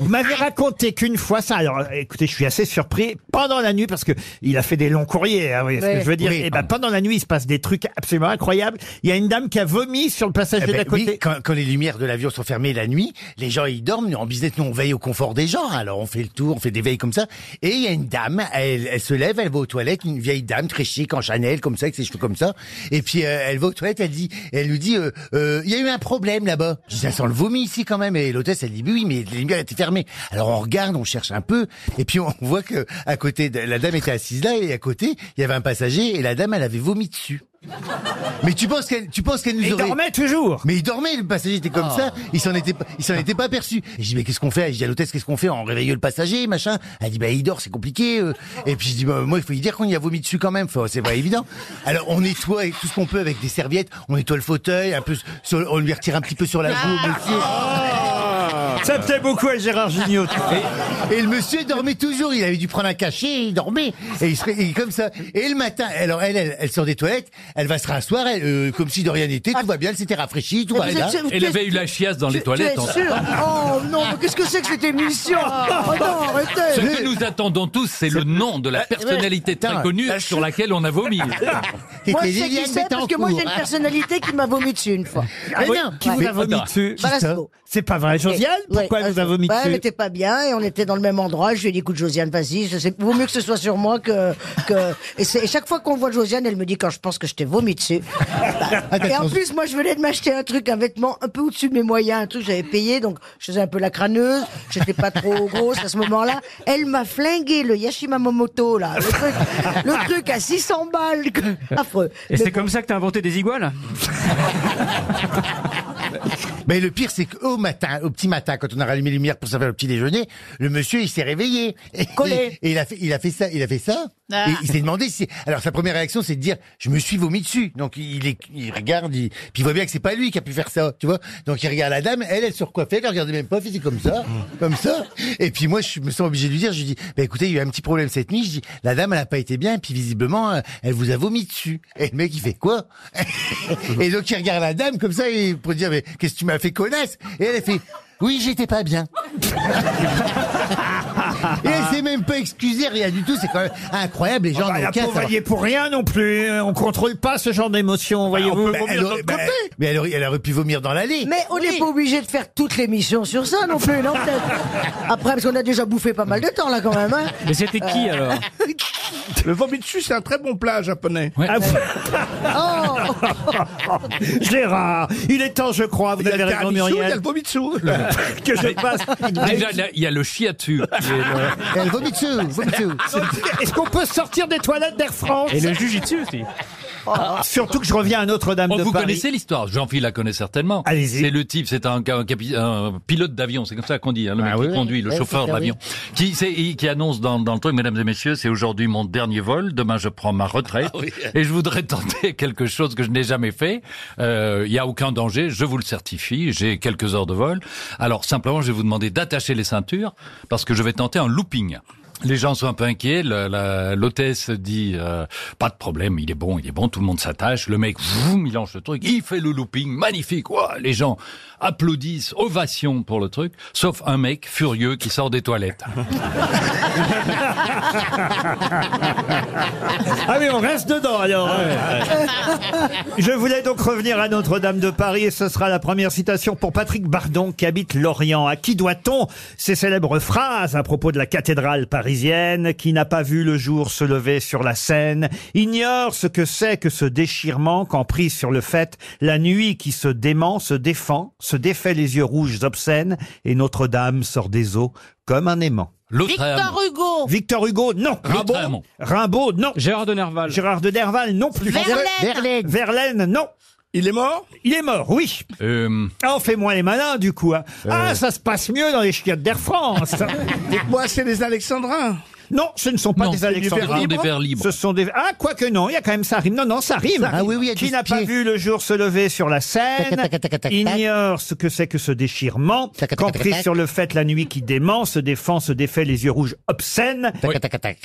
Speaker 1: Vous m'avez raconté qu'une fois ça. Alors, euh, écoutez, je suis assez surpris. Pendant la nuit, parce que il a fait des longs courriers, hein, vous voyez ce
Speaker 14: Oui.
Speaker 1: que je veux dire.
Speaker 14: Oui.
Speaker 1: Et ben, pendant la nuit, il se passe des trucs absolument incroyables. Il y a une dame qui a vomi sur le passager
Speaker 14: Eh ben
Speaker 1: d'à côté.
Speaker 14: oui, quand, quand les lumières de l'avion sont fermées la nuit, les gens ils dorment. Nous, en business, nous on veille au confort des gens. Alors on fait le tour, on fait des veilles comme ça. Et il y a une dame, elle, elle se lève, elle va aux toilettes, une vieille dame très chic en Chanel comme ça, avec ses cheveux comme ça. Et puis euh, elle va aux toilettes, elle dit, elle lui dit, euh, Euh, il y a eu un problème là-bas. Je dis, ça sent le vomi ici quand même. Et l'hôtesse elle dit, oui, oui, mais les lumières étaient fermées. Alors on regarde, on cherche un peu, et puis on voit que à côté, de, la dame était assise là, et à côté il y avait un passager, et la dame elle avait vomi dessus. Mais tu penses qu'elle, tu penses qu'elle nous
Speaker 1: Il
Speaker 14: aurait.
Speaker 1: dormait toujours.
Speaker 14: Mais il dormait, le passager était comme
Speaker 1: Ah.
Speaker 14: ça. Il s'en était, pas- il s'en était pas aperçu. Et je dis mais qu'est-ce qu'on fait Je dis à l'hôtesse qu'est-ce qu'on fait On réveille le passager, machin. Elle dit bah il dort, c'est compliqué. euh. Et puis je dis bah, moi il faut lui dire qu'on y a vomi dessus quand même. Faut- c'est pas évident. Alors on nettoie tout ce qu'on peut avec des serviettes. On nettoie le fauteuil, un peu, sur- on lui retire un petit peu sur la joue. au Monsieur.
Speaker 1: Ah. Ça plaît beaucoup à Gérard Gignot.
Speaker 14: Et, et le monsieur dormait toujours. Il avait dû prendre un cachet, il dormait. Et il serait et comme ça. Et le matin, alors elle, elle, elle sort des toilettes, elle va se rasseoir, elle, euh, comme si de rien n'était, tout va bien, elle s'était rafraîchie, tout va bien.
Speaker 24: Elle avait eu la chiasse dans les toilettes.
Speaker 13: Tu es
Speaker 24: en-
Speaker 13: sûr Oh non, mais qu'est-ce que c'est que cette émission Oh non,
Speaker 24: Ce
Speaker 13: arrêtez
Speaker 24: que nous attendons tous, c'est le nom de la personnalité très
Speaker 13: Putain,
Speaker 24: connue
Speaker 13: Ah, la
Speaker 24: sur laquelle on a vomi.
Speaker 13: Moi, je sais qui c'est, parce que moi, j'ai une personnalité qui m'a vomi dessus une fois.
Speaker 1: Ah oui, qui vous a vomi dessus
Speaker 13: Barrasco.
Speaker 1: C'est pas vrai, Josiane Pourquoi elle vous a vomi
Speaker 13: bah, Elle
Speaker 1: dessus
Speaker 13: était pas bien et on était dans le même endroit. Je lui ai dit, écoute, Josiane, vas-y, je sais- vaut mieux que ce soit sur moi que. que... Et, c'est- et chaque fois qu'on voit Josiane, elle me dit, quand je pense que je t'ai vomi dessus. et en plus, moi, je venais de m'acheter un truc, un vêtement un peu au-dessus de mes moyens, un truc que j'avais payé, donc je faisais un peu la crâneuse, j'étais pas trop grosse à ce moment-là. Elle m'a flingué le Yashima Momoto, là. Le truc, le truc à 600 balles. que- Affreux.
Speaker 32: Et c'est comme ça que t'as inventé des iguanes
Speaker 14: Mais Ben, le pire, c'est qu'au matin, au petit matin, quand on a rallumé les lumières pour se faire le petit déjeuner, le monsieur, il s'est réveillé. Et,
Speaker 13: Collé.
Speaker 14: Et, il, a fait, il a fait ça, il a fait ça.
Speaker 13: Ah.
Speaker 14: Et il s'est demandé si. Alors sa première réaction, c'est de dire, je me suis vomi dessus. Donc il, est, il regarde, il, puis il voit bien que c'est pas lui qui a pu faire ça, tu vois. Donc il regarde la dame, elle, elle se recoiffait, elle regardait même pas, elle faisait comme ça, comme ça. Et puis moi, je me sens obligé de lui dire, je lui dis, bah écoutez, il y a eu un petit problème cette nuit. Je dis, la dame, elle a pas été bien, et puis visiblement, euh, elle vous a vomi dessus. Et le mec, il fait quoi et donc il regarde la dame comme ça et pour dire mais qu'est-ce que tu m'as fait connaître Et elle a fait oui j'étais pas bien. Et elle s'est même pas excusée, rien du tout. C'est quand même incroyable, les gens
Speaker 1: Ah bah,
Speaker 14: n'ont
Speaker 1: la
Speaker 14: qu'à
Speaker 1: pauvre,
Speaker 14: savoir.
Speaker 1: elle y est pour rien non plus.
Speaker 7: hein.
Speaker 1: On contrôle pas ce genre d'émotion, voyez-vous.
Speaker 14: Bah, elle aurait- bah, Mais elle aurait, elle aurait pu vomir dans l'allée.
Speaker 13: Mais on n'est pas obligé de faire toute l'émission sur ça non plus, non peut-être. Après, parce qu'on a déjà bouffé pas mal de temps là quand même. hein. Euh,
Speaker 6: Le vomitsu, c'est un très bon plat japonais.
Speaker 1: Oh. Gérard, il est temps, je crois, vous
Speaker 6: Il y a
Speaker 1: avez
Speaker 6: le
Speaker 1: raison,
Speaker 6: tiramisu, il y a
Speaker 1: Muriel.
Speaker 6: le vomitsu.
Speaker 1: que je passe.
Speaker 24: Déjà, là, il y a le chiatu.
Speaker 1: Elle vomit dessus, Ah, Est-ce qu'on peut sortir des toilettes d'Air France
Speaker 24: Et le jujitsu aussi.
Speaker 1: Ah, Surtout que je reviens à Notre-Dame
Speaker 24: Oh,
Speaker 1: de
Speaker 24: vous
Speaker 1: Paris.
Speaker 24: connaissez l'histoire, Jean-Philippe la connaît certainement. C'est le type, c'est un, un capi- un pilote d'avion, c'est comme ça qu'on dit, hein, le mec qui conduit, le
Speaker 2: Ouais,
Speaker 24: chauffeur
Speaker 2: c'est ça, Ah oui.
Speaker 24: d'avion, qui, c'est- il- qui annonce dans, dans le truc, mesdames et messieurs, c'est aujourd'hui mon dernier vol, demain je prends ma retraite,
Speaker 2: Ah
Speaker 24: et je voudrais tenter quelque chose que je n'ai jamais fait. Euh, Il y n'y a aucun danger, je vous le certifie, j'ai quelques heures de vol. Alors simplement, je vais vous demander d'attacher les ceintures, parce que je vais tenter un looping. Les gens sont un peu inquiets. la- la- L'hôtesse dit euh, pas de problème, il est bon, il est bon. Tout le monde s'attache. Le mec, vroom, il lance le truc. Il fait le looping, magnifique. Ouah, les gens applaudissent, ovation pour le truc. Sauf un mec furieux qui sort des toilettes.
Speaker 1: Ah oui, on reste dedans alors. Ah, Je voulais donc revenir à Notre-Dame de Paris et ce sera la première citation pour Patrick Bardon qui habite Lorient. À qui doit-on ces célèbres phrases à propos de la cathédrale parisienne qui n'a pas vu le jour se lever sur la Seine, ignore ce que c'est que ce déchirement quand pris sur le fait, la nuit qui se dément, se défend, se défait les yeux rouges obscènes et Notre-Dame sort des eaux comme un aimant.
Speaker 16: Victor Hugo.
Speaker 1: Victor Hugo, non.
Speaker 24: Rimbaud
Speaker 1: Rimbaud, non. Gérard de Nerval. Gérard de Nerval, non plus.
Speaker 16: Verlaine.
Speaker 1: Verlaine. Verlaine, non. Il est mort Il est mort, oui. Ah, on fait moins les malins, du coup. hein. Ah, ça se passe mieux dans les chiottes d'Air France. Moi, c'est les Alexandrins. Non, ce ne sont pas
Speaker 24: Non,
Speaker 1: des
Speaker 24: c'est des
Speaker 1: Alexandrins.
Speaker 24: vers libres. Ce sont des vers libres.
Speaker 1: Ce sont des... Ah, quoi que non, il y a quand même ça rime. Non, non, ça rime.
Speaker 16: Ça rime. Ah oui, oui, il y a
Speaker 1: Qui
Speaker 16: du
Speaker 1: n'a pas
Speaker 16: pied.
Speaker 1: vu le jour se lever sur la scène,
Speaker 16: Tac, tac, tac, tac, tac.
Speaker 1: ignore ce que c'est que ce déchirement, quand
Speaker 16: tac,
Speaker 1: pris
Speaker 16: tac.
Speaker 1: sur le fait la nuit qui dément, se défend, se défait les yeux rouges obscènes,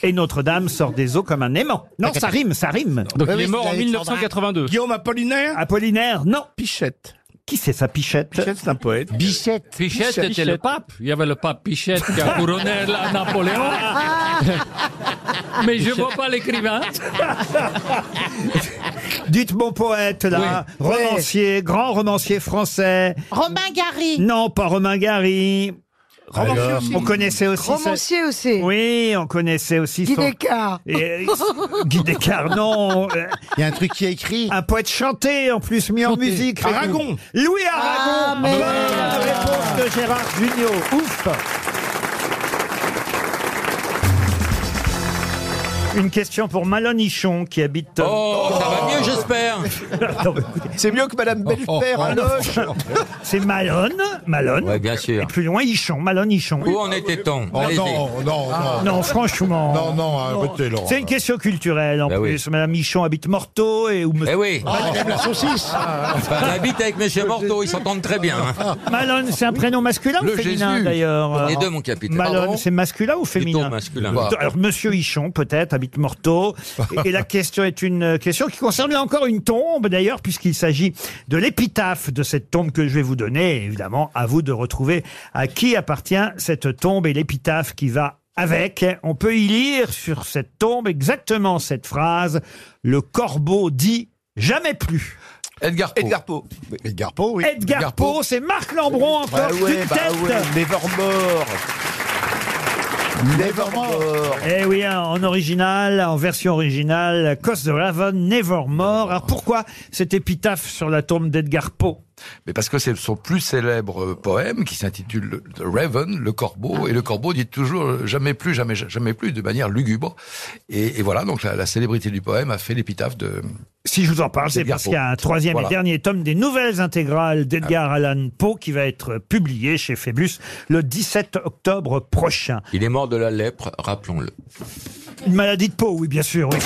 Speaker 1: et Notre-Dame sort des eaux comme un aimant. Non,
Speaker 16: Tac,
Speaker 1: ça
Speaker 16: tac.
Speaker 1: rime, ça rime.
Speaker 16: Donc Oui, il est oui, mort c'est en Alexandrin. 1982.
Speaker 1: Guillaume Apollinaire Apollinaire, non. Pichette. Qui c'est ça, Pichette Pichette, c'est un poète. Bichette.
Speaker 24: Pichette était le pape. Il y avait le pape Pichette qui a couronné la Napoléon. Mais je vois pas l'écrivain.
Speaker 1: Dites mon poète, là.
Speaker 16: Oui.
Speaker 1: Romancier, grand romancier français.
Speaker 16: Romain Gary.
Speaker 1: Non, pas Romain Gary.
Speaker 16: Romancier
Speaker 1: Alors,
Speaker 16: aussi.
Speaker 1: On connaissait aussi.
Speaker 16: Romancier
Speaker 1: aussi. Oui, on connaissait aussi.
Speaker 16: Guy
Speaker 1: son-
Speaker 16: Descartes.
Speaker 1: Et- euh,
Speaker 13: Ah.
Speaker 1: Guy Descartes, non. Il y a un truc qui est écrit. Un poète chanté, en plus, mis en musique.
Speaker 6: Aragon.
Speaker 1: Louis Aragon.
Speaker 16: Ah, mais
Speaker 1: Bonne
Speaker 16: voilà.
Speaker 1: réponse de Gérard Junior. Ouf. Une question pour Malonichon qui habite. euh,
Speaker 2: Oh, ça va mieux, j'espère.
Speaker 1: C'est mieux que Madame
Speaker 2: Bellefer, à Loche.
Speaker 1: oh, C'est Malone, Malone.
Speaker 2: Ouais, bien sûr.
Speaker 1: Et plus loin, Ichon, Malone Ichon.
Speaker 2: Où en était-on
Speaker 1: Oh,
Speaker 2: Allez-y.
Speaker 1: non, Ah, non, hein, franchement.
Speaker 2: Non, non, arrêtez, Laurent.
Speaker 1: C'est une question culturelle, en
Speaker 2: Bah oui.
Speaker 1: plus. Madame Michon habite Morteau et où
Speaker 2: Eh oui.
Speaker 1: Ah,
Speaker 2: j'aime la saucisse. J'habite avec Monsieur Morteau, ils s'entendent très bien. hein.
Speaker 1: Malone, c'est un prénom masculin
Speaker 2: Le
Speaker 1: ou féminin
Speaker 2: Jésus.
Speaker 1: d'ailleurs
Speaker 2: Les deux, mon capitaine.
Speaker 1: Malone,
Speaker 2: Pardon
Speaker 1: c'est masculin ou féminin Bah.
Speaker 2: Plutôt masculin.
Speaker 1: Alors, Monsieur Hichon, peut-être, habite Morteau. Et- Et la question est une question qui concerne là encore une tombe, d'ailleurs, puisqu'il s'agit de l'épitaphe de cette tombe que je vais vous donner. Et évidemment, à vous de retrouver à qui appartient cette tombe et l'épitaphe qui va avec. On peut y lire sur cette tombe exactement cette phrase. Le corbeau dit jamais plus.
Speaker 2: Edgar Poe. Edgar Poe.
Speaker 1: Edgar Poe, oui. Edgar, Poe, c'est Marc Lambron encore
Speaker 3: Bah ouais,
Speaker 1: d'une
Speaker 3: bah
Speaker 1: tête.
Speaker 3: ouais, Nevermore. Nevermore.
Speaker 1: Eh oui, hein, en original, en version originale, Cause de Raven, Nevermore. Alors pourquoi cette épitaphe sur la tombe d'Edgar Poe
Speaker 2: Mais parce que c'est son plus célèbre euh, poème qui s'intitule The Raven, le corbeau, et le corbeau dit toujours euh, jamais plus, jamais, jamais plus, de manière lugubre. Et, et voilà, donc la, la célébrité du poème a fait l'épitaphe de.
Speaker 1: Si je vous en parle, c'est
Speaker 2: Edgar
Speaker 1: parce qu'il y a
Speaker 2: Poe.
Speaker 1: un troisième
Speaker 2: Voilà. Ah
Speaker 1: et dernier tome des nouvelles intégrales d'Edgar Allan Poe qui va être publié chez Phébus le 17 octobre prochain.
Speaker 2: Il est mort de la lèpre, rappelons-le.
Speaker 1: Une maladie de peau, oui, bien sûr. oui.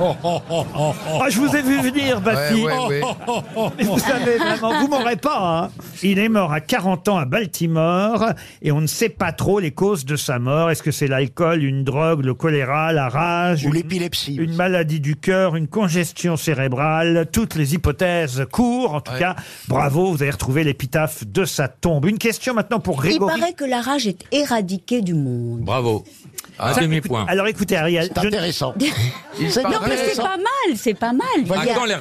Speaker 1: Ah, je vous ai vu venir, Bastille.
Speaker 16: Ouais, ouais, ouais.
Speaker 1: Mais Vous savez vraiment, vous m'aurez pas. hein. Il est mort à 40 ans à Baltimore et on ne sait pas trop les causes de sa mort. Est-ce que c'est l'alcool, une drogue, le choléra, la rage Ou l'épilepsie. Une maladie du cœur, une congestion cérébrale. Toutes les hypothèses courent. En tout
Speaker 19: Ouais.
Speaker 1: cas, bravo, vous avez retrouvé l'épitaphe de sa tombe. Une question maintenant pour
Speaker 19: Il
Speaker 1: Grégory.
Speaker 19: paraît que la rage est éradiquée du monde.
Speaker 1: Bravo.
Speaker 19: Un demi-point.
Speaker 1: Alors écoutez, Ariel. C'est intéressant.
Speaker 19: non, mais
Speaker 16: hein.
Speaker 19: c'est pas mal, c'est pas mal. Il y a-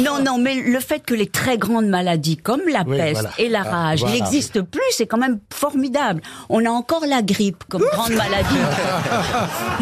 Speaker 19: Non, non, mais le fait que les très grandes maladies comme la
Speaker 16: Oui,
Speaker 19: peste
Speaker 16: voilà.
Speaker 19: et la
Speaker 16: Ah,
Speaker 19: rage
Speaker 16: voilà.
Speaker 19: n'existent plus, c'est quand même formidable. On a encore la grippe comme grande maladie.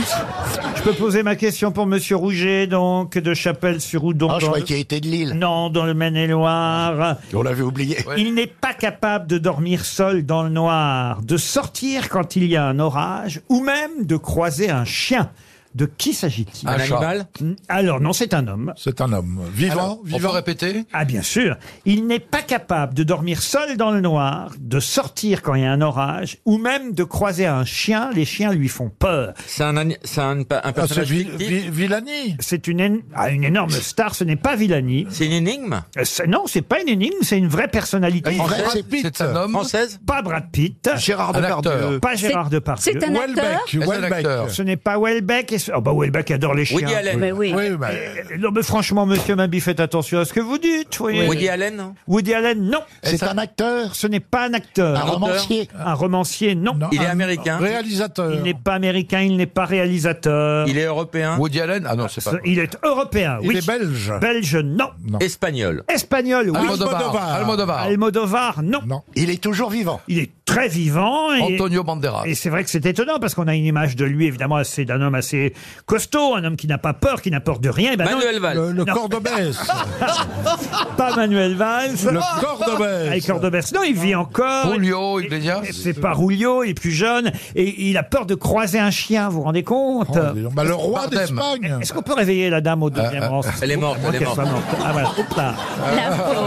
Speaker 1: Je peux poser ma question pour Monsieur Rouget, donc, de Chapelle-sur-Oudon.
Speaker 14: Ah, je
Speaker 1: dans
Speaker 14: croyais
Speaker 1: le-
Speaker 14: qu'il était de Lille.
Speaker 1: Non, dans le Maine-et-Loire.
Speaker 14: On l'avait oublié.
Speaker 1: Il n'est pas capable de dormir seul dans le noir, de sortir quand il y a un orage, ou même de croiser un chien. De qui s'agit-il
Speaker 8: Un Un chat. animal
Speaker 1: Mm, Alors non, c'est un homme.
Speaker 33: C'est un homme.
Speaker 8: Alors, on peut répéter
Speaker 1: Ah bien sûr. Il n'est pas capable de dormir seul dans le noir, de sortir quand il y a un orage, ou même de croiser un chien. Les chiens lui font peur.
Speaker 7: C'est un, ani- c'est un,
Speaker 8: Ah,
Speaker 7: pa- un personnage fictif
Speaker 1: Villani C'est une, éne- ah, une énorme star, ce n'est pas Villani.
Speaker 7: C'est une énigme
Speaker 1: Euh, c'est- Non, c'est pas une énigme, c'est une vraie personnalité.
Speaker 7: Une vraie- Brad Pitt. c'est un homme
Speaker 1: Française Pas Brad Pitt.
Speaker 7: Gérard Un Depardieu. acteur.
Speaker 1: Pas Gérard
Speaker 7: C'est-
Speaker 1: Depardieu.
Speaker 7: c'est un acteur Houellebecq, Est-ce un Houellebecq. acteur
Speaker 1: Ce n'est pas Welbeck. Oh bah Welbeck adore les chiens.
Speaker 7: Woody Allen. Mais oui. Oui, bah-
Speaker 1: Euh, non mais franchement, monsieur Mabi, faites attention à ce que vous dites. voyez.
Speaker 7: Woody Allen, non
Speaker 1: Woody Allen, non.
Speaker 7: C'est Est-ce un un-
Speaker 1: acteur Ce n'est pas un acteur.
Speaker 7: Un Un auteur romancier
Speaker 1: Un romancier, non.
Speaker 7: Il est américain
Speaker 1: Réalisateur. Il n'est pas américain, il n'est pas réalisateur.
Speaker 7: Il est européen
Speaker 8: Woody Allen Ah non, c'est pas.
Speaker 1: Il est européen,
Speaker 8: Il
Speaker 1: oui.
Speaker 8: est belge.
Speaker 1: Belge, non.
Speaker 7: Espagnol.
Speaker 1: Espagnol, oui.
Speaker 8: Almodovar. Almodovar.
Speaker 1: Almodovar, non.
Speaker 14: Il est toujours vivant.
Speaker 1: Il est très vivant. Et,
Speaker 8: Antonio Banderas.
Speaker 1: Et c'est vrai que c'est étonnant parce qu'on a une image de lui, évidemment, assez- d'un homme assez costaud, un homme qui n'a pas peur, qui n'a peur de rien. Et ben non,
Speaker 7: Manuel Valls. Le- le
Speaker 1: Non.
Speaker 7: Cordobès.
Speaker 1: pas Manuel Valls.
Speaker 7: Le
Speaker 1: Cordobès. Et Cordobès, non, il vit encore.
Speaker 8: Julio Iglesias.
Speaker 1: C'est pas Rulio, il est plus jeune et il a peur de croiser un chien, vous vous rendez compte
Speaker 8: Bah, le roi Bardem. d'Espagne.
Speaker 1: Est-ce qu'on peut réveiller la dame au deuxième
Speaker 8: Euh, euh,
Speaker 1: rang
Speaker 8: elle est morte,
Speaker 1: Moi,
Speaker 8: elle est
Speaker 1: qu'elle soit
Speaker 8: morte.
Speaker 1: Ah voilà, hop là.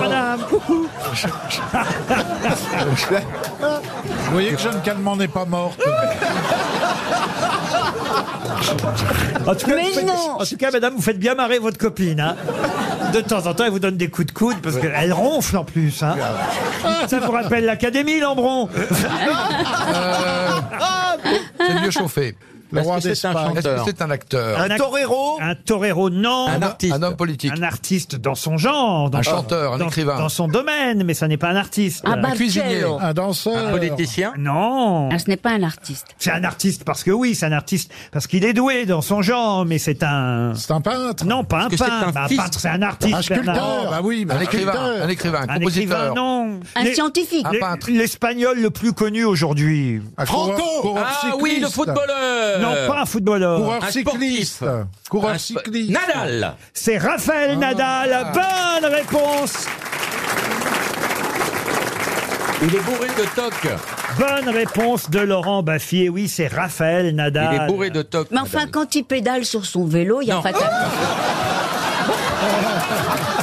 Speaker 1: Madame.
Speaker 6: Vous voyez que Jeanne Calment n'est pas morte.
Speaker 1: En tout, cas,
Speaker 6: Mais
Speaker 1: vous faites-
Speaker 6: non.
Speaker 1: en tout cas, madame, vous faites bien marrer votre copine. hein. De temps en temps, elle vous donne des coups de coude parce qu'elle ronfle en plus. hein.
Speaker 8: Ah.
Speaker 1: Ça vous rappelle l'Académie, Lambron
Speaker 16: Euh.
Speaker 8: C'est mieux chauffé.
Speaker 1: Le roi
Speaker 8: Est-ce que c'est un
Speaker 1: d'Espagne.
Speaker 8: chanteur Est-ce que c'est un acteur
Speaker 1: ac- Un torero, non.
Speaker 8: Un artiste. Un homme
Speaker 1: politique. Un artiste dans son genre. Dans
Speaker 8: Un
Speaker 1: son-
Speaker 8: chanteur, un
Speaker 1: dans-
Speaker 8: écrivain.
Speaker 1: Dans son domaine, mais ça n'est pas un artiste.
Speaker 19: Un Un Barcello. cuisinier. Un
Speaker 1: danseur.
Speaker 7: Un politicien
Speaker 1: Non.
Speaker 19: Ah, ce n'est pas un artiste.
Speaker 1: C'est un artiste parce que oui, c'est un artiste parce qu'il est doué dans son genre, mais c'est un. C'est un peintre. Non, pas un
Speaker 8: Est-ce que c'est
Speaker 1: peintre.
Speaker 8: un
Speaker 1: Bah,
Speaker 8: fils
Speaker 1: peintre, c'est un artiste.
Speaker 8: Un sculpteur,
Speaker 1: Bernard.
Speaker 8: bah oui, mais Un un écrivain, sculpteur. un écrivain, un compositeur.
Speaker 1: écrivain, non.
Speaker 19: Un
Speaker 1: Les-
Speaker 19: scientifique.
Speaker 1: les- L'espagnol le plus connu aujourd'hui.
Speaker 7: Franco coureur- coureur Ah cycliste. oui, le footballeur.
Speaker 1: Non, pas un footballeur.
Speaker 7: Coureur Un cycliste. sportif. Coureur Un spo- cycliste. Nadal.
Speaker 1: C'est Raphaël Nadal. Bonne réponse.
Speaker 7: Il est bourré de toc.
Speaker 1: Bonne réponse de Laurent Baffier. Oui, c'est Raphaël Nadal.
Speaker 7: Il est bourré de
Speaker 8: Euh,
Speaker 7: toc.
Speaker 19: Mais enfin, quand il pédale sur son vélo, il y a
Speaker 7: Non.
Speaker 19: fatal.
Speaker 3: Ah,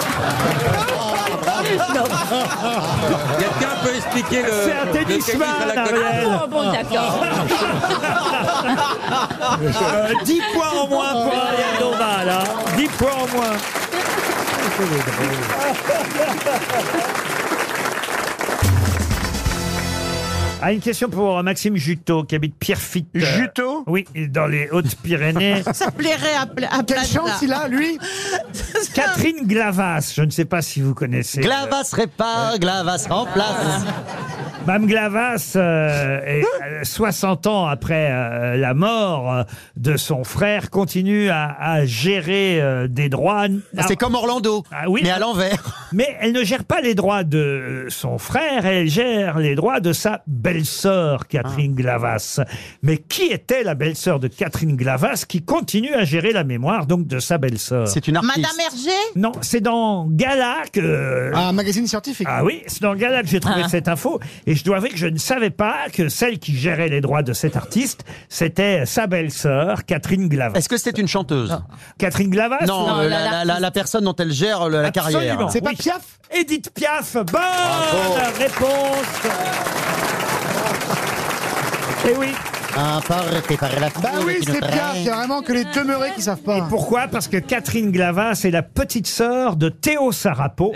Speaker 7: Quelqu'un peut expliquer le.
Speaker 16: C'est un
Speaker 7: le
Speaker 16: tennisman,
Speaker 7: tennis à la Côte
Speaker 16: Ariel.
Speaker 7: d'Ivoire
Speaker 16: Ah bon, bon, d'accord.
Speaker 1: Euh, 10 points en moins pour Ariel Dombal. hein. 10 points en moins. Ah, une question pour Maxime Juteau, qui habite Pierrefitte. Juteau Oui, dans les Hautes-Pyrénées.
Speaker 5: Ça plairait à, pla- à Plaza.
Speaker 1: lui Catherine Glavas, je ne sais pas si vous connaissez.
Speaker 34: Glavas répare, Glavas remplace.
Speaker 1: Mme Glavas, euh, est, euh, 60 ans après euh, la mort euh, de son frère, continue à, à gérer euh, des droits.
Speaker 34: C'est comme Orlando,
Speaker 1: Ah oui.
Speaker 34: mais à l'envers.
Speaker 1: Mais elle ne gère pas les droits de euh, son frère, elle gère les droits de sa belle-sœur, Catherine
Speaker 34: Ah.
Speaker 1: Glavas. Mais qui était la belle-sœur de Catherine Glavas qui continue à gérer la mémoire donc de sa belle-sœur
Speaker 34: C'est une artiste.
Speaker 5: Madame Hergé
Speaker 1: Non, c'est dans Gala que...
Speaker 34: Un magazine scientifique.
Speaker 1: Ah oui, c'est dans Gala que j'ai trouvé
Speaker 34: Ah.
Speaker 1: cette info. Et je dois avouer que je ne savais pas que celle qui gérait les droits de cet artiste, c'était sa belle-sœur, Catherine Glavas.
Speaker 34: Est-ce que c'est une chanteuse
Speaker 1: Catherine Glavas
Speaker 34: Non, euh, la, la- la- la personne dont elle gère
Speaker 7: euh,
Speaker 34: le- la carrière.
Speaker 1: Absolument. Oui. Edith Piaf, bonne réponse Et Eh oui Bah
Speaker 7: oui, c'est bien, c'est vraiment que les demeurés qui savent pas.
Speaker 1: Et pourquoi Parce que Catherine Glavin, c'est la petite sœur de Théo Sarapo,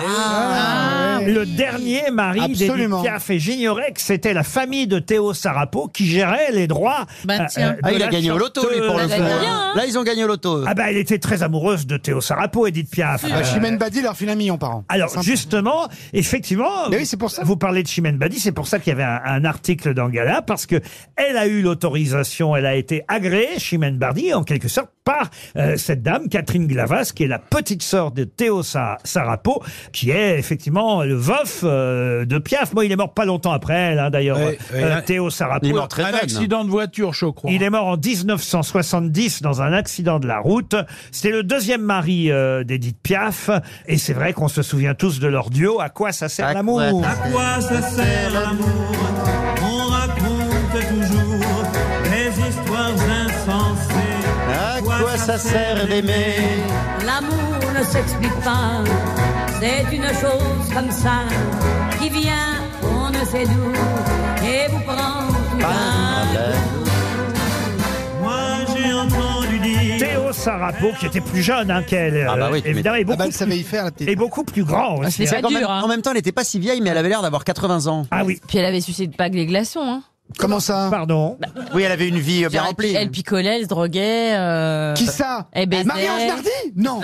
Speaker 1: le dernier mari d'Édith
Speaker 7: Ah, Absolument.
Speaker 1: Piaf. Et j'ignorais que c'était la famille de Théo Sarapo qui gérait les droits. euh,
Speaker 14: Bah, tiens.
Speaker 1: de
Speaker 14: Ah, il a
Speaker 1: la
Speaker 14: gagné au loto, lui, pour le
Speaker 1: chanteuse.
Speaker 14: coup. hein. Là, ils ont gagné au loto. eux.
Speaker 1: Ah bah, elle était très amoureuse de Théo Sarapo, Edith Piaf.
Speaker 7: Ah,
Speaker 1: Euh,
Speaker 7: Chimène Badi leur file un million par an.
Speaker 1: alors
Speaker 7: Simple.
Speaker 1: justement, effectivement, vous parlez de Chimène Badi, c'est pour ça qu'il y avait un, un article dans Gala, parce que elle a eu l'autorisation, elle a été agréée, Chimène Badi, en quelque sorte, par euh, cette dame, Catherine Glavas, qui est la petite sœur de Théo Sa- Sarapo, qui est effectivement le veuf euh, de Piaf. Moi, il est mort pas longtemps après elle, hein, d'ailleurs,
Speaker 6: Ouais,
Speaker 1: euh,
Speaker 6: ouais, un-
Speaker 1: Théo Sarapo.
Speaker 6: il est mort très Un jeune. accident
Speaker 1: de voiture, je crois. Il est mort en 1970 dans un accident de la route. C'était le deuxième mari euh, d'Edith Piaf. Et c'est vrai qu'on se souvient tous de leur duo. À quoi ça sert l'amour
Speaker 2: À quoi ça sert l'amour On raconte toujours des histoires insensées.
Speaker 14: À quoi ça sert d'aimer
Speaker 16: L'amour ne s'explique pas, c'est une chose comme ça, qui vient, on ne sait d'où, et vous prend tout d'un coup.
Speaker 1: Théo Sarapo, qui était plus jeune hein, qu'elle,
Speaker 14: Ah bah oui,
Speaker 1: euh, évidemment, et beaucoup,
Speaker 7: y faire, la petite.
Speaker 1: et beaucoup plus grand
Speaker 5: Ah,
Speaker 1: aussi. hein.
Speaker 14: C'est quand même- En même temps, elle n'était pas si vieille, mais elle avait l'air d'avoir 80 ans.
Speaker 1: Ah oui.
Speaker 5: hein. Puis elle avait sucé de pas que des glaçons. Hein.
Speaker 7: Comment ça
Speaker 1: Pardon
Speaker 14: Oui, elle avait une vie euh, bien
Speaker 5: Genre, elle,
Speaker 14: remplie.
Speaker 5: elle picolait, elle se droguait. euh,
Speaker 7: Qui ça
Speaker 5: Elle baisait.
Speaker 7: Marie-Ange Nardi Non.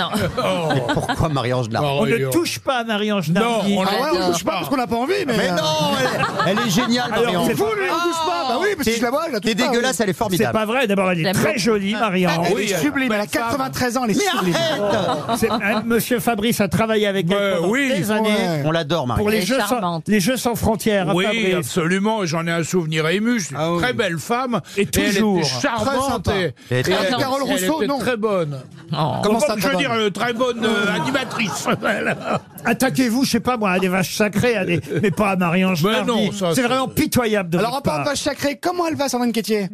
Speaker 14: Pourquoi Marie-Ange Nardi
Speaker 1: On ne touche pas à Marie-Ange Nardi.
Speaker 7: Ah ouais, on touche pas parce qu'on n'a pas envie, mais.
Speaker 14: Mais
Speaker 7: euh,
Speaker 14: non, elle, elle est géniale,
Speaker 1: Alors,
Speaker 14: Marie-Ange.
Speaker 1: c'est pas
Speaker 7: Vous, lui, on touche pas Bah oui, parce que
Speaker 14: T'es-
Speaker 7: je la vois, je la touche
Speaker 14: t'es
Speaker 7: pas, oui.
Speaker 14: dégueulasse, elle est formidable.
Speaker 1: C'est pas vrai, d'abord elle est
Speaker 7: La Ah,
Speaker 1: très
Speaker 7: bonne-
Speaker 1: jolie, Marie-Ange.
Speaker 7: Elle est sublime, elle a 93 ans, elle est
Speaker 14: Mais
Speaker 7: sublime.
Speaker 14: arrête
Speaker 1: C'est- hein, Monsieur Fabrice a travaillé avec elle pendant des années.
Speaker 7: Ouais.
Speaker 14: On l'adore, Marie.
Speaker 1: Pour les
Speaker 14: Elle est
Speaker 1: jeux, sans,
Speaker 14: charmante.
Speaker 1: les jeux sans frontières, hein,
Speaker 6: Oui,
Speaker 1: Fabrice.
Speaker 6: absolument. et J'en ai un souvenir ému. C'est une très belle femme. Et,
Speaker 1: toujours.
Speaker 6: Elle était charmante.
Speaker 1: Très sympa.
Speaker 6: et-
Speaker 1: Elle était-
Speaker 6: et elle-
Speaker 1: Carole
Speaker 6: elle
Speaker 1: Rousseau,
Speaker 6: était
Speaker 1: non.
Speaker 6: très bonne.
Speaker 14: Oh.
Speaker 1: Comment
Speaker 6: Comment
Speaker 1: ça,
Speaker 6: Je
Speaker 1: très
Speaker 6: veux dire,
Speaker 1: bonne
Speaker 6: euh, très bonne euh, animatrice.
Speaker 1: Attaquez-vous, je sais pas moi, à des vaches sacrées, à des- mais pas à Marie-Ange
Speaker 6: Mais
Speaker 1: Nardi.
Speaker 6: non, ça,
Speaker 1: C'est
Speaker 6: c'est-
Speaker 1: vraiment pitoyable de
Speaker 7: Alors, en
Speaker 1: votre
Speaker 7: parlant de
Speaker 1: part.
Speaker 7: vache sacrée, comment elle va, Sandrine Quétier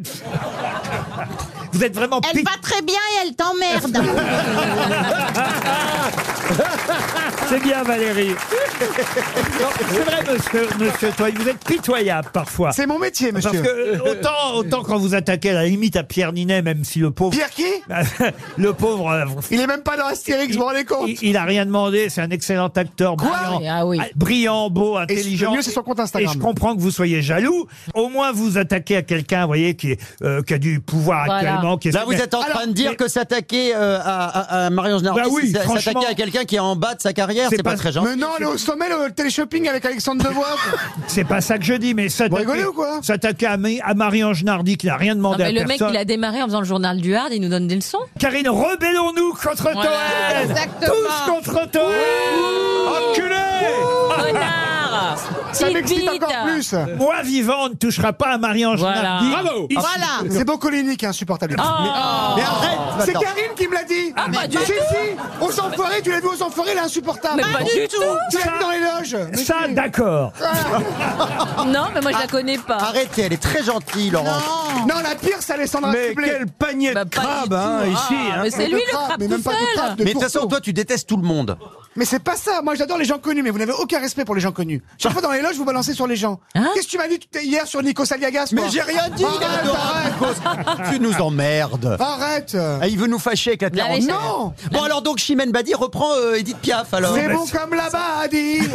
Speaker 1: Vous êtes vraiment
Speaker 35: Elle va très bien et elle t'emmerde.
Speaker 1: C'est bien, Valérie. Non, C'est vrai, monsieur, monsieur Toy, vous êtes pitoyable parfois.
Speaker 7: C'est mon métier, monsieur.
Speaker 1: Parce que euh, autant, autant quand vous attaquez à la limite à Pierre Ninet, même si le pauvre.
Speaker 7: Pierre qui
Speaker 1: Le pauvre. euh,
Speaker 7: Il est même pas dans Astérix, vous vous rendez compte
Speaker 1: il, il a rien demandé, c'est un excellent acteur, brillant, Ah, brillant, beau, intelligent.
Speaker 7: le mieux, c'est son compte Instagram.
Speaker 1: Et je comprends que vous soyez jaloux. Au moins, vous attaquez à quelqu'un, vous voyez, qui, est, euh, qui a du pouvoir actuellement. Qui est-
Speaker 14: Là, vous êtes en
Speaker 1: Alors,
Speaker 14: train de dire
Speaker 1: mais-
Speaker 14: que s'attaquer euh, à, à, à Marie-Ange Nardi,
Speaker 1: Bah oui,
Speaker 14: c'est
Speaker 1: franchement.
Speaker 14: s'attaquer à quelqu'un qui est en bas de sa
Speaker 1: Ah,
Speaker 14: carrière, c'est pas, très gentil.
Speaker 7: Mais non, elle est au sommet, le téléshopping avec Alexandre Devoise.
Speaker 1: C'est pas ça que je dis, mais s'attaquer
Speaker 7: rigolez ou quoi
Speaker 1: s'attaquer à, Ma- à Marie-Ange Nardi qui n'a rien
Speaker 5: Non,
Speaker 1: demandé
Speaker 5: mais
Speaker 1: à
Speaker 5: le mec,
Speaker 1: personne.
Speaker 5: il a démarré en faisant le journal du Hard, il nous donne des leçons.
Speaker 1: Karine, rebellons-nous contre
Speaker 5: Voilà,
Speaker 1: Toen
Speaker 5: exactement.
Speaker 1: Tous contre Toen Enculé
Speaker 5: Connard
Speaker 7: Ça
Speaker 5: Petite
Speaker 7: m'excite
Speaker 5: bite
Speaker 7: encore plus.
Speaker 1: Moi vivant, on ne touchera pas à Marie-Ange
Speaker 5: Voilà.
Speaker 1: Nardi.
Speaker 5: Bravo.
Speaker 1: Ici-
Speaker 5: Voilà.
Speaker 7: C'est Bocolini qui est insupportable.
Speaker 5: Ah.
Speaker 7: Mais, mais arrête
Speaker 14: Oh.
Speaker 7: C'est
Speaker 14: Attends.
Speaker 7: Karine qui me l'a dit
Speaker 5: Ah, pas du
Speaker 7: Si,
Speaker 5: tout.
Speaker 7: si Aux enfoirés, tu l'as vu aux enfoirés, il est insupportable Ah,
Speaker 5: Mais pas du tout.
Speaker 7: Tu l'as vu dans les loges Mais
Speaker 1: Ça,
Speaker 7: si.
Speaker 1: d'accord.
Speaker 5: Non, mais moi, je la connais pas.
Speaker 14: Arrêtez, elle est très gentille, Laurent.
Speaker 7: Ah, Non, la pire, c'est Alessandra
Speaker 3: Mais
Speaker 7: Sublet.
Speaker 3: quel panier
Speaker 5: Bah,
Speaker 3: de
Speaker 5: pas du
Speaker 3: crabes,
Speaker 5: tout.
Speaker 3: hein,
Speaker 5: Ah,
Speaker 3: ici. hein.
Speaker 5: mais c'est lui le crabe
Speaker 7: mais même
Speaker 5: tout
Speaker 7: pas de
Speaker 5: seul.
Speaker 7: crabe, de
Speaker 14: Mais de toute
Speaker 7: tourteau.
Speaker 14: façon, toi, tu détestes tout le monde.
Speaker 7: Mais c'est pas ça. Moi, j'adore les gens connus, mais vous n'avez aucun respect pour les gens connus.
Speaker 5: Ah.
Speaker 7: Chaque fois dans les loges, vous balancez sur les gens.
Speaker 5: Hein
Speaker 7: Qu'est-ce que tu m'as dit tout- hier sur Nico Saliagas
Speaker 14: Mais
Speaker 7: toi
Speaker 14: j'ai rien dit,
Speaker 7: Arrête, arrête,
Speaker 14: tu nous emmerdes.
Speaker 7: arrête.
Speaker 14: Ah, il veut nous fâcher avec la terre
Speaker 5: La
Speaker 14: entière.
Speaker 5: légère.
Speaker 7: Non.
Speaker 14: Bon, alors donc, Chimène Badi reprend euh, Edith Piaf, alors.
Speaker 7: C'est bon comme là-bas, Adi.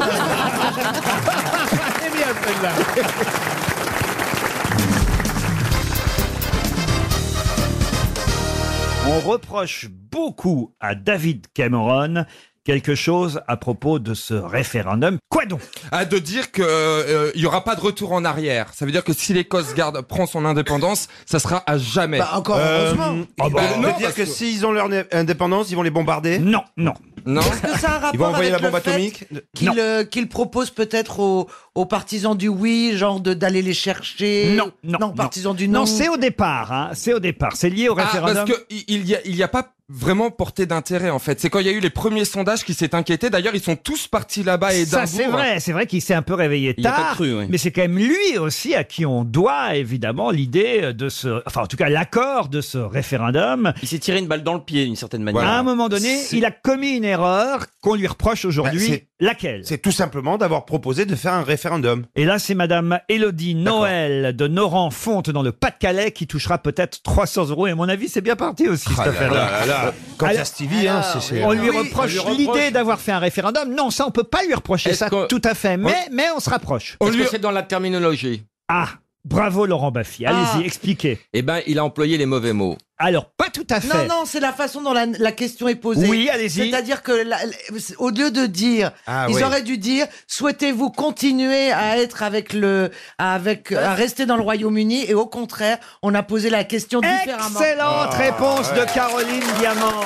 Speaker 1: On reproche beaucoup à David Cameron quelque chose à propos de ce référendum. Quoi donc
Speaker 29: Ah, de dire que euh, il y aura pas de retour en arrière. Ça veut dire que si l'Écosse garde prend son indépendance, ça sera à jamais.
Speaker 3: Bah, encore heureusement.
Speaker 29: ah bah,
Speaker 3: Ça veut
Speaker 29: non,
Speaker 3: dire
Speaker 29: parce
Speaker 3: Euh, que s'ils ont leur né- indépendance, ils vont les bombarder
Speaker 1: Non, non.
Speaker 29: non.
Speaker 4: Est-ce que ça a un
Speaker 3: Ils vont
Speaker 4: rapport
Speaker 3: envoyer
Speaker 4: avec
Speaker 3: la
Speaker 4: le
Speaker 3: bombe
Speaker 4: fait
Speaker 3: atomique
Speaker 4: qu'il euh, qu'il propose peut-être aux, aux partisans du oui, genre de- d'aller les chercher
Speaker 1: Non, non.
Speaker 4: Non, partisans du non.
Speaker 1: c'est au départ. hein, c'est au départ. C'est lié au
Speaker 29: Ah,
Speaker 1: référendum.
Speaker 29: parce que i- il y a, il y a pas vraiment porté d'intérêt en fait. C'est quand il y a eu les premiers sondages qui s'est inquiété. D'ailleurs, ils sont tous partis là-bas et
Speaker 1: Ça,
Speaker 29: d'un
Speaker 1: c'est
Speaker 29: bout, hein.
Speaker 1: vrai. C'est vrai qu'il s'est un peu réveillé
Speaker 29: Il y a pas
Speaker 1: tard.
Speaker 29: cru, oui.
Speaker 1: Mais c'est quand même lui aussi à qui on doit, évidemment, l'idée de ce. Enfin, en tout cas, l'accord de ce référendum.
Speaker 36: Il s'est tiré une balle dans le pied d'une certaine manière.
Speaker 1: À un moment donné, il a commis une erreur qu'on lui reproche aujourd'hui. Laquelle
Speaker 3: Bah, C'est tout simplement d'avoir proposé de faire un référendum.
Speaker 1: Et là, c'est Madame Elodie Noël de Noran Fonte dans le Pas-de-Calais qui touchera peut-être 300 euros. Et à mon avis, c'est bien parti aussi
Speaker 3: Ah
Speaker 1: cette
Speaker 3: là
Speaker 1: affaire-là.
Speaker 3: là là là. Quant à
Speaker 1: Alors-
Speaker 3: Stevie, hein, c'est- c'est-
Speaker 1: on lui
Speaker 3: Oui,
Speaker 1: reproche
Speaker 3: on lui
Speaker 1: l'idée
Speaker 3: reproche.
Speaker 1: d'avoir fait un référendum. Non, ça, on peut pas lui reprocher
Speaker 30: Est-ce
Speaker 1: ça
Speaker 30: qu'on-
Speaker 1: tout à fait. Mais
Speaker 30: On-
Speaker 1: mais on se rapproche.
Speaker 30: Est-ce que c'est dans la terminologie
Speaker 1: Ah, bravo Laurent Baffy.
Speaker 3: Ah.
Speaker 1: Allez-y, expliquez.
Speaker 30: Eh ben, il a employé les mauvais mots.
Speaker 1: Alors, pas tout à
Speaker 37: Non,
Speaker 1: fait.
Speaker 37: non, c'est la façon dont la, la question est posée.
Speaker 1: Oui, allez-y.
Speaker 37: C'est-à-dire que, la- la- au lieu de dire,
Speaker 1: Ah,
Speaker 37: ils
Speaker 1: oui.
Speaker 37: auraient dû dire, souhaitez-vous continuer à être avec le, à avec,
Speaker 1: Bah.
Speaker 37: à rester dans le Royaume-Uni, et au contraire, on a posé la question différemment.
Speaker 1: Excellente
Speaker 3: Ah,
Speaker 1: réponse de Caroline Diamant.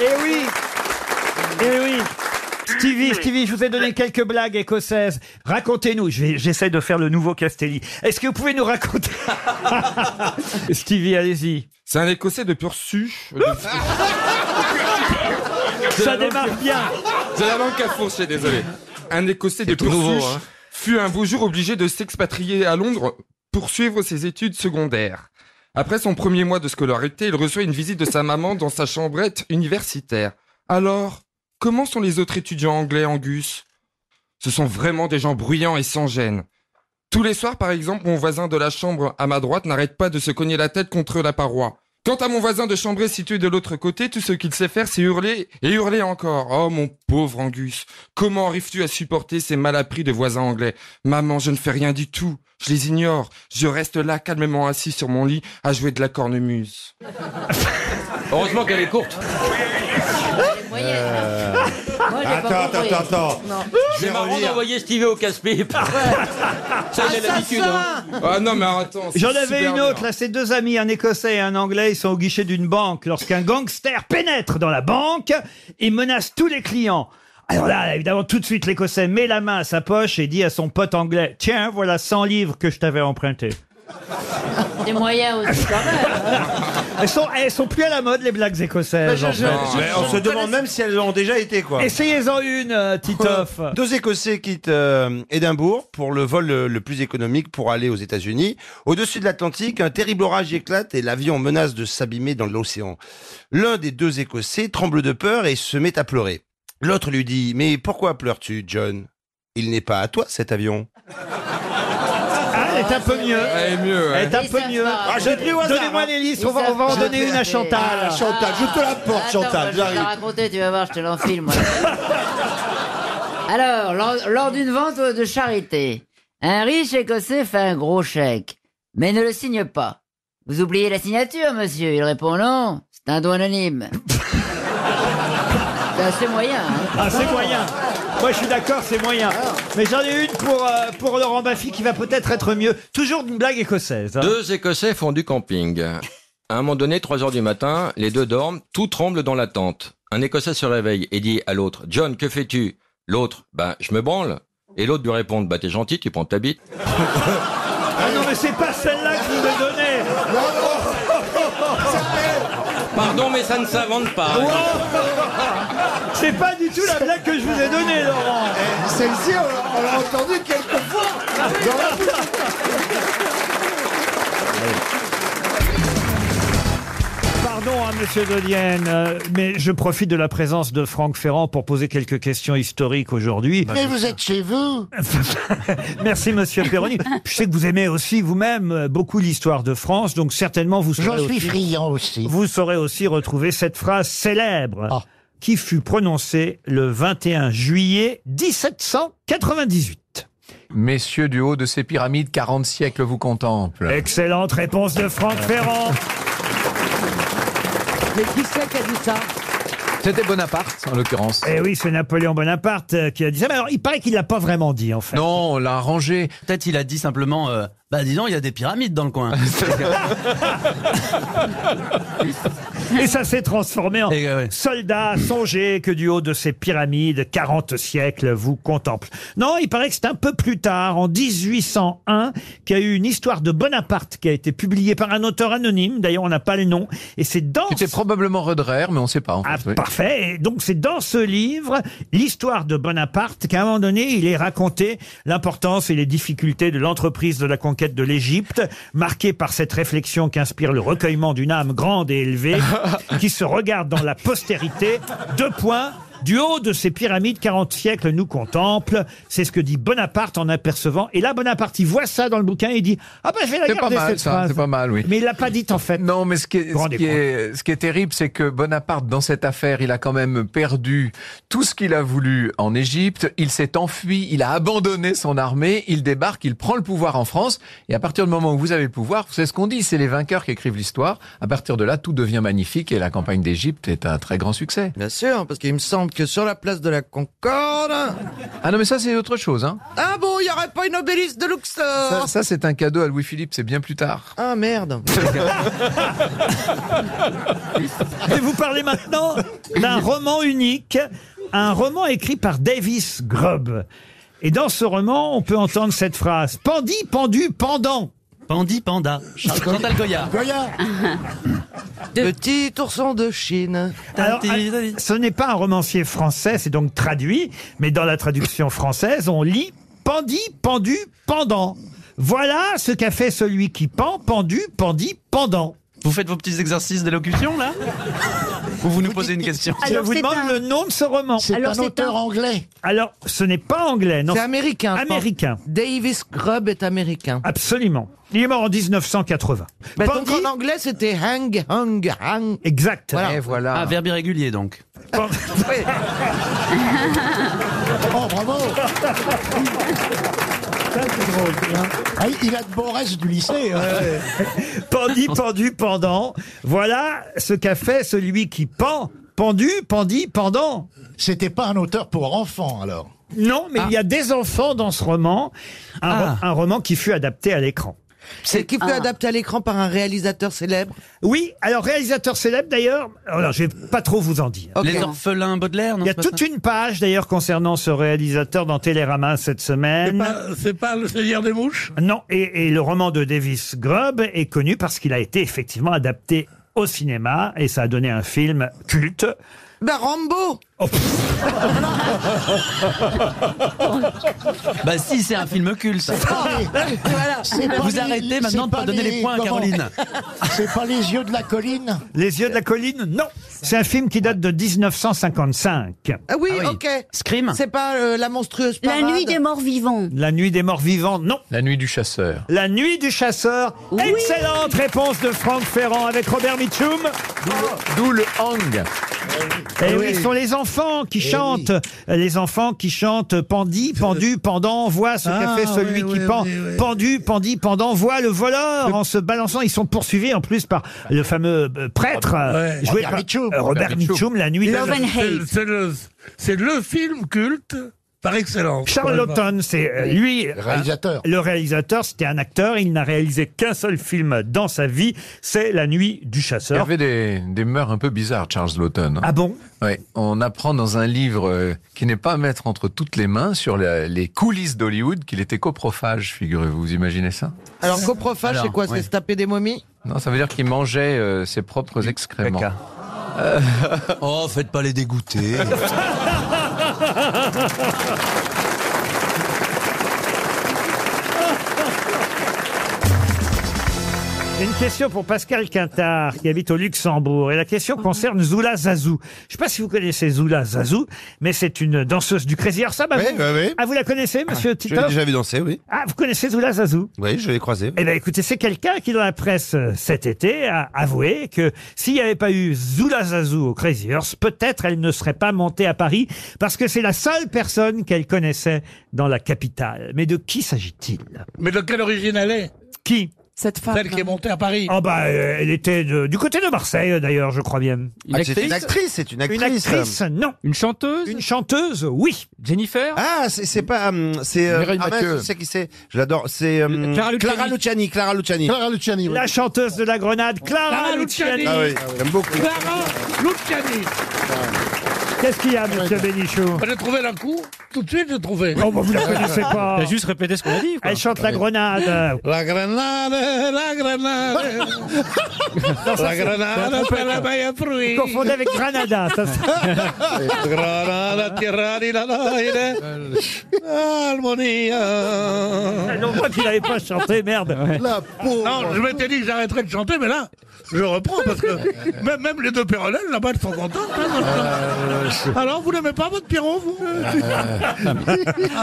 Speaker 1: Eh oui Eh oui Stevie, Stevie, je vous ai donné quelques blagues écossaises. Racontez-nous, je vais- j'essaie de faire le nouveau Castelli. Est-ce que vous pouvez nous raconter Stevie, allez-y.
Speaker 29: C'est un écossais de pur su.
Speaker 1: Ça démarre bien.
Speaker 29: C'est la langue à fourcher, désolé. Un écossais de
Speaker 30: tout
Speaker 29: pur
Speaker 30: nouveau,
Speaker 29: souche
Speaker 30: hein.
Speaker 29: fut un beau jour obligé de s'expatrier à Londres pour suivre ses études secondaires. Après son premier mois de scolarité, il reçoit une visite de sa maman dans sa chambrette universitaire. Alors, comment sont les autres étudiants anglais, Angus ce sont vraiment des gens bruyants et sans gêne. Tous les soirs, par exemple, mon voisin de la chambre à ma droite n'arrête pas de se cogner la tête contre la paroi. Quant à mon voisin de chambrée situé de l'autre côté, tout ce qu'il sait faire, c'est hurler et hurler encore. Oh, mon pauvre Angus, comment arrives-tu à supporter ces malappris de voisins anglais Maman, je ne fais rien du tout. Je les ignore. Je reste là, calmement assis sur mon lit, à jouer de la cornemuse.
Speaker 30: Heureusement qu'elle est courte.
Speaker 3: hein. Moi, j'ai pas Euh. Attends, compris. attends, attends. Non. Je vais
Speaker 30: C'est marrant
Speaker 3: relire.
Speaker 30: d'envoyer Stevie au casse-pipe. Ça, il a l'habitude. hein.
Speaker 29: Ah non, mais attends.
Speaker 1: J'en avais une autre, là, c'est deux amis, un Écossais et un Anglais, ils sont au guichet d'une banque. Lorsqu'un gangster pénètre dans la banque, il menace tous les clients. Alors là, évidemment, tout de suite, l'Écossais met la main à sa poche et dit à son pote anglais, tiens, voilà 100 livres que je t'avais emprunté.
Speaker 11: Des moyens aussi, quand même.
Speaker 1: Elles sont, elles sont plus à la mode, les blagues écossaises.
Speaker 3: Mais Bah, je- je-
Speaker 1: enfin.
Speaker 3: je- Mais je- on je se demande connais- même si elles ont déjà été, quoi.
Speaker 1: Essayez-en une, euh, Titoff.
Speaker 3: Deux Écossais quittent euh, Édimbourg pour le vol euh, le plus économique pour aller aux États-Unis. Au-dessus de l'Atlantique, un terrible orage éclate et l'avion menace de s'abîmer dans l'océan. L'un des deux Écossais tremble de peur et se met à pleurer. L'autre lui dit Mais pourquoi pleures-tu, John Il n'est pas à toi cet avion.
Speaker 1: Ah, elle est un peu mieux.
Speaker 29: Elle est mieux.
Speaker 1: Elle est un
Speaker 3: Ils
Speaker 1: peu
Speaker 3: savent
Speaker 1: mieux.
Speaker 3: pas. Ah, j'ai pris au hasard,
Speaker 1: Donnez-moi
Speaker 3: hein.
Speaker 1: les listes,
Speaker 3: Ils
Speaker 1: on va, on va en
Speaker 3: savent
Speaker 1: donner
Speaker 3: pas.
Speaker 1: une à Chantal.
Speaker 3: Ah, Chantal, je te la porte,
Speaker 11: Attends, moi, Je vais te la raconter, tu vas voir, je te l'enfile, moi. Alors, lors, lors d'une vente de charité, un riche Écossais fait un gros chèque, mais ne le signe pas. Vous oubliez la signature, monsieur Il répond non, c'est un don anonyme. c'est assez moyen. hein.
Speaker 1: Ah, c'est moyen. Moi, je suis d'accord, c'est moyen.
Speaker 3: Ah.
Speaker 1: Mais j'en ai une pour, euh, pour Laurent Baffy qui va peut-être être mieux. Toujours d'une blague écossaise. hein.
Speaker 30: Deux Écossais font du camping. À un moment donné, 3 heures du matin, les deux dorment, tout tremble dans la tente. Un Écossais se réveille et dit à l'autre, John, que fais-tu L'autre, ben, je me branle. Et l'autre lui répond, bah, t'es gentil, tu prends ta bite.
Speaker 1: Ah non, mais c'est pas celle-là que vous me donnez.
Speaker 30: Pardon, mais ça ne s'invente pas.
Speaker 1: C'est pas du tout la blague que je vous ai donnée, Laurent.
Speaker 4: Celle-ci, on, on l'a entendue quelques fois. Dans la bouche.
Speaker 1: Pardon, hein, monsieur Dodienne, euh, mais je profite de la présence de Franck Ferrand pour poser quelques questions historiques aujourd'hui.
Speaker 15: Mais vous êtes chez vous
Speaker 1: Merci, monsieur Perroni. Je sais que vous aimez aussi vous-même euh, beaucoup l'histoire de France, donc certainement vous saurez
Speaker 15: J'en suis
Speaker 1: aussi-
Speaker 15: friand aussi. Ah.
Speaker 1: Vous saurez aussi retrouver cette phrase célèbre qui fut prononcée le 21 juillet 1798.
Speaker 31: Messieurs du haut de ces pyramides, 40 siècles vous contemplent.
Speaker 1: Excellente réponse de Franck Ferrand.
Speaker 37: Mais qui c'est qui a dit ça
Speaker 31: C'était Bonaparte, en l'occurrence.
Speaker 1: Eh oui, c'est Napoléon Bonaparte euh, qui a dit ça. Mais alors, il paraît qu'il l'a pas vraiment dit, en fait.
Speaker 31: Non, on l'a arrangé.
Speaker 28: Peut-être il a dit simplement, euh, bah disons, il y a des pyramides dans le coin.
Speaker 1: Et ça s'est transformé en soldat, songez que du haut de ces pyramides, 40 siècles vous contemplent. Non, il paraît que c'est un peu plus tard, en 1801, qu'il y a eu une histoire de Bonaparte qui a été publiée par un auteur anonyme. D'ailleurs, on n'a pas le nom. Et c'est dans. C'était
Speaker 31: probablement Roderer, mais on ne sait pas.
Speaker 1: ah, parfait. Et donc, c'est dans ce livre, l'histoire de Bonaparte, qu'à un moment donné, il est raconté l'importance et les difficultés de l'entreprise de la conquête de l'Égypte, marquée par cette réflexion qu'inspire le recueillement d'une âme grande et élevée, qui se regarde dans la postérité. Deux points. Du haut de ces pyramides, 40 siècles nous contemplent. C'est ce que dit Bonaparte en apercevant. Et là, Bonaparte, il voit ça dans le bouquin et il dit Ah ben, je vais la
Speaker 31: C'est pas
Speaker 1: garder,
Speaker 31: mal,
Speaker 1: cette
Speaker 31: ça,
Speaker 1: phrase.
Speaker 31: c'est pas mal, oui.
Speaker 1: Mais il l'a pas dite, en fait.
Speaker 31: Non, mais ce qui est,
Speaker 1: Vous vous
Speaker 31: ce
Speaker 1: rendez
Speaker 31: qui est, ce qui est terrible, c'est que Bonaparte, dans cette affaire, il a quand même perdu tout ce qu'il a voulu en Égypte. Il s'est enfui, il a abandonné son armée, il débarque, il prend le pouvoir en France. Et à partir du moment où vous avez le pouvoir, c'est ce qu'on dit, c'est les vainqueurs qui écrivent l'histoire. À partir de là, tout devient magnifique et la campagne d'Égypte est un très grand succès.
Speaker 13: Bien sûr, parce qu'il me semble que sur la place de la Concorde.
Speaker 31: Ah non, mais ça, c'est autre chose, hein.
Speaker 13: Ah bon, il n'y aurait pas une obélisque de Luxor
Speaker 31: Ça, ça, c'est un cadeau à Louis-Philippe, c'est bien plus tard.
Speaker 13: Ah merde
Speaker 1: Et vous parlez maintenant d'un roman unique, un roman écrit par Davis Grubb. Et dans ce roman, on peut entendre cette phrase Pendu, pendu, pendant.
Speaker 28: Pendu, panda. Chantal Goya.
Speaker 13: Petit ourson de Chine.
Speaker 1: Alors, ah, ce n'est pas un romancier français, c'est donc traduit, mais dans la traduction française, on lit pendu, pendu, pendant. Voilà ce qu'a fait celui qui pend, pendu, pendu, pendant.
Speaker 28: Vous faites vos petits exercices d'élocution, là Ou vous nous posez une question
Speaker 1: Je vous demande le nom de ce roman.
Speaker 13: C'est Alors, un c'est auteur un- anglais.
Speaker 1: Alors, ce n'est pas anglais, non.
Speaker 13: C'est américain. je pense.
Speaker 1: Américain.
Speaker 13: Davis Grubb est américain.
Speaker 1: Absolument. Il est mort en 1980.
Speaker 13: Bah,
Speaker 1: Pendu-
Speaker 13: donc en anglais, c'était hang, hang, hang.
Speaker 1: Exact.
Speaker 13: Voilà.
Speaker 28: Ah, verbe irrégulier, donc.
Speaker 38: Oh, bravo Ça, c'est drôle, hein. Ah, Il a de bons restes du lycée. hein.
Speaker 1: pendu, pendu, pendant. Voilà ce qu'a fait celui qui pend. Pendu, pendu, pendant.
Speaker 38: C'était pas un auteur pour enfants, alors
Speaker 1: Non, mais il y a des enfants dans ce roman. Un, ro-
Speaker 28: Ah.
Speaker 1: un roman qui fut adapté à l'écran.
Speaker 13: C'est qui fut adapté à l'écran par un réalisateur célèbre
Speaker 1: Oui, alors réalisateur célèbre d'ailleurs, alors je vais pas trop vous en dire.
Speaker 28: Les orphelins Baudelaire, non
Speaker 1: Il y a
Speaker 28: c'est pas
Speaker 1: toute
Speaker 28: ça
Speaker 1: une page d'ailleurs concernant ce réalisateur dans Télérama cette semaine.
Speaker 6: C'est pas le Seigneur des Mouches
Speaker 1: Non, et, et le roman de Davis Grubb est connu parce qu'il a été effectivement adapté au cinéma et ça a donné un film culte.
Speaker 13: Bah Rambo
Speaker 1: Ah
Speaker 37: Ah
Speaker 28: Bah si, c'est un film culte.
Speaker 38: C'est pas
Speaker 28: Vous
Speaker 38: les-
Speaker 28: arrêtez maintenant
Speaker 38: c'est
Speaker 28: de pas donner les points à
Speaker 38: comment
Speaker 28: Caroline.
Speaker 38: C'est pas les yeux de la colline
Speaker 1: Les yeux de la colline Non, c'est un film qui date de 1955.
Speaker 13: Ah oui, ok.
Speaker 28: Scream
Speaker 13: C'est pas euh, la monstrueuse
Speaker 7: La
Speaker 13: parade
Speaker 7: nuit des morts vivants.
Speaker 1: La nuit des morts vivants Non.
Speaker 31: La nuit du chasseur.
Speaker 1: La nuit du chasseur. Excellente réponse de Franck Ferrand avec Robert Mitchum.
Speaker 31: D'où le hang.
Speaker 6: Eh
Speaker 1: Et Eh oui, ce sont les enfants qui chantent. Les enfants qui chantent pendu, pendu, pendant, voit ce qu'a
Speaker 6: Ah,
Speaker 1: fait celui
Speaker 6: oui,
Speaker 1: qui
Speaker 6: oui,
Speaker 1: pend.
Speaker 6: oui, oui.
Speaker 1: Pendu, pendu, pendant, voit le voleur en se balançant. Ils sont poursuivis en plus par le fameux euh, prêtre
Speaker 6: Ah,
Speaker 1: euh, joué par euh, Robert Mitchum la nuit.
Speaker 6: C'est le- c'est le- C'est le film culte par excellence.
Speaker 1: Charlton, c'est euh, lui.
Speaker 6: Le réalisateur.
Speaker 1: euh, Le réalisateur, c'était un acteur. Il n'a réalisé qu'un seul film dans sa vie. C'est La nuit du
Speaker 31: Il y
Speaker 1: chasseur.
Speaker 31: avait des, des mœurs un peu bizarres, Charles Lawton. hein.
Speaker 1: Ah bon
Speaker 31: Oui, on apprend dans un livre euh, qui n'est pas à mettre entre toutes les mains sur la- les coulisses d'Hollywood qu'il était coprophage, figurez-vous. Vous imaginez ça
Speaker 13: Alors coprophage, c'est quoi C'est se taper des momies
Speaker 31: Non, ça veut dire qu'il mangeait euh, ses propres excréments. Euh.
Speaker 28: Oh, faites pas les dégoûter.
Speaker 1: Une question pour Pascal Quintard, qui habite au Luxembourg. Et la question concerne Zula Zazou. Je ne sais pas si vous connaissez Zula Zazou, mais c'est une danseuse du Crazy Horse. Ah, bah,
Speaker 3: Oui,
Speaker 1: vous,
Speaker 3: oui, oui.
Speaker 1: Ah, vous la connaissez, monsieur
Speaker 3: Je
Speaker 1: Tito
Speaker 3: l'ai déjà vu danser, oui.
Speaker 1: Ah, vous connaissez Zula Zazou
Speaker 3: Oui, je l'ai croisé.
Speaker 1: Eh bien, écoutez, c'est quelqu'un qui, dans la presse euh, cet été, a avoué que s'il n'y avait pas eu Zula Zazou au Crazy Horse, peut-être elle ne serait pas montée à Paris, parce que c'est la seule personne qu'elle connaissait dans la capitale. Mais de qui s'agit-il
Speaker 6: Mais de quelle origine elle est
Speaker 1: Qui
Speaker 6: Cette femme. Celle qui est montée à Paris.
Speaker 1: Ah bah, euh, elle était de- du côté de Marseille, euh, d'ailleurs, je crois bien.
Speaker 3: Une Ah, c'est actrice une actrice, c'est une
Speaker 1: Une
Speaker 3: actrice.
Speaker 1: actrice, non. Une chanteuse Une chanteuse, oui.
Speaker 3: Jennifer Ah, c'est c'est pas. hum, c'est. euh,
Speaker 1: Mireille
Speaker 3: ah, mince,
Speaker 1: Mathieu.
Speaker 3: je sais qui c'est. Je l'adore. C'est. hum,
Speaker 1: Clara Luciani.
Speaker 3: Clara Luciani. Clara Luciani.
Speaker 1: Clara
Speaker 3: Luciani,
Speaker 1: La chanteuse de la Grenade, Clara,
Speaker 6: Clara
Speaker 1: Luciani.
Speaker 6: Luciani.
Speaker 3: Ah oui, j'aime beaucoup.
Speaker 6: Clara Luciani.
Speaker 1: Ah.
Speaker 6: Bah,
Speaker 1: Qu'est-ce qu'il y
Speaker 6: Ah,
Speaker 1: a, monsieur Bénichou
Speaker 6: J'ai trouvé le coup. Tout de suite, j'ai trouvé.
Speaker 1: Oh, bah, vous la connaissez pas.
Speaker 6: T'as juste répété ce qu'on a dit.
Speaker 1: Elle chante la Grenade.
Speaker 6: La grenade, la grenade. la grenade, c'est la meilleure fruit.
Speaker 1: Vous confondez avec Granada. Ça, c'est-
Speaker 6: Granada, tierra di la laire, Almonia. Ah
Speaker 1: Non, moi qui l'avais pas chanté, merde.
Speaker 6: Non, je m'étais dit que j'arrêterais de chanter, mais là, je reprends parce que même, même les deux Pérolelles là-bas elles sont contentes.
Speaker 7: Euh,
Speaker 1: Euh,
Speaker 6: hein. Alors vous n'aimez pas votre Pierrot vous ah,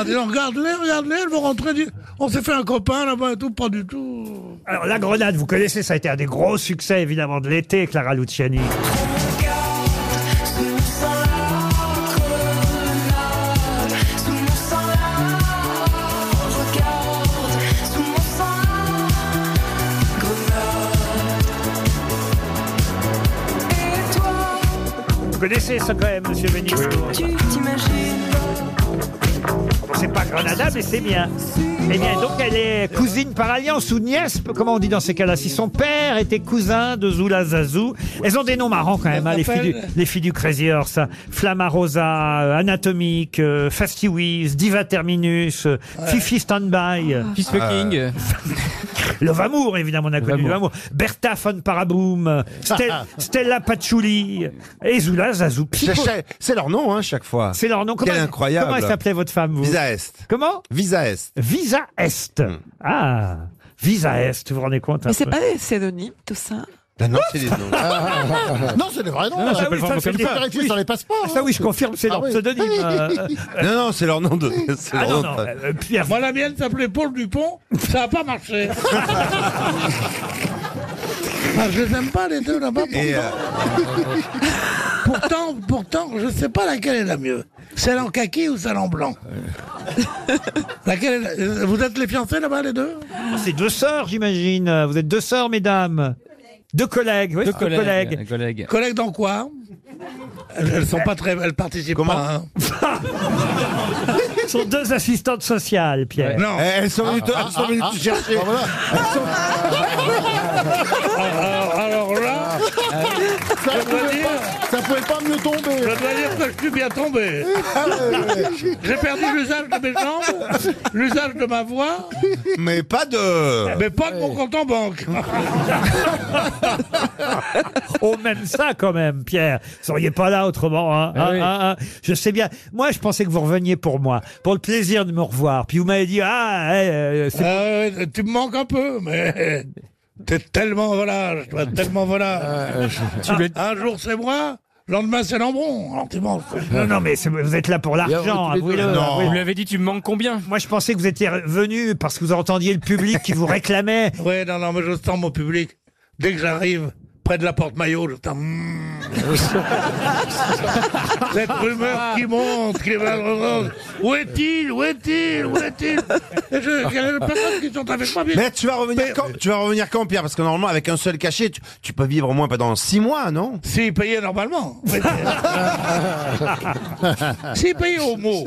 Speaker 6: dis donc, Regarde-les, regarde-les, elles vont rentrer. dis- On s'est fait un copain là-bas et tout, pas du tout.
Speaker 1: Alors, la grenade, vous connaissez, ça a été un des gros succès, évidemment, de l'été, Clara Luciani. Vous connaissez ça quand même, monsieur Benito. C'est pas Grenada, mais c'est bien. Eh bien, donc elle est cousine par alliance ou nièce, comment on dit dans ces cas-là Si son père était cousin de Zula Zazou, elles ont des noms marrants quand même, hein, les, filles du, les filles du Crazy Horse. hein. Flamma Rosa, euh, Anatomique, euh, Fasty Whiz, Diva Terminus, euh, Fifi Standby.
Speaker 3: Ah.
Speaker 1: euh,
Speaker 28: Fist fucking.
Speaker 1: euh, Love Amour, évidemment, on a connu Love Amour. Bertha von Paraboom, euh, Stel- Stella Paciuli, et Zula Zazou.
Speaker 3: C'est- c'est- C'est leur nom, hein, chaque fois.
Speaker 1: C'est leur nom. Comment,
Speaker 3: Quel incroyable.
Speaker 1: Comment elle s'appelait votre femme vous
Speaker 3: Visa Est.
Speaker 1: Comment
Speaker 3: Visa Est. Hmm.
Speaker 1: Visa Est. Ah, Visa Est, vous vous rendez compte un
Speaker 2: Mais c'est
Speaker 1: peu.
Speaker 2: pas des pseudonymes, tout ça
Speaker 3: Ben non, c'est les noms.
Speaker 38: non, c'est des vrais noms.
Speaker 1: Non, non,
Speaker 3: Ah
Speaker 1: ça peut le
Speaker 38: ça,
Speaker 1: faire
Speaker 38: c'est
Speaker 1: comme ça.
Speaker 38: vérifié
Speaker 1: Oui.
Speaker 38: sur les passeports.
Speaker 1: Ah, ça,
Speaker 3: hein.
Speaker 1: oui, je confirme, c'est leur pseudonyme, euh,
Speaker 3: Ah Non, non, c'est leur nom de. c'est
Speaker 6: Ah
Speaker 3: leur
Speaker 6: non,
Speaker 3: nom
Speaker 6: non,
Speaker 3: de-
Speaker 6: Moi, la mienne s'appelait Paul Dupont, ça n'a pas marché. Ah, je les aime pas les deux là-bas. Pourtant,
Speaker 3: Et, euh,
Speaker 6: pourtant, pourtant, je sais pas laquelle est la mieux. Celle en kaki ou celle en blanc Laquelle est la- euh, Vous êtes les fiancés là-bas les deux
Speaker 1: Oh, C'est deux sœurs, j'imagine. Vous êtes deux sœurs, mesdames. Deux collègues, oui,
Speaker 6: Deux
Speaker 1: deux
Speaker 6: collègues,
Speaker 1: collègues.
Speaker 28: collègues.
Speaker 6: Collègues dans quoi elles, elles sont pas très, elles participent pas. hein.
Speaker 1: Ce Ah. sont deux assistantes sociales, Pierre.
Speaker 6: Non.
Speaker 3: Eh,
Speaker 6: Ah,
Speaker 3: Elles sont venues te, elles sont venues te chercher.
Speaker 6: Alors, Ah, alors là, je dois dire,
Speaker 38: Ça pouvait pas mieux tomber.
Speaker 6: je dois dire que je suis bien tombé.
Speaker 3: Ah,
Speaker 6: J'ai perdu l'usage de mes jambes, l'usage de ma voix,
Speaker 1: euh.
Speaker 3: Mais pas de.
Speaker 6: mais pas de mon compte en banque. Ah,
Speaker 1: Oh, même ça, quand même, Pierre. Vous seriez pas là autrement. Hein,
Speaker 28: Ah
Speaker 1: hein, hein, hein. Je sais bien. Moi, je pensais que vous reveniez pour moi, pour le plaisir de me revoir. Puis vous m'avez dit, ah, eh, euh, c'est-
Speaker 6: Euh, tu me manques un peu, mais t'es tellement volage, toi, tellement
Speaker 3: Ah, euh,
Speaker 6: volage. Ah, un jour c'est moi, le lendemain c'est Lambron. Alors tu manques.
Speaker 1: non, non, mais c'est- vous êtes là pour l'argent. avouez-le, avouez-le.
Speaker 28: Vous lui avez dit, tu me manques combien
Speaker 1: Moi, je pensais que vous étiez venu parce que vous entendiez le public qui vous réclamait.
Speaker 6: Ouais, non, non, mais je sens mon public. Dès que j'arrive près de la porte maillot, je sens. mm. Cette rumeur qui monte, qui malheureuse. Où est-il Où est-il Où est-il Et je- Il y a des personnes qui sont avec moi. mais-
Speaker 3: Mais tu vas revenir quand, tu vas revenir quand Pierre Parce que normalement, avec un seul cachet, tu, tu peux vivre au moins pendant 6 mois, non
Speaker 6: S'ils payaient normalement. Mais- S'ils payaient au mot.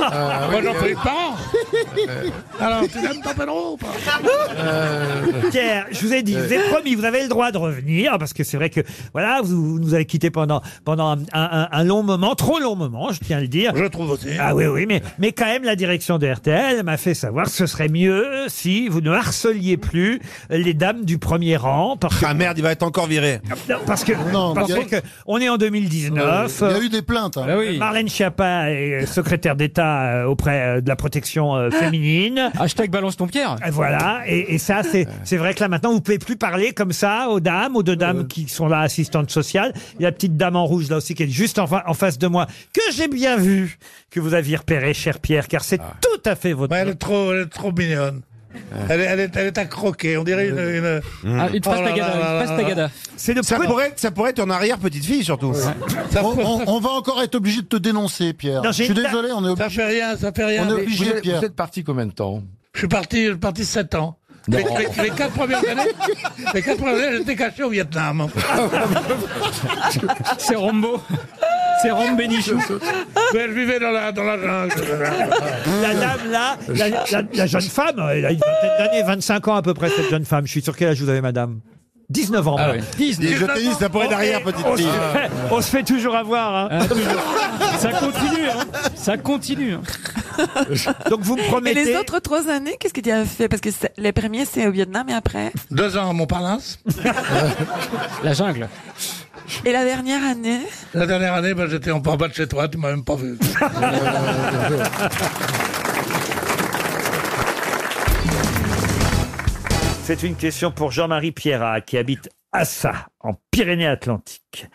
Speaker 3: Ah,
Speaker 6: Moi, j'en paye par an. Alors, tu n'aimes pas Pedro ou pas
Speaker 1: Euh, Pierre, je vous ai dit, je vous
Speaker 3: Euh.
Speaker 1: ai promis, vous avez le droit de revenir, parce que c'est vrai que, voilà, vous, vous nous avez quittés pendant, pendant un, un- un long moment, trop long moment, je tiens à le dire.
Speaker 6: Je trouve aussi.
Speaker 1: Ah oui, oui, mais, mais quand même, la direction de RTL m'a fait savoir que ce serait mieux si vous ne harceliez plus les dames du premier rang, parce que...
Speaker 3: Ah merde, il va être encore viré.
Speaker 1: non, parce que,
Speaker 38: Non,
Speaker 1: parce
Speaker 38: il y a-
Speaker 1: que on est en 2019.
Speaker 38: Il y a eu des plaintes.
Speaker 7: Bah
Speaker 28: Ah
Speaker 38: hein.
Speaker 1: Marlène Schiappa est euh, secrétaire d'État euh, auprès euh, de la protection euh, féminine.
Speaker 28: Hashtag balance ton pierre.
Speaker 1: Euh, Voilà, et, et ça, c'est c'est vrai que là maintenant, vous pouvez plus parler comme ça aux dames, aux deux dames qui sont là, assistantes sociales. Il y a la petite dame en rouge là aussi qui est juste en, fa- en face de moi, que j'ai bien vu, que vous aviez repéré, cher Pierre, car c'est tout à fait votre.
Speaker 6: Ouais, elle, est trop, elle est trop mignonne. Elle est, elle, est, elle est à croquer, on dirait une. une...
Speaker 1: Ah,
Speaker 28: Une
Speaker 6: Oh là là là là là.
Speaker 1: C'est le
Speaker 3: Ça
Speaker 1: pre-
Speaker 3: pourrait, être- ça pourrait être ton arrière-petite fille, surtout.
Speaker 6: Ça,
Speaker 38: On, on-
Speaker 6: fait-
Speaker 38: on va encore être obligé de te dénoncer, Pierre.
Speaker 1: Non,
Speaker 38: je
Speaker 1: j'ai
Speaker 38: suis
Speaker 1: une-
Speaker 38: désolé, on est
Speaker 6: ça
Speaker 38: obligé.
Speaker 6: fait rien, ça fait rien.
Speaker 38: On est
Speaker 6: Mais
Speaker 38: obligé,
Speaker 31: Vous êtes,
Speaker 38: Pierre.
Speaker 31: vous êtes parti combien de temps
Speaker 6: Je suis parti, je suis parti 7 ans. Les, les- les quatre premières années, les quatre premières années, j'étais caché au Vietnam.
Speaker 28: C'est Rombo. C'est Rom Bénichou.
Speaker 6: Mais je vivais dans la, dans la jungle.
Speaker 3: Ah.
Speaker 1: La dame là, la, la- la jeune femme, euh, elle a une vingtaine d'années, 25 ans à peu près, cette jeune femme. Je suis sûr qu'elle âge vous avez, madame 19 ans. madame.
Speaker 3: Et je te dis, ça pourrait être l'arrière-petite
Speaker 1: On se,
Speaker 3: fille.
Speaker 1: fait, on se fait toujours avoir. hein.
Speaker 28: Ça continue, hein. Ça continue. hein.
Speaker 1: Donc vous me promettez.
Speaker 2: Et les autres trois années, qu'est-ce que tu as fait Parce que c'est- les premiers, c'est au Vietnam et après.
Speaker 6: Deux ans à Montparnasse.
Speaker 28: La jungle.
Speaker 2: Et la dernière année
Speaker 6: La dernière année, ben, j'étais en en bas de chez toi, tu m'as même pas vu.
Speaker 1: C'est une question pour Jean-Marie Pierrat qui habite Assa, en Pyrénées-Atlantiques.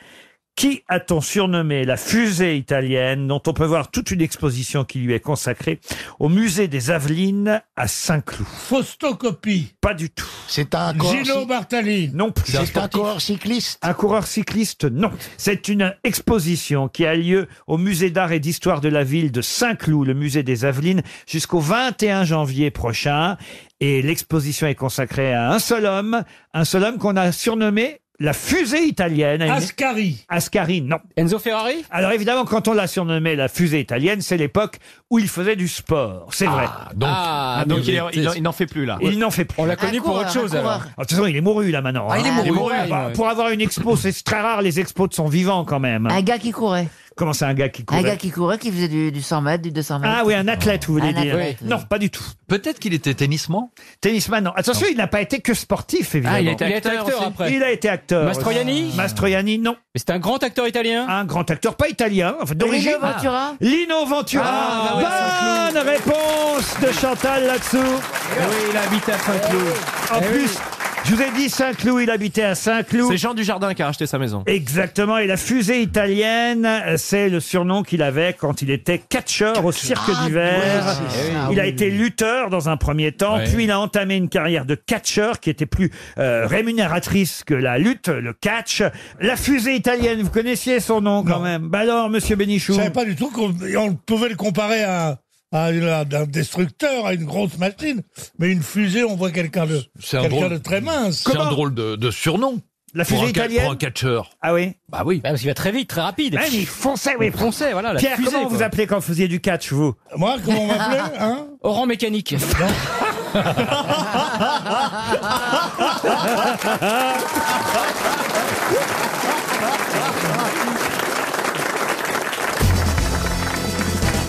Speaker 1: Qui a-t-on surnommé la fusée italienne dont on peut voir toute une exposition qui lui est consacrée au musée des Avelines à Saint-Cloud Faustocopie Pas du tout. C'est un
Speaker 6: coureur Gino cyc-
Speaker 1: Bartali Non plus.
Speaker 6: C'est un
Speaker 1: coureur cycliste Un coureur cycliste, non. C'est une exposition qui a lieu au musée d'art et d'histoire de la ville de Saint-Cloud, le musée des Avelines, jusqu'au 21 janvier prochain. Et l'exposition est consacrée à un seul homme, un seul homme qu'on a surnommé la fusée italienne. Ascari. Ascari, non. Enzo Ferrari Alors évidemment, quand on l'a surnommé la fusée italienne, c'est l'époque où il faisait du sport, c'est vrai.
Speaker 28: Ah, donc il, est- il en- il n'en fait plus là.
Speaker 1: Il n'en fait plus.
Speaker 28: On l'a connu Un pour autre coureur, chose, un alors. coureur.
Speaker 1: Ah, De toute façon, il est mouru là maintenant.
Speaker 28: Ah, il est mouru.
Speaker 1: Ah, bah,
Speaker 28: ouais.
Speaker 1: Pour avoir une expo, c'est très rare les expos de son vivant quand même.
Speaker 11: Un gars qui courait.
Speaker 1: Comment c'est un gars qui
Speaker 11: Un
Speaker 1: courait
Speaker 11: gars qui courait, qui faisait du, du 100 mètres, du 200 mètres.
Speaker 1: Ah oui, un athlète, vous voulez
Speaker 11: Un
Speaker 1: dire
Speaker 11: athlète, oui.
Speaker 1: Non, pas du tout. Peut-être qu'il était tennisman Tennisman, non. Attention, il n'a pas été que sportif, évidemment.
Speaker 20: Ah, il a été Il a été acteur acteur aussi. après.
Speaker 1: Il a été acteur.
Speaker 20: Mastroianni
Speaker 1: aussi. Mastroianni, non. Mais c'est un grand acteur italien Un grand acteur, pas italien, enfin, d'origine.
Speaker 11: Lino Ventura
Speaker 1: Lino Ventura.
Speaker 20: Ah, bah ouais,
Speaker 1: Bonne réponse de Chantal là-dessous. oui, il habite à Saint-Cloud. En plus, je vous ai dit Saint-Cloud, il habitait à Saint-Cloud.
Speaker 28: C'est Jean Dujardin qui a racheté sa maison.
Speaker 1: Exactement, et la fusée italienne, euh, c'est le surnom qu'il avait quand il était catcheur au cirque
Speaker 20: Ah,
Speaker 1: d'hiver.
Speaker 20: ouais, c'est ça,
Speaker 1: il a
Speaker 20: oui,
Speaker 1: été lutteur dans un premier temps,
Speaker 20: Ouais.
Speaker 1: puis il a entamé une carrière de catcheur qui était plus euh, rémunératrice que la lutte, le catch. La fusée italienne, vous connaissiez son nom quand même. Bah alors, monsieur Bénichou.
Speaker 6: Je savais pas du tout qu'on on pouvait le comparer à, à une- à un destructeur, à une grosse machine. Mais une fusée, on voit quelqu'un de,
Speaker 14: C'est un
Speaker 6: quelqu'un
Speaker 14: drôle-
Speaker 6: de très mince.
Speaker 14: C'est un drôle de, de surnom.
Speaker 1: La
Speaker 14: Pour
Speaker 1: fusée
Speaker 14: un ca-
Speaker 1: italienne
Speaker 14: Pour un catcheur.
Speaker 1: Ah oui
Speaker 14: Bah oui.
Speaker 20: parce qu'il va très vite, très rapide.
Speaker 1: Ouais, mais il fonçait, oui.
Speaker 20: Il fonçait, voilà. La
Speaker 1: Pierre,
Speaker 20: fusée,
Speaker 1: comment
Speaker 20: quoi.
Speaker 1: vous appelez quand vous faisiez du catch, vous
Speaker 6: Moi, comment on
Speaker 20: m'appelait,
Speaker 6: hein
Speaker 20: Oran mécanique.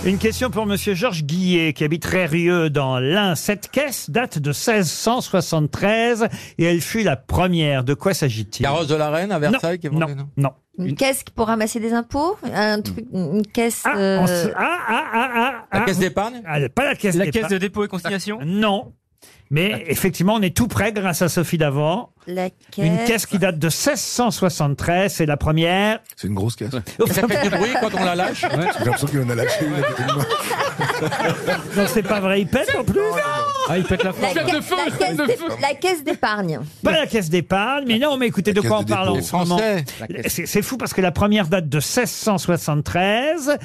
Speaker 1: Une question pour Monsieur Georges Guillet, qui habite Rieux dans l'Ain. Cette caisse date de 1673 et elle fut la première. De quoi s'agit-il Carrosse de la Reine à Versailles Non, non, non.
Speaker 37: Une caisse pour ramasser des impôts Un truc, une caisse. euh,
Speaker 1: on s- ah, ah, ah, ah,
Speaker 20: caisse
Speaker 1: d'épargne Pas la caisse
Speaker 20: La
Speaker 1: d'épargne. Euh,
Speaker 20: caisse de dépôt et consignation
Speaker 1: Non. Mais effectivement, on est tout près grâce à Sophie Davant.
Speaker 37: La caisse.
Speaker 1: Une caisse qui date de 1673, c'est la première.
Speaker 10: C'est une grosse caisse.
Speaker 1: Ça fait du bruit quand on la lâche. Ouais.
Speaker 10: J'ai l'impression qu'il en a lâché une. avec une main.
Speaker 1: Non, c'est pas vrai, il pète en plus.
Speaker 20: Ah, il pète la
Speaker 37: La, ca- la caisse d'ép- la caisse d'épargne.
Speaker 1: Pas la caisse d'épargne, mais non, mais écoutez, de
Speaker 10: caisse
Speaker 1: quoi on
Speaker 10: de
Speaker 1: parle en
Speaker 10: dépôt.
Speaker 1: ce moment
Speaker 10: Français.
Speaker 1: C'est c'est fou parce que la première date de 1673.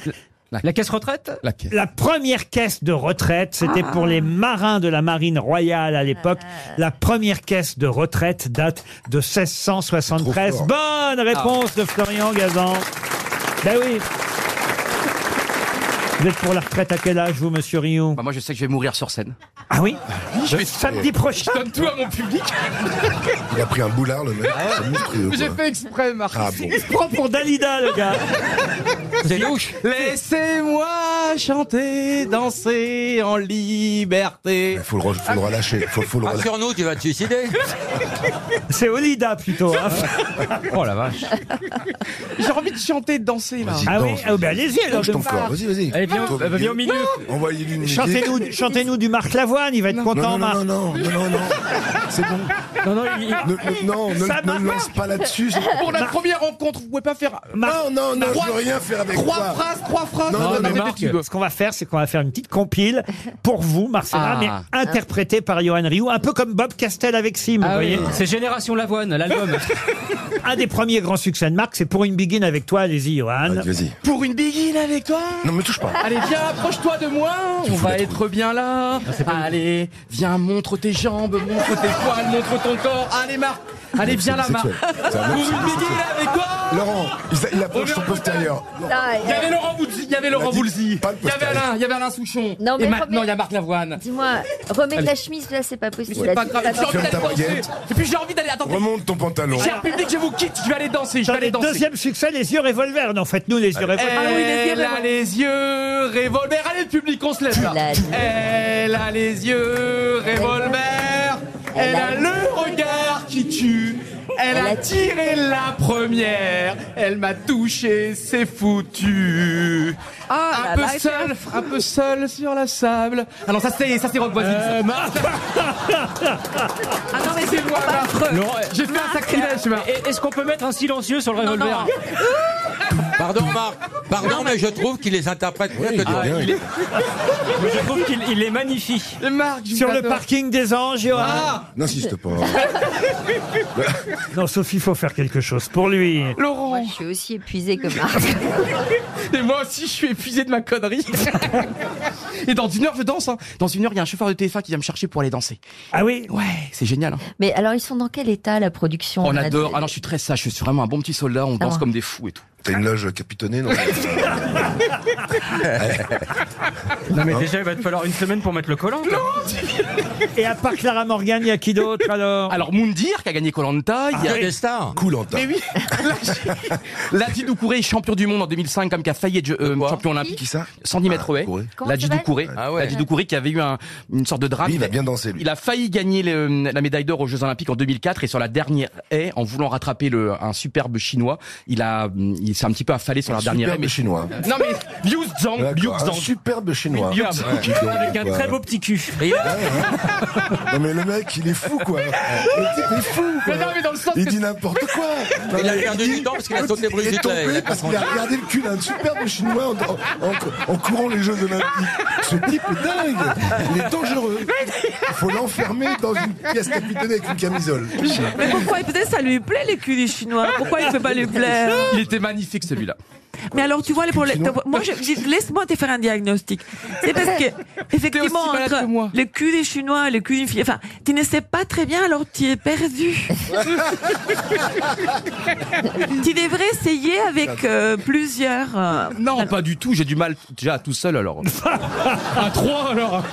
Speaker 20: La, caisse retraite
Speaker 10: La caisse.
Speaker 1: La première caisse de retraite, c'était
Speaker 20: Ah.
Speaker 1: pour les marins de la marine royale à l'époque. La première caisse de retraite date de 1673.
Speaker 20: Trop fort.
Speaker 1: Bonne réponse de Florian Gazan. Ben oui. Vous êtes pour la retraite à quel âge, vous, monsieur Rion
Speaker 20: Bah, Moi, je sais que je vais mourir sur scène.
Speaker 1: Ah oui
Speaker 10: Je vais-
Speaker 1: Samedi prochain
Speaker 20: Donne tout à mon public.
Speaker 10: Il a pris un boulard, le mec. C'est monstrueux. quoi.
Speaker 20: fait exprès, Marc.
Speaker 10: Ah bon.
Speaker 1: Il se prend pour Dalida, le gars.
Speaker 20: Laissez-moi chanter, danser en liberté.
Speaker 10: Faut le, re- faut le relâcher. Faut, faut le relâcher.
Speaker 20: nous, tu vas te suicider.
Speaker 1: C'est Olida plutôt. hein.
Speaker 20: oh la vache. J'ai envie de chanter, de danser là.
Speaker 1: Ah oui, ah, ben allez-y alors.
Speaker 10: Bouge ton corps. Vas-y, vas-y.
Speaker 20: Allez, viens,
Speaker 10: Ton-
Speaker 20: bah, viens au milieu.
Speaker 10: Envoyez-lui une musique.
Speaker 1: Chantez-nous chantez du Marc Lavoine, il va être
Speaker 10: Non, non,
Speaker 1: content, Marc.
Speaker 10: non, non, non, non, non. C'est bon.
Speaker 20: Non, non,
Speaker 10: Ne, ne- non, ne,
Speaker 1: Ça
Speaker 10: ne
Speaker 1: marche.
Speaker 10: le lance pas là-dessus. c'est-
Speaker 20: Pour la première rencontre, vous pouvez pas faire. euh,
Speaker 10: Non, non, non,
Speaker 20: Trois-
Speaker 10: je veux rien faire avec
Speaker 20: Trois
Speaker 10: toi.
Speaker 20: phrases, trois phrases.
Speaker 10: Non, non, non,
Speaker 20: Ah, mais
Speaker 10: non.
Speaker 20: Marc,
Speaker 1: Ce qu'on va faire, c'est qu'on va faire une petite compile pour vous, Marcella,
Speaker 20: Ah.
Speaker 1: mais interprétée par Johan Rioux, un peu comme Bob Castel avec Sim, vous
Speaker 20: Ah oui,
Speaker 1: voyez.
Speaker 20: c'est Génération Lavoine, l'album.
Speaker 1: Un des premiers grands succès de Marc, c'est pour une begin avec toi, allez-y, Johan.
Speaker 10: Vas-y.
Speaker 20: Pour une biguine avec toi
Speaker 10: Non, me touche pas.
Speaker 20: Allez, viens, approche-toi de moi, on va être bien là. Allez, viens, montre tes jambes, montre tes poils, montre ton corps. Allez, Marc, allez, viens là,
Speaker 10: C'est
Speaker 20: Marc.
Speaker 10: sexuel. C'est un
Speaker 20: Pour
Speaker 10: homme,
Speaker 20: une
Speaker 10: c'est
Speaker 20: biguine
Speaker 10: sexuel.
Speaker 20: avec toi
Speaker 10: Laurent, il, s- il approche son postérieur.
Speaker 20: Il y avait Laurent Boulzy, il y avait Laurent
Speaker 10: dit
Speaker 20: Boulzy,
Speaker 10: pas de
Speaker 20: il y avait
Speaker 10: postérieur.
Speaker 20: Alain, il y avait Alain Souchon.
Speaker 37: Non, mais
Speaker 20: Et maintenant,
Speaker 37: remets-
Speaker 20: il y a Marc Lavoine.
Speaker 37: Dis-moi, remets
Speaker 20: Allez.
Speaker 37: ta chemise là, c'est pas possible.
Speaker 20: C'est
Speaker 37: là,
Speaker 20: pas
Speaker 37: tu
Speaker 20: grave,
Speaker 37: peux
Speaker 20: j'ai envie
Speaker 10: Ferme
Speaker 20: d'aller
Speaker 10: ta
Speaker 20: danser.
Speaker 10: baguette.
Speaker 20: Et puis j'ai envie d'aller, attendez.
Speaker 10: Remonte ton pantalon.
Speaker 20: Cher public, je vous quitte, je vais aller danser, je
Speaker 1: Dans
Speaker 20: vais aller
Speaker 1: les
Speaker 20: danser.
Speaker 1: deuxième succès, les yeux revolver. Non, faites-nous les yeux revolver.
Speaker 10: Ah
Speaker 20: Elle a les yeux revolver. Allez, le public, on se lève là. Elle a les yeux revolver. Elle a le regard qui tue. Elle a tiré la première, elle m'a touché, c'est foutu.
Speaker 2: Ah,
Speaker 20: un
Speaker 2: là, là,
Speaker 20: peu
Speaker 2: elle fait la
Speaker 20: seul, un peu seul sur la sable. Ah non, ça c'est ça c'est rock voisine.
Speaker 39: Euh,
Speaker 20: ça.
Speaker 2: Ah non, mais c'est loin, affreux.
Speaker 20: Non, J'ai fait un sacrilège, Marc.
Speaker 39: euh, Est-ce qu'on peut mettre un silencieux sur le
Speaker 2: Non,
Speaker 39: revolver
Speaker 2: non.
Speaker 8: Pardon, Marc. Pardon, mais je trouve qu'il les interprète mieux que
Speaker 39: Ah,
Speaker 8: d'autres.
Speaker 39: il est- Je trouve qu'il il est magnifique.
Speaker 1: Sur le parking des anges, Johan.
Speaker 39: Ah
Speaker 7: N'insiste pas.
Speaker 1: Non, Sophie, faut faire quelque chose pour lui.
Speaker 20: Laurent
Speaker 40: Moi, je suis aussi épuisée que Marc.
Speaker 20: Et moi aussi, je suis épuisé de ma connerie. Et dans une heure, je danse. hein. Dans une heure, il y a un chauffeur de TF1 qui vient me chercher pour aller danser.
Speaker 1: Ah oui
Speaker 20: Ouais, c'est génial. hein.
Speaker 19: Mais alors, ils sont dans quel état la production
Speaker 20: On
Speaker 19: là, de-
Speaker 20: adore. Ah non, je suis très sage. Je suis vraiment un bon petit soldat. On danse
Speaker 19: ouais.
Speaker 20: comme des fous et tout.
Speaker 7: T'as une loge capitonnée, non
Speaker 39: Non, mais déjà, il va te falloir une semaine pour mettre le collant. toi.
Speaker 1: Et à part Clara Morgan, il y a qui d'autre alors
Speaker 20: Alors Moundir qui a gagné Colanta, il y a
Speaker 1: Ah, des
Speaker 20: stars.
Speaker 7: Koh-Lanta.
Speaker 20: Mais oui. Ladi Doucouré, champion du monde en 2005 comme qui a failli être euh, champion olympique.
Speaker 7: Qui ça Ah,
Speaker 20: 110 mètres haies.
Speaker 7: Comment
Speaker 20: Ladi
Speaker 7: s'appelle
Speaker 20: Doucouré.
Speaker 7: Ah ouais.
Speaker 20: Ladi Doucouré qui avait eu un- une sorte de drame.
Speaker 7: Lui, il a bien dansé, lui.
Speaker 20: Il a failli gagner le- la médaille d'or aux Jeux Olympiques en 2004 et sur la dernière haie, en voulant rattraper le, un superbe chinois, il a, il s'est un petit peu affalé sur la dernière haie.
Speaker 7: Superbe
Speaker 20: mais-
Speaker 7: chinois.
Speaker 20: Non mais Liu Zhang, Liu
Speaker 7: D'accord, un
Speaker 20: Zhang.
Speaker 7: superbe chinois.
Speaker 20: Liu Zhang.
Speaker 7: Dis donc,
Speaker 39: Avec un
Speaker 7: quoi.
Speaker 39: très beau petit cul.
Speaker 7: Non mais le mec, il est fou quoi. Le type est fou. Quoi.
Speaker 20: Mais non, mais dans le sens
Speaker 7: il
Speaker 20: que-
Speaker 7: dit n'importe quoi. Non,
Speaker 8: Il a
Speaker 7: mais
Speaker 8: perdu
Speaker 7: il-
Speaker 8: du temps parce qu'il a
Speaker 7: il
Speaker 8: sauté
Speaker 7: est
Speaker 8: Brigitte
Speaker 7: tombé
Speaker 8: Lahaye, il a pas
Speaker 7: parce qu'il a
Speaker 8: compris.
Speaker 7: regardé le cul d'un superbe chinois en, en- en courant les Jeux Olympiques. Ce type est dingue. Il est dangereux. Faut l'enfermer dans une pièce capitonnée avec une camisole.
Speaker 2: Mais pourquoi peut-être ça lui plaît les culs des Chinois Pourquoi il ne peut pas lui plaire
Speaker 20: Il était magnifique celui-là.
Speaker 2: Mais alors tu vois les problèmes. Moi je dis, laisse-moi te faire un diagnostic. C'est parce que effectivement
Speaker 20: T'es aussi malade
Speaker 2: entre
Speaker 20: que moi.
Speaker 2: le cul des Chinois, le cul d'une fille, enfin tu ne sais pas très bien alors tu es perdu. tu devrais essayer avec euh, plusieurs. euh,
Speaker 20: Non, pas du tout. J'ai du mal déjà tout seul alors. à trois alors.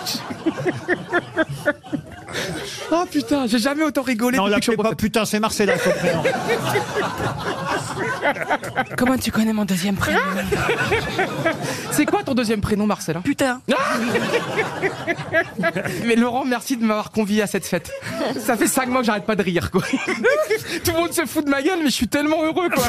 Speaker 20: oh putain, j'ai jamais autant rigolé.
Speaker 1: Non,
Speaker 20: depuis
Speaker 1: là,
Speaker 20: que je
Speaker 1: c'est pas putain, c'est Marcella, faut prendre.
Speaker 2: Comment tu connais mon deuxième prénom
Speaker 20: suis- C'est quoi ton deuxième prénom, Marcel hein Ah
Speaker 2: Putain.
Speaker 20: Mais Laurent, merci de m'avoir convié à cette fête. Ça fait cinq mois que j'arrête pas de rire quoi. tout le monde se fout de ma gueule, mais je suis tellement heureux quoi.